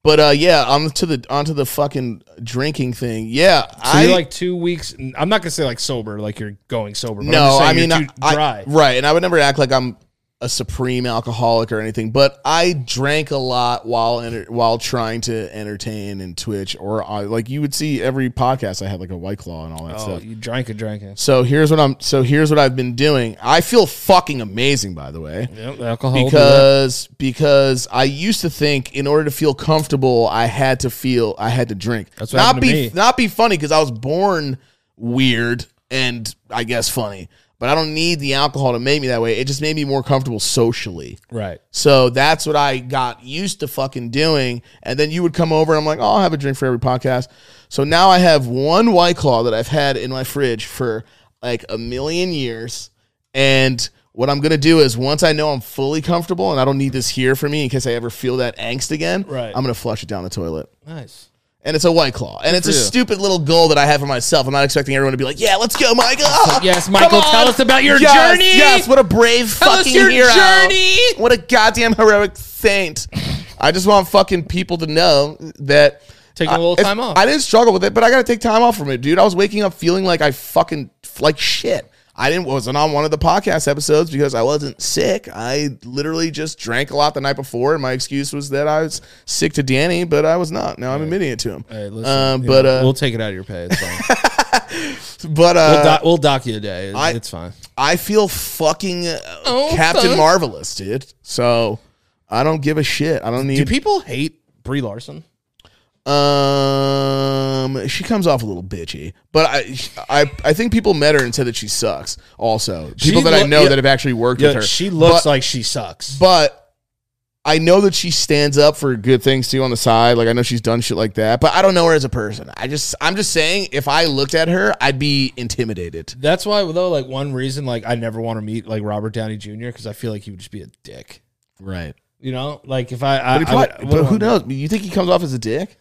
But uh, yeah, on to the onto the fucking drinking thing. Yeah,
So
I
you're like two weeks. I'm not gonna say like sober, like you're going sober. But
no, I
I'm just saying
mean,
you're
I,
too dry.
I- right, and I would never act like I'm a supreme alcoholic or anything. But I drank a lot while enter, while trying to entertain and Twitch or I, like you would see every podcast. I had like a white claw and all that
oh,
stuff.
you drank and drank it.
So here's what I'm. So here's what I've been doing. I feel fucking amazing, by the way.
Yep, alcohol. will do that.
because because I used to think in order to feel comfortable, I had to feel I had to drink.
That's what
not
happened to
be
me.
not be funny because I was born weird and I guess funny, but I don't need the alcohol to make me that way. It just made me more comfortable socially.
Right.
So that's what I got used to fucking doing. And then you would come over and I'm like, oh, I'll have a drink for every podcast. So now I have one White Claw that I've had in my fridge for like a million years. And what I'm going to do is once I know I'm fully comfortable and I don't need this here for me in case I ever feel that angst again,
Right.
I'm going to flush it down the toilet.
Nice.
And it's a White Claw. And it's a
for you.
stupid little goal that I have for myself. I'm not expecting everyone to be like, yeah, let's go, Michael.
Yes, Michael,
Come
tell
on.
us about your
Yes,
journey.
Yes, what a brave
Tell us
fucking
your
hero.
journey.
What a goddamn heroic saint. I just want fucking people to know that
Taking a
I-
little
if-
time off.
I didn't struggle with it, but I got to take time off from it, dude. I was waking up feeling like I fucking like shit. I didn't wasn't on one of the podcast episodes because I wasn't sick. I literally just drank a lot the night before, and my excuse was that I was sick to Danny, but I was not. Now I'm admitting it to him.
All right, listen,
um,
you
but
know,
uh,
we'll take it out of your pay. It's fine.
but uh,
we'll, doc, we'll dock you a day. It's,
I-
it's fine.
I feel fucking uh
Oh,
Captain
fuck.
Marvelous, dude. So I don't give a shit. I don't
Do
need.
people hate Brie Larson?
um, she comes off a little bitchy, but I, I, I think people met her and said that she sucks. Also, people that I
loo-
know
yeah.
that have actually worked with
Yeah,
her.
she looks
But-
like she sucks.
but I know that she stands up for good things too on the side. Like I know she's done shit like that, but I don't know her as a person. I just I'm just saying if I looked at her, I'd be intimidated.
That's why, though, like one reason, like I never want to meet like Robert Downey Jr. because I feel like he would just be a dick.
Right.
You know, like if I, I,
But, he
I
probably-
would-
but
would-
who knows? You think he comes off as a dick?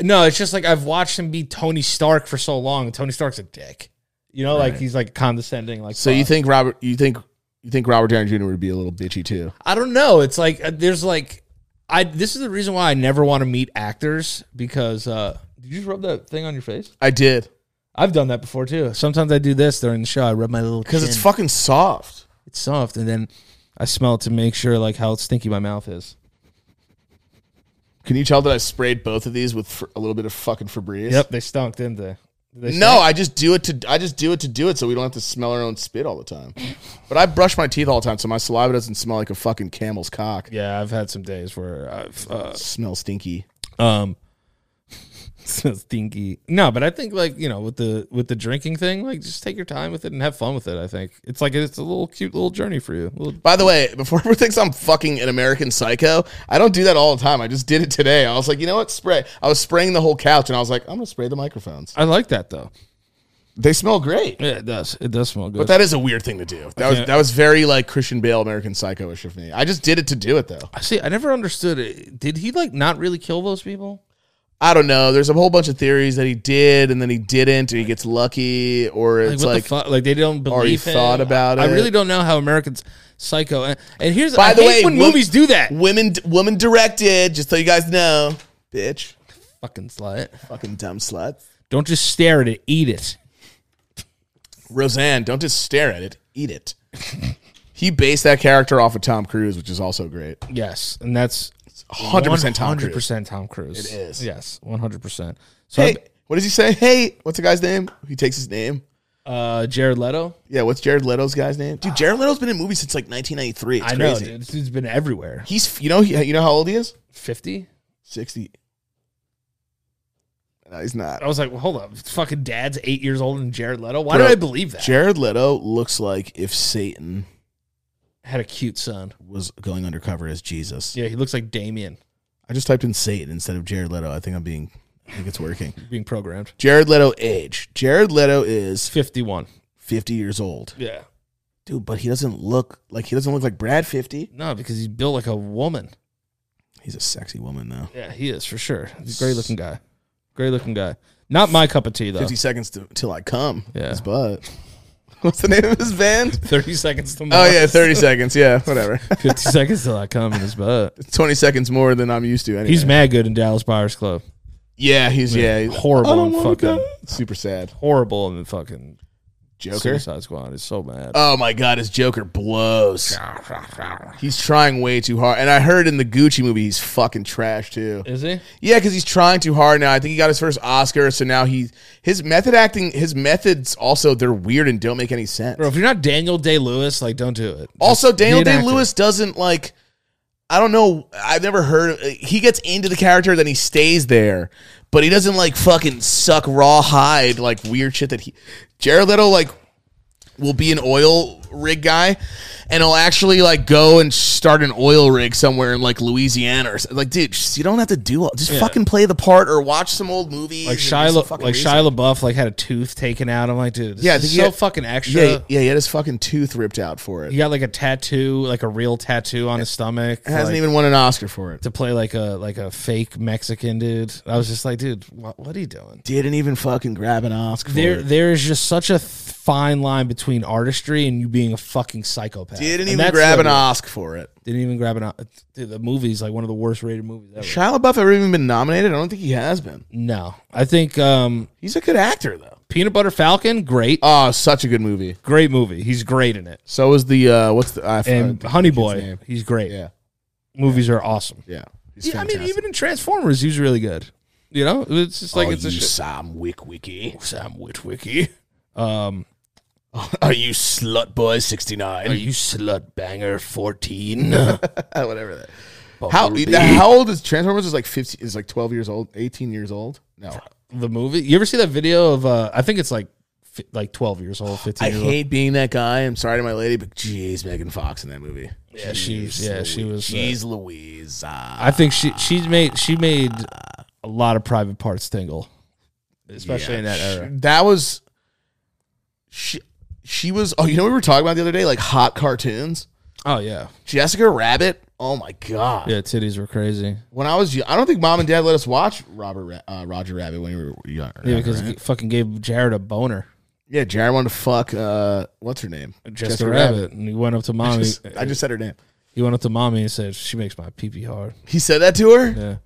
No, it's just like I've watched him be Tony Stark for so long. and Tony Stark's a dick. You know, like he's like condescending. Like
So you
fuck.
think Robert you think you think Robert Downey Jr. would be a little bitchy too?
I don't know. It's like uh, there's like I. This is the reason why I never want to meet actors because uh did you just rub that thing on your face?
I did.
I've done that before too. Sometimes I do this during the show. I rub my little
Because it's
chin.
fucking soft.
it's soft, and then I smell it to make sure like how stinky my mouth is.
Can you tell that I sprayed both of these with fr- a little bit of fucking Febreze?
Yep, they stunk, didn't they? Did they
No, I just do it to I just do it to do it so we don't have to smell our own spit all the time. But I brush my teeth all the time so my saliva doesn't smell like a fucking camel's cock.
Yeah, I've had some days where I've uh,
Smell stinky.
um so stinky. No, but I think like you know with the with the drinking thing, like just take your time with it and have fun with it. I think it's like it's a little cute little journey for you. Little,
By the way, before everyone thinks I'm fucking an American psycho, I don't do that all the time. I just did it today. I was like, you know what? Spray. I was spraying the whole couch and I was like, I'm gonna spray the microphones.
I like that though.
They smell great.
Yeah, it does. It does smell good.
But that is a weird thing to do. That was that was very like Christian Bale American psycho-ish of me. I just did it to do it though.
I see. I never understood it. Did he like not really kill those people?
I don't know. There's a whole bunch of theories that he did and then he didn't, or he gets lucky, or
Like
it's
what
like
the fuck? Like they don't believe.
already
him.
thought about
I
it.
really don't know how Americans psycho. And, and here's
By
I
the
hate
way,
when
wo-
movies do that.
women woman directed, just so you guys know. Bitch.
Fucking slut.
Fucking dumb slut.
Don't just stare at it. Eat it.
Roseanne, don't just stare at it, eat it. he based that character off of Tom Cruise, which is also great.
Yes, and that's
100% Tom Cruise.
100% Tom Cruise. It
is.
Yes, 100%. So
Hey, what does he say? Hey, what's the guy's name? He takes his name.
uh, Jared Leto.
Yeah, what's Jared Leto's guy's name? Dude, Jared Leto's been in movies since like 1993. It's
I know,
crazy.
dude. This dude's been everywhere.
He's you know he, you know how old he is?
50?
60. No, he's not.
I was like, well, hold up. Fucking dad's eight years older than Jared Leto? Why
Bro,
did I believe that?
Jared Leto looks like if Satan
Had a cute son.
was going undercover as Jesus.
Yeah, he looks like Damien
I just typed in Satan instead of Jared Leto. I think I'm being I think it's working.
being programmed.
Jared Leto age. Jared Leto is
51.
50 years old.
Yeah.
Dude, but he doesn't look like he doesn't look like Brad 50.
No, because he's built like a woman.
He's a sexy woman though.
Yeah, he is for sure. He's a great looking guy. Great looking guy. Not my cup of tea, though.
50 seconds to, till I come.
Yeah.
His butt. What's the name of his band?
30 seconds to
Oh
Mars.
yeah, 30 seconds. Yeah, whatever.
50 seconds till I come in his butt.
20 seconds more than I'm used to anyway.
He's mad good in Dallas Buyers Club.
yeah, he's yeah, he's
Horrible and
wanna
fucking-
die. super sad.
horrible in the fucking
Joker.
Suicide Squad. It's so bad.
Oh my god, his Joker blows. He's trying way too hard. And I heard in the Gucci movie he's fucking trash too.
Is he?
Yeah, because he's trying too hard now. I think he got his first Oscar, so now he his method acting, his methods also they're weird and don't make any sense.
Bro, if you're not Daniel Day Lewis, like don't do it.
also,
Just be
Daniel
an
Day
actor.
Lewis doesn't like. I don't know. I've never heard. He gets into the character, then he stays there, but he doesn't like fucking suck rawhide like weird shit that he. Jared Leto like will be an oil rig guy, and he'll actually like go and start an oil rig somewhere in like Louisiana or something. like, dude, just, you don't have to do all. Just fucking play the part or watch some old movies.
Like
and do some
Shia,
fucking
like
research.
Shia LaBeouf, like had a tooth taken out. I'm like, dude, this
Yeah, I
is
think he
so
had-
fucking extra.
Yeah, yeah, he had his fucking tooth ripped out for it.
He got like a tattoo, like a real tattoo on his stomach.
Hasn't
like,
even won an Oscar for it.
to play like a like a fake Mexican dude. I was just like, dude, what, what are you doing?
Didn't even fucking grab an Oscar. for
There,
it.
there is just such a th- fine line between artistry and you being a fucking psychopath.
Didn't
And
even
that's
grab an
the-
Oscar for it.
Didn't even grab an. Dude, the movie's like one of the worst rated movies ever.
Shia LaBeouf ever even been nominated? I don't think he has been.
No, I think um,
He's a good actor though.
Peanut Butter Falcon, great,
Oh, such a good movie.
great movie. He's great in it.
So was the uh what's the I forgot
And
the
Honey
kid's
Boy,
name.
he's great.
Yeah.
Movies are awesome.
Yeah. He's
Yeah, I mean,
fantastic.
even in Transformers, he's really good. You know, it's just like
Oh,
it's a
you
shit.
Sam Wick Wiki.
Sam Witwicky. Um,
Are you slut boy 69?
Are you slut banger 14?
Whatever that. How how old is Transformers? Is like 15 is like 12 years old, 18 years old? No.
the movie. You ever see that video of uh I think it's like fi- like 12 years old, 15
I
years old.
hate being that guy. I'm sorry to my lady, but jeez, Megan Fox in that movie.
Yeah, she yeah, she was uh,
Jeez Louise. Ah.
I think she she made she made a lot of private parts tingle. Especially in that era.
That was she she was oh, you know what we were talking about the other day? Like hot cartoons.
Oh yeah.
Jessica Rabbit. Oh my god.
Yeah, titties were crazy.
When I was young, I don't think mom and dad let us watch Robert Ra- uh, Roger Rabbit when we were young.
Yeah, because it fucking gave Jared a boner.
Yeah, Jared wanted to fuck. Uh, what's her name?
Jessica, Rabbit. uh, And he went up to mommy.
Just- I just said her name.
he went up to mommy and said, She makes my pee pee hard.
He said that to her.
Yeah.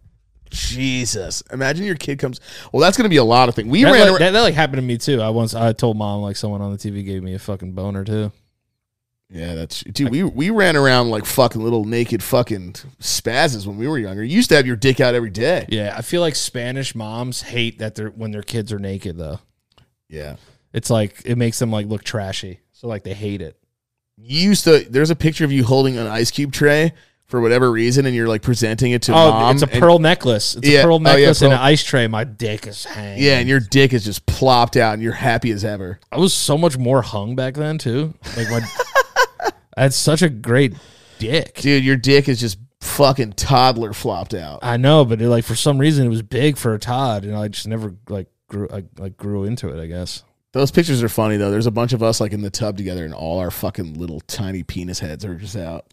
Jesus, imagine your kid comes. Well, that's going to be a lot of things. We
That
ran.
like,
ar-
that, that like happened to me too. I once I told mom like someone on the TV gave me a fucking boner too.
yeah, that's dude. We we ran around like fucking little naked fucking spazzes when we were younger. You used to have your dick out every day.
Yeah, I feel like Spanish moms hate that they're when their kids are naked though.
Yeah,
It's like it makes them like look trashy. So like they hate it.
you used to. There's a picture of you holding an ice cube tray for whatever reason, and you're like presenting it to
Oh,
mom.
it's a
and-
pearl necklace. It's
Yeah,
a pearl
oh, yeah,
necklace and
pearl-
an ice tray. My dick is hanging.
yeah, and your dick is just plopped out, and you're happy as ever.
I was so much more hung back then too. Like my, I had such a great dick.
Dude, your dick is just fucking toddler flopped out.
I know, but it, like for some reason it was big for a Todd, and I just never like grew. I like grew into it. I guess.
Those pictures are funny though. There's a bunch of us like in the tub together, and all our fucking little tiny penis heads are just out,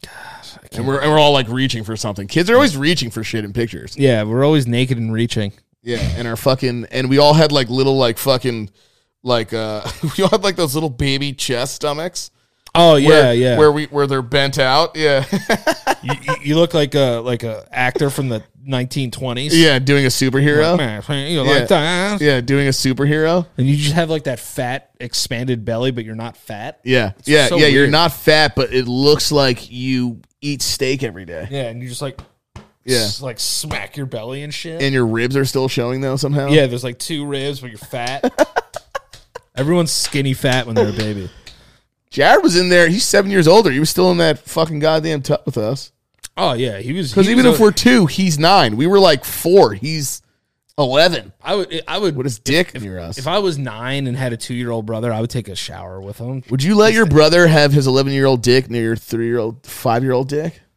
and we're and we're all like reaching for something. Kids are always reaching for shit in pictures.
Yeah, we're always naked and reaching.
Yeah, and our fucking and we all had like little like fucking like uh we all had like those little baby chest stomachs.
Oh yeah,
where-
yeah.
Where we where they're bent out. Yeah,
you, you- you look like a like a actor from the 1920s.
yeah, doing a superhero.
You like
Yeah.
that.
Yeah, doing a superhero.
And you just have like that fat expanded belly, but you're not fat.
Yeah, yeah,
so
yeah. You're
weird.
not fat, but it looks like you eat steak every day.
Yeah, and you just like
Yeah,
s- like smack your belly and shit.
and your ribs are still showing though somehow.
yeah, there's like two ribs, but you're fat. Everyone's skinny fat when they're a baby.
Jared was in there. He's seven years older. He was still in that fucking goddamn tub with us.
Oh yeah, he was.
Because
he
even
was
if
a-
we're two, he's nine. We were like four. He's eleven.
I would, I would,
With his dick near us.
if I was nine and had a two-year-old brother, I would take a shower with him.
Would you let your brother have his eleven-year-old dick near your three-year-old, five-year-old dick?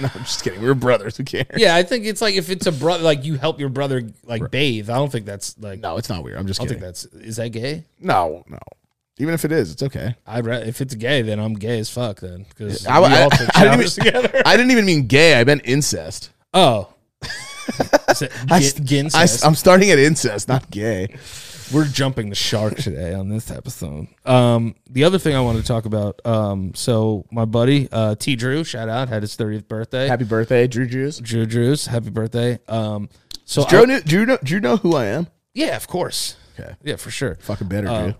No, I'm just kidding. We're brothers. Who cares?
Yeah, I think it's like if it's a brother, like you help your brother like bathe. I don't think that's like.
No, it's not weird. I'm just
I don't
kidding.
think that's is that gay?
No, no. Even if it is, it's okay.
I re- if it's gay, then I'm gay as fuck. Then because
I-
we
I-
all took
I didn't
showers together.
I didn't even mean gay. I meant incest.
Oh, Is it
I,
gin-
I,
gincest?
I'm starting at incest, not gay.
We're jumping the shark today on this episode. Um, the other thing I wanted to talk about. Um, so my buddy uh, T Drew, shout out, had his 30th birthday.
Happy birthday, Drew Jews.
Drew Drews, happy birthday. Um, so I-
Drew, knew- Drew, know, Drew know who I am?
yeah, of course.
Okay.
Yeah, for sure.
Fucking better,
Uh,
dude.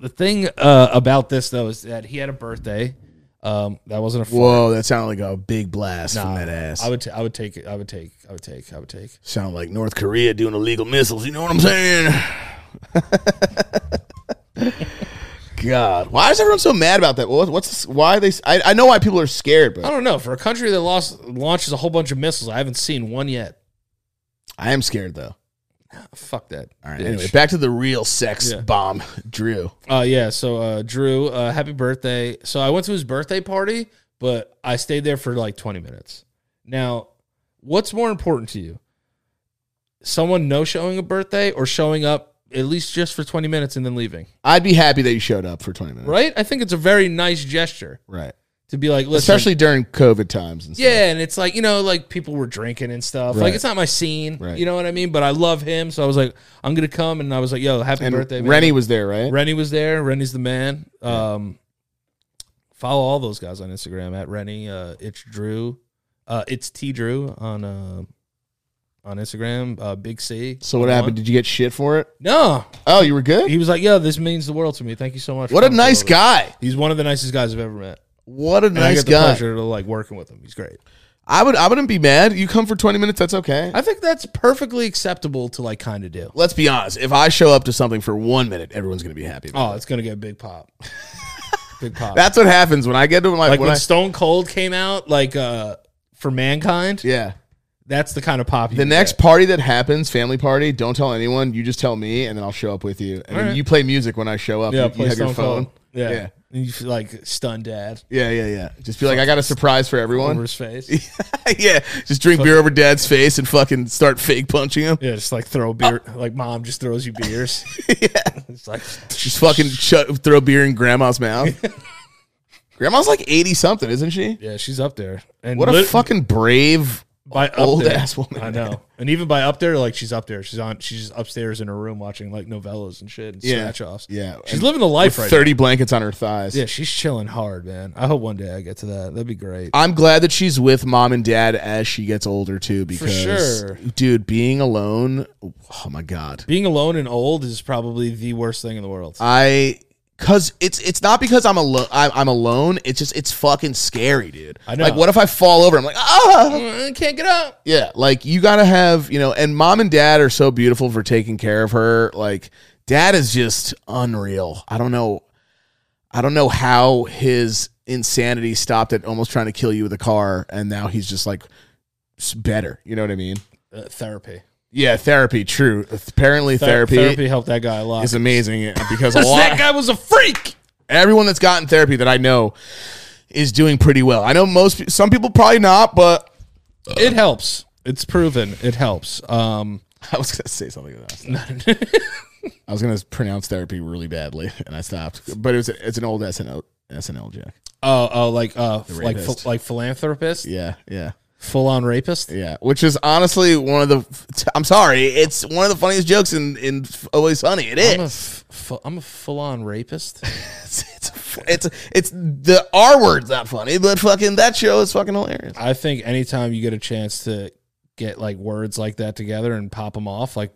The thing uh, about this though is that he had a birthday. Um, that wasn't a fart.
Whoa, that sounded like a big blast from that ass.
I would, t- I would take it. I would take. I would take. I would take.
Sound like North Korea doing illegal missiles. You know what I'm saying? God, why is everyone so mad about that? What- What's this, why they? I, I know why people are scared,
I
but
don't know. For a country that lost launches a whole bunch of missiles, I haven't seen one yet.
I am scared though.
Fuck that.
All right,
bitch.
anyway, back to the real sex
Yeah.
bomb, Drew.
Uh, yeah. So, uh, Drew, uh, happy birthday. So I went to his birthday party, but I stayed there for like 20 minutes. Now, what's more important to you? Someone no showing a birthday or showing up at least just for 20 minutes and then leaving,
I'd be happy that you showed up for 20 minutes,
right? I think it's a very nice gesture
Right,
to be like, listen.
especially during COVID times and stuff.
yeah, and it's like you know, like people were drinking and stuff. Like
Right.
it's not my scene,
Right.
you know what I mean. But I love him, so I was like, I'm gonna come, and I was like, yo, happy
and
birthday, man.
Rennie was there, right?
Rennie was there. Rennie's the man. Um, follow all those guys on Instagram at Rennie. Uh, it's Drew. Uh, it's T Drew on uh, on Instagram. Uh, Big C.
so what happened? Did you get shit for it?
No,
Oh, you were good.
he was like, "Yo, this means the world to me. Thank you so much." for
What a
coming
nice
over."
guy.
He's one of the nicest guys I've ever met.
What a
And I
nice
get the
guy.
pleasure to like working with him. He's great.
I would I wouldn't be mad. You come for 20 minutes, that's okay.
I think that's perfectly acceptable to like kind of do.
Let's be honest. If I show up to something for one minute, everyone's gonna be happy. about it.
Oh, it's gonna get a big pop. big pop.
That's what happens when I get to like,
like
when
when
I,
Stone Cold came out, like uh for mankind.
yeah.
That's the kind of pop. You
The
get.
next party that happens, family party, don't tell anyone. You just tell me, and then I'll show up with you. And then
right.
you play music when I show up.
yeah,
you, you
play
have your
Stone
phone.
Cold. Yeah.
Yeah.
And you feel like stunned dad
Yeah, yeah, yeah. Just be like, I got a surprise for
over
everyone.
his face.
yeah, just drink beer over dad's face and fucking start fake punching him.
Yeah, just like throw beer. Like mom just throws you beers. It's like
Just fucking chu- throw beer in grandma's mouth. grandma's like eighty something, isn't she?
yeah, she's up there. And
What a
lit-
fucking brave.
by up
old
there-
ass woman.
I know. And even by up there, like she's up there. She's on. She's upstairs in her room watching like novellas and shit and
Yeah.
scratch offs.
Yeah.
she's living the life right. now.
Thirty blankets on her thighs.
Yeah, she's chilling hard, man. I hope one day I get to that. That'd be great.
I'm glad that she's with mom and dad as she gets older too. Because
sure.
dude, being alone, oh my god.
Being alone and old is probably the worst thing in the world.
I cuz it's it's not because I'm alone I'm, I'm alone, it's just it's fucking scary, dude.
I know.
Like what if I fall over? I'm like, "Ah!"
I can't get up.
Yeah, like you got to have, you know, and mom and dad are so beautiful for taking care of her. Like dad is just unreal. I don't know I don't know how his insanity stopped at almost trying to kill you with a car and now he's just like s- better, you know what I mean?
Uh, therapy.
Yeah, therapy. True. Apparently,
Ther-
therapy,
Therapy helped that guy a lot.
is amazing because a
that
lot
guy was a freak.
everyone that's gotten therapy that I know is doing pretty well. I know most pe- some people probably not, but
It helps. It's proven. It helps. Um,
I was gonna say something. Else. I was gonna pronounce therapy really badly, and I stopped. But it was it's an old SNL SNL joke.
oh, oh, like uh, f- like
rapist.
ph- like philanthropist,
Yeah, yeah,
full on rapist.
yeah. Which is honestly one of the. I'm sorry, it's one of the funniest jokes in in Always Sunny. It
I'm a
is.
f- f- I'm a full on rapist.
It's it's, it's it's the R word's not funny, but fucking that show is fucking hilarious.
I think anytime you get a chance to get like words like that together and pop them off like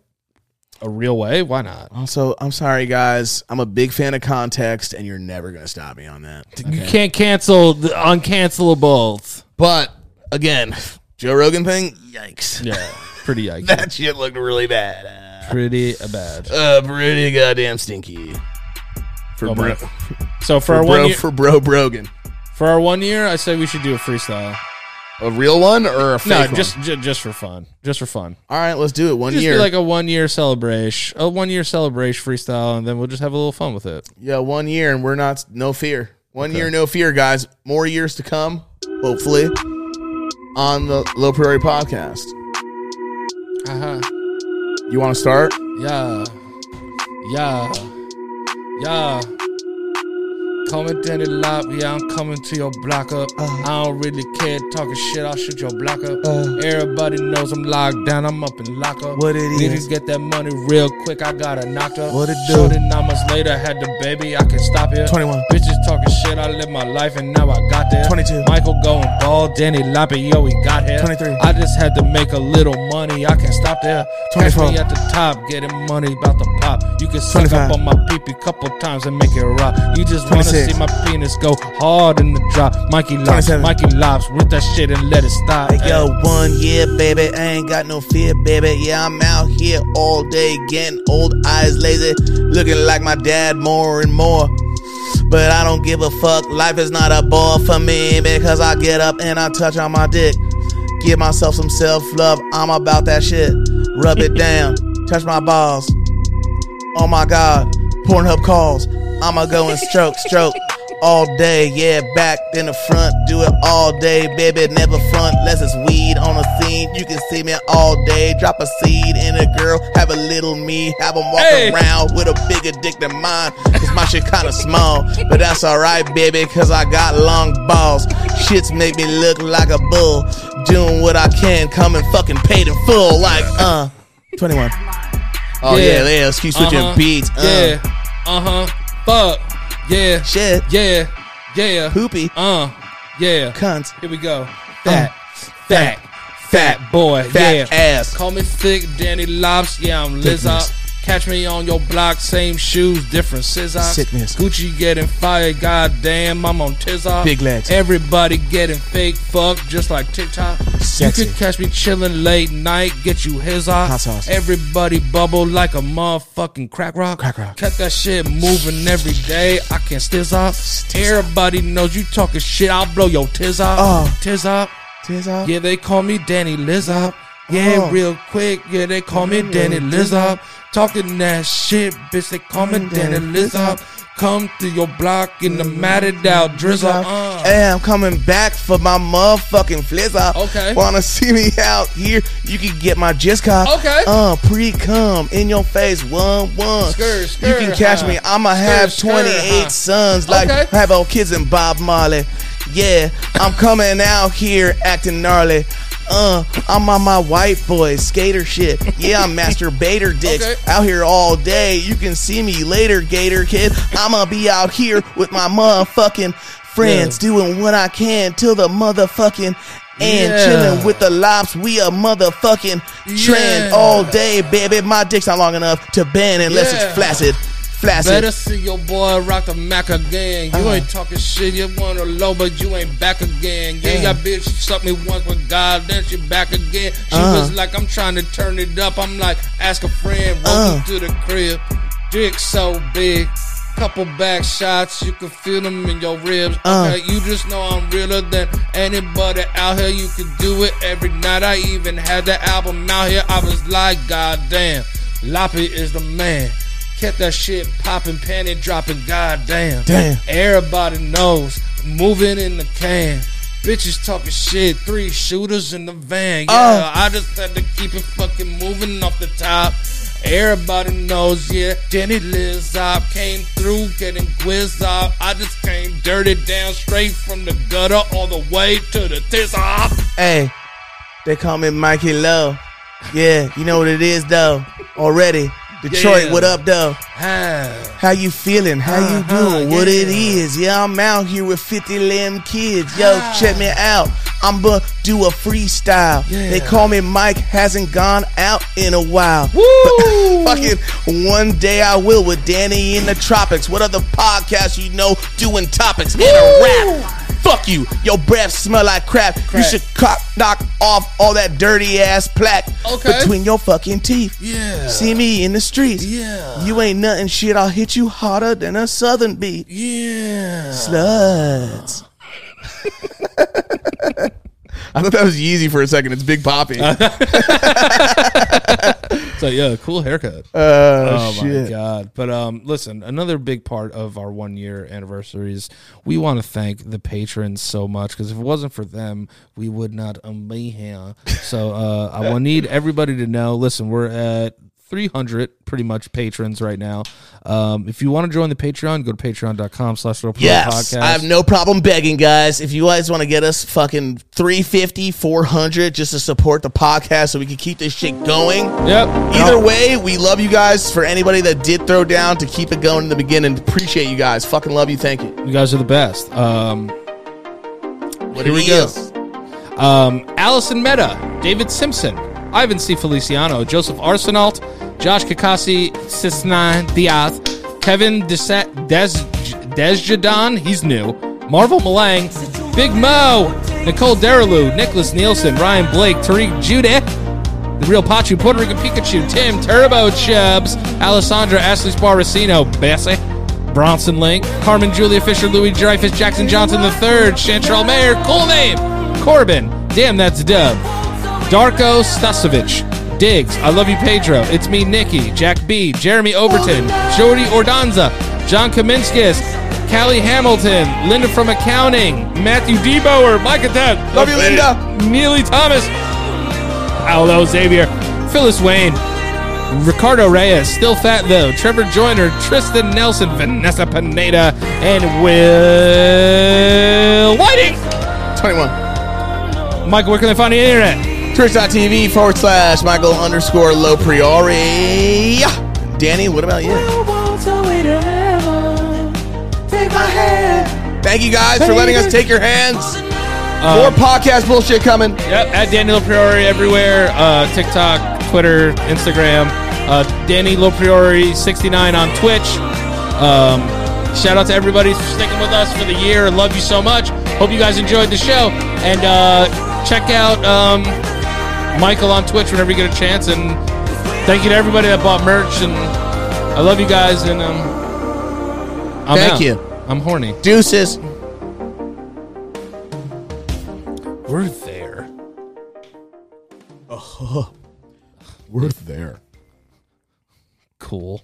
a real way, why not?
Also, I'm sorry, guys. I'm a big fan of context, and you're never going to stop me on that.
You can't cancel the uncancelables.
But again, Joe Rogan thing, yikes.
Yeah, pretty yikes.
That shit looked really bad.
pretty bad.
Uh, uh, pretty goddamn stinky. For
Oh
bro,
my- So for our
for
one
bro,
year,
for bro Brogan.
for our one year, I say we should do a freestyle.
A real one or a fake
No,
one?
just ju- just for fun, just for fun.
all right. Let's do it. One
Just
year,
be like a one year celebration, a one year celebration freestyle, and then we'll just have a little fun with it.
yeah, one year, and we're not no fear. One year, no fear, guys. More years to come, hopefully, on the Low Prairie podcast.
Uh-huh.
You want to start?
Yeah, yeah, yeah. Coming down the lot, yeah, I'm coming to your block up.
Uh.
I don't really care talking shit, I'll shoot your block up. Everybody knows I'm locked down, I'm up in lock
Uh.
up.
What it
Need
is?
to get that money real quick, I got a knock up.
What it do?
Shorty nine months later, had the baby, I can stop it.
21.
Bitches talking shit, I live my life and now I got there.
22.
Michael going bald, Danny Loppy, yo, we got here.
23.
I just had to make a little money, I can stop there. Catch
24.
me at the top, getting money about to pop. You can suck
25.
up on my peepee couple times and make it rock. You just wanna
26.
see my penis go hard in the drop. Mikey Lops,
27.
Mikey Lops, with that shit and let it stop.
Like, yo, one year, baby, I ain't got no fear, baby. Yeah, I'm out here all day, getting old eyes lazy, looking like my dad more and more. But I don't give a fuck, life is not a ball for me because I get up and I touch on my dick. Give myself some self love, I'm about that shit. Rub it down, touch my balls. Oh my god, Pornhub calls. I'ma go and stroke, stroke all day. Yeah, back then the front, do it all day, baby. Never front, less it's weed on the scene. You can see me all day. Drop a seed in a girl, have a little me, have 'em walk
Hey.
around with a bigger dick than mine. Cause my shit kinda small, but that's alright, baby, cause I got long balls. Shits make me look like a bull. Doing what I can, coming fucking paid in full, like, uh. 21.
Oh yeah,
Yeah.
yeah. let's keep switching
Uh-huh.
beats. Uh,
Yeah, uh huh, fuck, yeah,
Shit.
yeah, yeah,
Poopy.
uh, yeah.
Cunt.
Here we go. Fat, fat, fat boy.
Fat
yeah.
ass.
Call me thick, Danny Lops. Yeah, I'm Lizzo. Catch me on your block, same shoes, different scissors.
Sickness.
Gucci getting fired, goddamn, I'm on Tizza.
Big legs.
Everybody getting fake fuck, just like TikTok.
Sexy.
You can catch me chilling late night, get you his off.
Hot sauce.
Everybody bubble like a motherfucking crack rock.
Crack rock.
Kept that shit moving every day. I can stiz up. Uh. Everybody knows you talking shit. I'll blow your tiz up.
Oh.
Tiz up.
Tears out.
Yeah, they call me Danny Lizard. Yeah,
Oh.
real quick. Yeah, they Uh. call me Danny Lizard. Talking that shit, bitch. They call me Danny Lizard. Come to your block in the matted out drizzle. Uh.
Hey, I'm coming back for my motherfucking flizzer.
Okay.
Wanna see me out here? You can get my jizz cock.
Okay.
Uh, pre cum in your face, one one.
Skirt,
you
skirt,
can catch me.
huh.
I'ma
Skirt,
have
skirt,
28
huh.
sons, like
Okay.
have old kids and Bob Marley. Yeah, I'm coming out here acting gnarly. Uh, I'm on my white boy skater shit. Yeah, I'm masturbator dicks
Okay.
out here all day. You can see me later, Gator kid. I'ma be out here with my motherfucking friends doing what I can till the motherfucking and
Yeah.
chilling with the lops. We a motherfucking trend
Yeah.
all day, baby. My dick's not long enough to bend unless
Yeah.
it's flaccid. Flaccid.
Better see your boy rock the Mac again. You ain't talking shit, you wanna low, but you ain't back again. Yeah, your bitch sucked me once with God, then she back again. She was like, I'm trying to turn it up. I'm like, ask a friend, welcome to the crib. Dick so big. Couple back shots, you can feel them in your ribs. Okay, you just know I'm realer than anybody out here. You can do it every night. I even had the album out here. I was like, God damn, Loppy is the man. Kept that shit popping, panty dropping, goddamn.
Damn.
Everybody knows, moving in the can. Bitches talking shit, three shooters in the van. Yeah,
Oh.
I just had to keep it fucking moving off the top. Everybody knows, yeah. Danny Lizard came through getting quiz up. I just came dirty down straight from the gutter all the way to the tiz up.
Hey, they call me Mikey Low. Yeah, you know what it is though. Already, Detroit,
Yeah.
what up though?
Ah,
How you feeling? How you
Uh-huh,
doing? What it
yeah.
is? Yeah, I'm out here with 50 limb kids. Yo,
Ah.
check me out. I'ma do a freestyle.
Yeah.
They call me Mike. Hasn't gone out in a while.
Woo!
Fucking one day I will with Danny in the tropics. What other podcast you know doing topics and a rap? Fuck you. Your breath smell like crap. You
Crap.
should cock, knock off all that dirty ass plaque
Okay.
between your fucking teeth.
yeah.
See me in the streets.
Yeah.
You ain't nothing shit. I'll hit you harder than a southern beat.
Yeah.
Sluts.
I thought that was Yeezy for a second. It's Big Poppy.
So yeah, cool haircut.
Uh,
oh my god! But um, listen, another big part of our one year anniversary is we want to thank the patrons so much because if it wasn't for them, we would not um, be here. So uh, I will need everybody to know. Listen, we're at. 300 pretty much patrons right now um, if you want to join the patreon go to patreon.com slash little
Yes. I have no problem begging, guys. If you guys want to get us fucking 350, 400 just to support the podcast so we can keep this shit going.
yep
Either way, we love you guys. For anybody that did throw down to keep it going in the beginning, appreciate you guys. Fucking love you. Thank you.
you guys are the best um,
What
Here
it
we go.
is.
Um, Allison Meta, David Simpson, Ivan C. Feliciano, Joseph Arsenault, Josh Kakasi, Sisnan Diaz, Kevin Desa- Des- Desjardin, he's new, Marvel Malang, Big Mo, Nicole Derelou, Nicholas Nielsen, Ryan Blake, Tariq Judah, the Real Pachu, Puerto Rican Pikachu, Tim Turbo Chubbs, Alessandra Ashley Sparacino, Bessie, Bronson Link, Carmen Julia Fisher, Louis Dreyfus, Jackson Johnson III, Chantrell Mayer, cool name, Corbin, damn that's dub, Darko Stasovich, Diggs, I love you Pedro, it's me Nikki, Jack B, Jeremy Overton, Jody Ordanza, John Kaminskis, Callie Hamilton, Linda from Accounting, Matthew Deboer, Micah Deb,
Love you, Linda.
Neely Thomas, Paolo Xavier, Phyllis Wayne, Ricardo Reyes, Still Fat Though, Trevor Joyner, Tristan Nelson, Vanessa Pineda, and Will Whiting.
21.
Michael, where can they find you on the internet?
Twitch.tv forward slash Michael underscore low priori. Danny, what about you? Thank you guys for letting us take your hands. More
Um,
podcast bullshit coming.
yep, at Daniel Priori everywhere, uh, TikTok, Twitter, Instagram. Uh, Danny Lopriori 69 on Twitch. Um, shout out to everybody for sticking with us for the year. Love you so much. Hope you guys enjoyed the show. And uh, check out um, Michael on Twitch whenever you get a chance. And thank you to everybody that bought merch. And I love you guys. And um, I'm
Thank
out.
you.
I'm horny.
Deuces.
We're there.
We're there.
Cool.